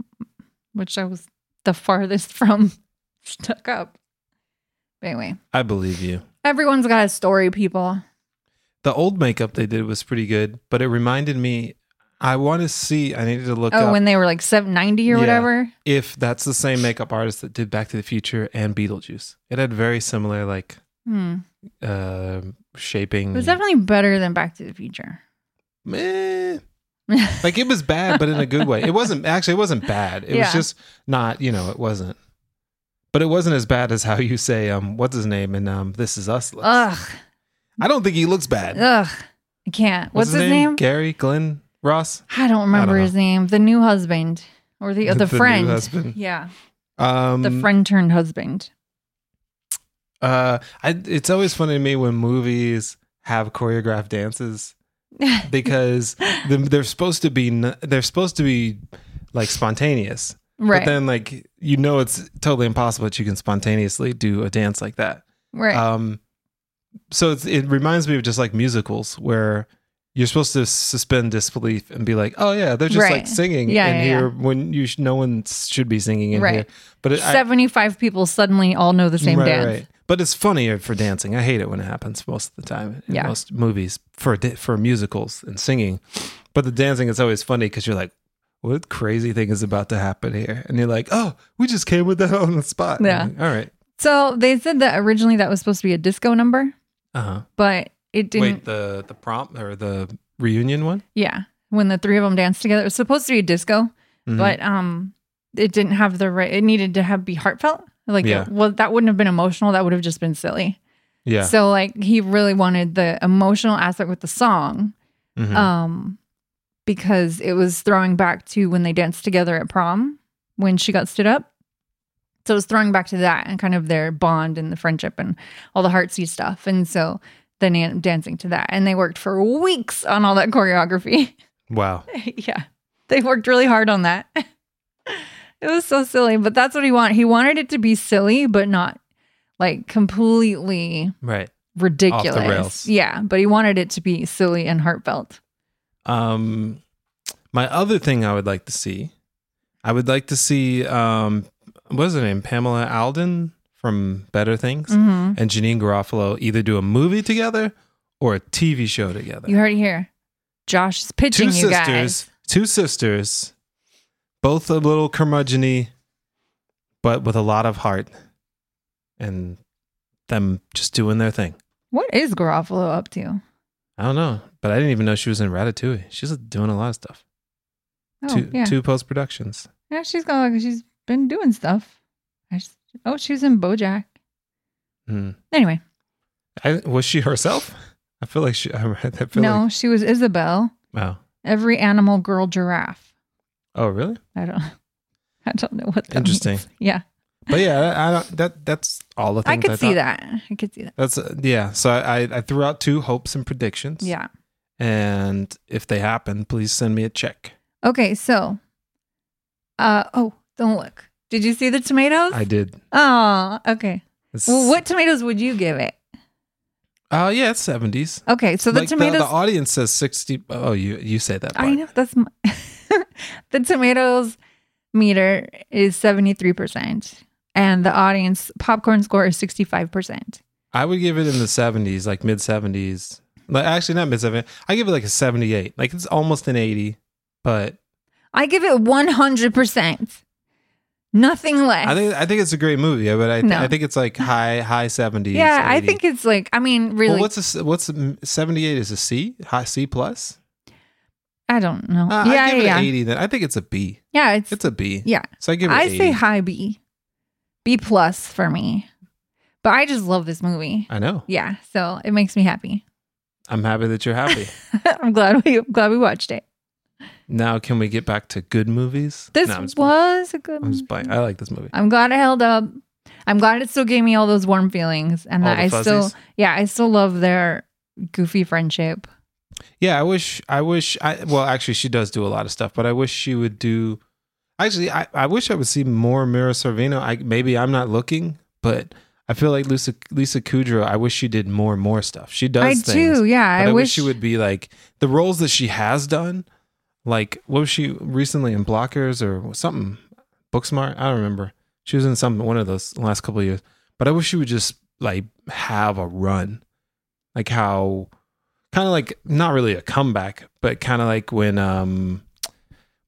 Speaker 2: which I was the farthest from stuck up. But anyway,
Speaker 1: I believe you.
Speaker 2: everyone's got a story, people.
Speaker 1: The old makeup they did was pretty good, but it reminded me. I want to see. I needed to look
Speaker 2: Oh,
Speaker 1: up
Speaker 2: when they were like seven ninety or
Speaker 1: Yeah.
Speaker 2: whatever.
Speaker 1: if that's the same makeup artist that did Back to the Future and Beetlejuice. It had very similar like
Speaker 2: Hmm.
Speaker 1: uh, shaping.
Speaker 2: It was definitely better than Back to the Future.
Speaker 1: Meh. like it was bad, but in a good way. It wasn't actually. It wasn't bad. It
Speaker 2: Yeah.
Speaker 1: was just not. You know, it wasn't. But it wasn't as bad as how you say, um, what's his name? And um, this is us. Looks.
Speaker 2: Ugh,
Speaker 1: I don't think he looks bad.
Speaker 2: ugh, I can't. What's, his, name?
Speaker 1: Gary Glenn Ross.
Speaker 2: I don't remember
Speaker 1: know.
Speaker 2: his name. The new husband or the
Speaker 1: The-
Speaker 2: the,
Speaker 1: the new
Speaker 2: friend.
Speaker 1: husband.
Speaker 2: Yeah,
Speaker 1: Um,
Speaker 2: the friend turned husband.
Speaker 1: Uh, I, it's always funny to me when movies have choreographed dances because the, they're supposed to be n- they're supposed to be like spontaneous,
Speaker 2: right,
Speaker 1: but then like you know it's totally impossible that you can spontaneously do a dance like that.
Speaker 2: right.
Speaker 1: Um, so it's, it reminds me of just like musicals where you're supposed to suspend disbelief and be like, oh yeah, they're just like
Speaker 2: Right.
Speaker 1: singing
Speaker 2: Yeah,
Speaker 1: in
Speaker 2: yeah,
Speaker 1: here when you sh- no one should be singing in
Speaker 2: Right.
Speaker 1: here. But it, I-
Speaker 2: Seventy-five people suddenly all know the same
Speaker 1: Right,
Speaker 2: dance.
Speaker 1: right. But it's funnier for dancing. I hate it when it happens most of the time in
Speaker 2: Yeah.
Speaker 1: most movies for da- for musicals and singing. But the dancing is always funny because you're like, what crazy thing is about to happen here? And you're like, oh, we just came with that on the spot. And
Speaker 2: Yeah.
Speaker 1: I'm like, All right.
Speaker 2: So they said that originally that was supposed to be a disco number,
Speaker 1: Uh huh.
Speaker 2: but it didn't.
Speaker 1: Wait, the the prompt or the reunion one?
Speaker 2: Yeah, when the three of them danced together, it was supposed to be a disco,
Speaker 1: Mhm.
Speaker 2: but um, it didn't have the right. It needed to have be heartfelt. Like,
Speaker 1: Yeah.
Speaker 2: well, that wouldn't have been emotional. That would have just been silly.
Speaker 1: Yeah.
Speaker 2: So like he really wanted the emotional aspect with the song,
Speaker 1: Mhm.
Speaker 2: um, because it was throwing back to when they danced together at prom when she got stood up. So it was throwing back to that and kind of their bond and the friendship and all the heartsy stuff. And so then he ended up dancing to that, and they worked for weeks on all that choreography.
Speaker 1: wow.
Speaker 2: yeah, they worked really hard on that. it was so silly, but that's what he wanted. He wanted it to be silly, but not like completely
Speaker 1: Right.
Speaker 2: ridiculous.
Speaker 1: rails.
Speaker 2: Yeah, but he wanted it to be silly and heartfelt.
Speaker 1: Um, my other thing I would like to see, I would like to see um, what is her name? Pamela Alden from Better Things.
Speaker 2: Mhm.
Speaker 1: and Janine Garofalo either do a movie together or a TV show together.
Speaker 2: You heard it here. Josh is pitching
Speaker 1: two
Speaker 2: you
Speaker 1: sisters,
Speaker 2: guys.
Speaker 1: two sisters, both a little curmudgeony, but with a lot of heart, and them just doing their thing.
Speaker 2: What is Garofalo up to?
Speaker 1: I don't know, but I didn't even know she was in Ratatouille. She's doing a lot of stuff.
Speaker 2: Oh,
Speaker 1: Two
Speaker 2: yeah.
Speaker 1: two post productions.
Speaker 2: Yeah, she's got like she's been doing stuff. I just, oh, she's in BoJack.
Speaker 1: Mm.
Speaker 2: Anyway,
Speaker 1: I, was she herself? I feel like she. I feel
Speaker 2: no,
Speaker 1: like
Speaker 2: she was Isabel.
Speaker 1: wow.
Speaker 2: Every animal, girl, giraffe.
Speaker 1: Oh really?
Speaker 2: I don't. I don't know what. That
Speaker 1: Interesting.
Speaker 2: means. Yeah,
Speaker 1: But yeah, I, I don't, that that's all the
Speaker 2: I
Speaker 1: things
Speaker 2: could see
Speaker 1: thought.
Speaker 2: that. I could see that.
Speaker 1: That's uh, yeah. So I, I I threw out two hopes and predictions.
Speaker 2: Yeah.
Speaker 1: And if they happen, please send me a check.
Speaker 2: Okay. So, uh, oh, don't look. Did you see the tomatoes?
Speaker 1: I did.
Speaker 2: Oh, okay.
Speaker 1: It's-
Speaker 2: Well, what tomatoes would you give it?
Speaker 1: Uh, yeah, it's seventies.
Speaker 2: Okay, so the
Speaker 1: The,
Speaker 2: tomatoes.
Speaker 1: audience says sixty. Oh, you you say that. Part.
Speaker 2: I know that's my, the tomatoes meter is seventy three percent, and the audience popcorn score is sixty five percent.
Speaker 1: I would give it in the seventies, like mid seventies. Like actually, not mid seventies. I give it like a seventy-eight. Like it's almost an eighty, but
Speaker 2: I give it one hundred percent, nothing less.
Speaker 1: I think I think it's a great movie. Yeah, but I
Speaker 2: No.
Speaker 1: I think it's like high high seventies.
Speaker 2: yeah, I think it's like I mean, really,
Speaker 1: Well, what's a, s- what's a- seventy-eight is a C high C plus.
Speaker 2: I don't know.
Speaker 1: Uh,
Speaker 2: Uh-huh. yeah,
Speaker 1: I give it
Speaker 2: yeah,
Speaker 1: an
Speaker 2: yeah.
Speaker 1: eighty. Then I think it's a B.
Speaker 2: yeah. It's,
Speaker 1: It's a B.
Speaker 2: yeah.
Speaker 1: So I give it.
Speaker 2: I
Speaker 1: 80.
Speaker 2: say high B, B plus for me, but I just love this movie.
Speaker 1: I know.
Speaker 2: Yeah, so it makes me happy.
Speaker 1: I'm happy that you're happy.
Speaker 2: I'm glad we glad we watched it.
Speaker 1: now, can we get back to good movies?
Speaker 2: This
Speaker 1: No, I'm just playing.
Speaker 2: was a good.
Speaker 1: I'm just playing. I like this movie.
Speaker 2: I'm glad it held up. I'm glad it still gave me all those warm feelings, and
Speaker 1: All
Speaker 2: that
Speaker 1: the
Speaker 2: I still,
Speaker 1: fuzzies?
Speaker 2: yeah, I still love their goofy friendship.
Speaker 1: Yeah, I wish I wish I well actually she does do a lot of stuff, but I wish she would do actually I, I wish I would see more Mira Sorvino. I maybe I'm not looking, but I feel like Lisa Lisa Kudrow, I wish she did more and more stuff. She does
Speaker 2: I
Speaker 1: things.
Speaker 2: do, yeah.
Speaker 1: but
Speaker 2: I,
Speaker 1: I,
Speaker 2: wish,
Speaker 1: wish she would be like the roles that she has done, like what was she recently in Blockers or something? Booksmart? I don't remember. She was in some one of those last couple of years. But I wish she would just like have a run. Like how kind of like not really a comeback, but kind of like when um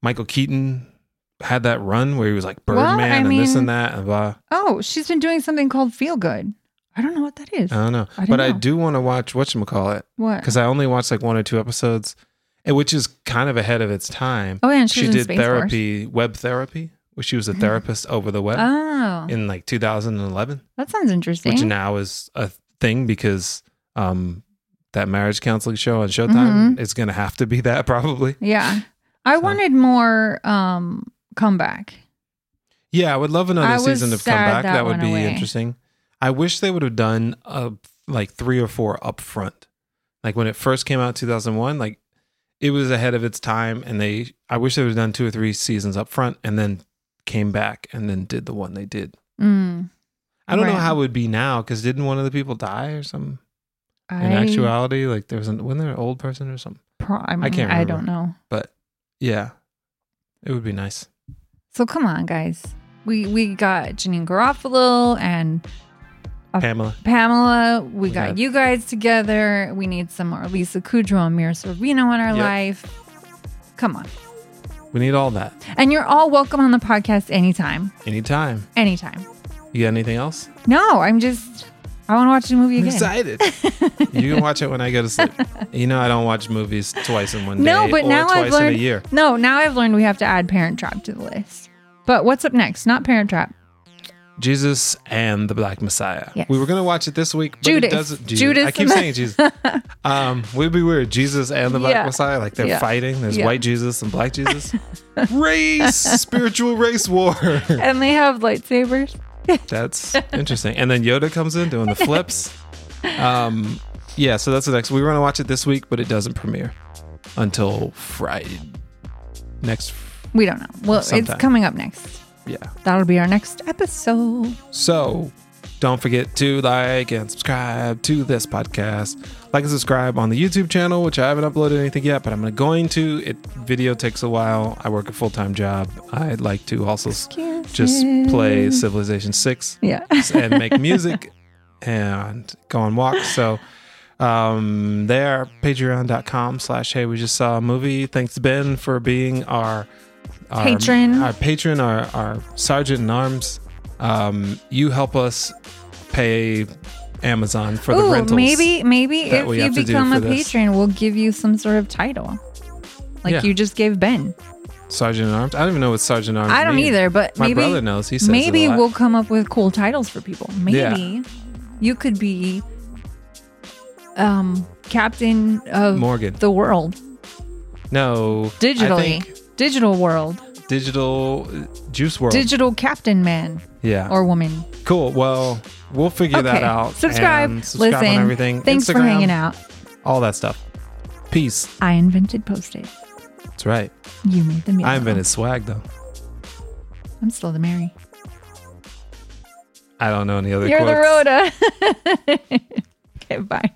Speaker 1: Michael Keaton had that run where he was like
Speaker 2: Well,
Speaker 1: Birdman
Speaker 2: I
Speaker 1: and this
Speaker 2: mean-
Speaker 1: and that and blah.
Speaker 2: Oh, she's been doing something called Feel Good. I don't know what that is.
Speaker 1: I don't know.
Speaker 2: I don't
Speaker 1: but I
Speaker 2: know.
Speaker 1: do want to watch whatchamacallit.
Speaker 2: what?
Speaker 1: because I only watched like one or two episodes, and- which is kind of ahead of its time.
Speaker 2: Oh, yeah, and she,
Speaker 1: she
Speaker 2: was in
Speaker 1: did
Speaker 2: Space
Speaker 1: therapy, web therapy, where she was a
Speaker 2: Mhm.
Speaker 1: therapist over the web
Speaker 2: Force. Oh,
Speaker 1: in like 2011,
Speaker 2: that sounds interesting.
Speaker 1: which now is a thing because um, that marriage counseling show on Showtime
Speaker 2: Mm-hmm.
Speaker 1: is going to have to be that probably.
Speaker 2: yeah, I
Speaker 1: So-
Speaker 2: wanted more um comeback.
Speaker 1: Yeah, I would love another
Speaker 2: I was
Speaker 1: season of
Speaker 2: sad
Speaker 1: comeback. That,
Speaker 2: that
Speaker 1: would
Speaker 2: went
Speaker 1: be
Speaker 2: away.
Speaker 1: interesting. I wish they would have done uh, like three or four upfront. Like when it first came out, two thousand one. Like it was ahead of its time, and they. I wish they would have done two or three seasons up front, and then came back and then did the one they did.
Speaker 2: Mm,
Speaker 1: I don't know
Speaker 2: Right.
Speaker 1: how it would be now because didn't one of the people die or something?
Speaker 2: I,
Speaker 1: In actuality, like there was an wasn't there an old person or something?
Speaker 2: pro- I, mean, I
Speaker 1: can't
Speaker 2: don't know.
Speaker 1: But yeah, it would be nice.
Speaker 2: So come on, guys. We we got Janine Garofalo and Uh,
Speaker 1: Pamela,
Speaker 2: Pamela.
Speaker 1: We
Speaker 2: We got
Speaker 1: have-
Speaker 2: you guys together. We need some more Lisa Kudrow and Mira Sorvino in our
Speaker 1: Yep.
Speaker 2: life. Come on.
Speaker 1: we need all that
Speaker 2: And you're all welcome on the podcast anytime.
Speaker 1: anytime.
Speaker 2: Anytime.
Speaker 1: You got anything else?
Speaker 2: No, I'm just, I want to watch the movie
Speaker 1: I'm
Speaker 2: again.
Speaker 1: excited. you can watch it when I go to sleep. You know, I don't watch movies twice in one
Speaker 2: No,
Speaker 1: day
Speaker 2: but
Speaker 1: or
Speaker 2: now
Speaker 1: twice
Speaker 2: I've learned.
Speaker 1: in a year.
Speaker 2: No, now I've learned we have to add Parent Trap to the list. But what's up next? Not Parent Trap.
Speaker 1: Jesus and the Black Messiah.
Speaker 2: Yes.
Speaker 1: We were going to watch it this week, but
Speaker 2: Judas.
Speaker 1: it doesn't. Judas.
Speaker 2: Judas
Speaker 1: I keep
Speaker 2: and-
Speaker 1: saying Jesus. Um, would be weird. Jesus and the Black
Speaker 2: Yeah.
Speaker 1: Messiah, like they're
Speaker 2: Yeah.
Speaker 1: fighting. There's
Speaker 2: Yeah.
Speaker 1: white Jesus and black Jesus. race, spiritual race war.
Speaker 2: And they have lightsabers.
Speaker 1: That's interesting. And then Yoda comes in doing the flips. Um, yeah, so that's the next. We were going to watch it this week, but it doesn't premiere until Friday. Next, fr-
Speaker 2: We don't know. Well,
Speaker 1: Sometime.
Speaker 2: it's coming up next.
Speaker 1: yeah.
Speaker 2: That'll be our next episode.
Speaker 1: So don't forget to like and subscribe to this podcast. Like and subscribe on the YouTube channel, which I haven't uploaded anything yet, but I'm going to. It video takes a while. I work a full time job. I'd like to also s- just play Civilization Six
Speaker 2: Yeah.
Speaker 1: and make music and go on walks. So um there patreon.com slash hey we just saw a movie thanks ben for being our, our
Speaker 2: Patron.
Speaker 1: our patron our, our sergeant in arms um you help us pay amazon for the
Speaker 2: Ooh,
Speaker 1: rentals
Speaker 2: maybe maybe
Speaker 1: that
Speaker 2: if
Speaker 1: we
Speaker 2: you
Speaker 1: have to do
Speaker 2: become
Speaker 1: for
Speaker 2: a
Speaker 1: this.
Speaker 2: patron, we'll give you some sort of title, like
Speaker 1: Yeah.
Speaker 2: you just gave Ben.
Speaker 1: sergeant in arms i don't even know what sergeant in arms
Speaker 2: I don't
Speaker 1: mean.
Speaker 2: either, but
Speaker 1: my
Speaker 2: maybe
Speaker 1: brother knows he says
Speaker 2: maybe
Speaker 1: it a lot.
Speaker 2: we'll come up with cool titles for people. Maybe
Speaker 1: Yeah.
Speaker 2: you could be um captain of
Speaker 1: morgan
Speaker 2: the world
Speaker 1: no I
Speaker 2: digitally,
Speaker 1: think
Speaker 2: digital world,
Speaker 1: digital juice world
Speaker 2: digital captain man
Speaker 1: yeah
Speaker 2: or woman.
Speaker 1: cool well we'll figure
Speaker 2: Okay,
Speaker 1: that out
Speaker 2: subscribe,
Speaker 1: and subscribe
Speaker 2: listen,
Speaker 1: on everything
Speaker 2: Thanks for
Speaker 1: Instagram,
Speaker 2: hanging out.
Speaker 1: all that stuff peace
Speaker 2: I invented post-it.
Speaker 1: That's right.
Speaker 2: You made the meal.
Speaker 1: I invented swag though.
Speaker 2: I'm still the Mary.
Speaker 1: I don't know any other
Speaker 2: You're
Speaker 1: quotes.
Speaker 2: the Rhoda. okay, bye.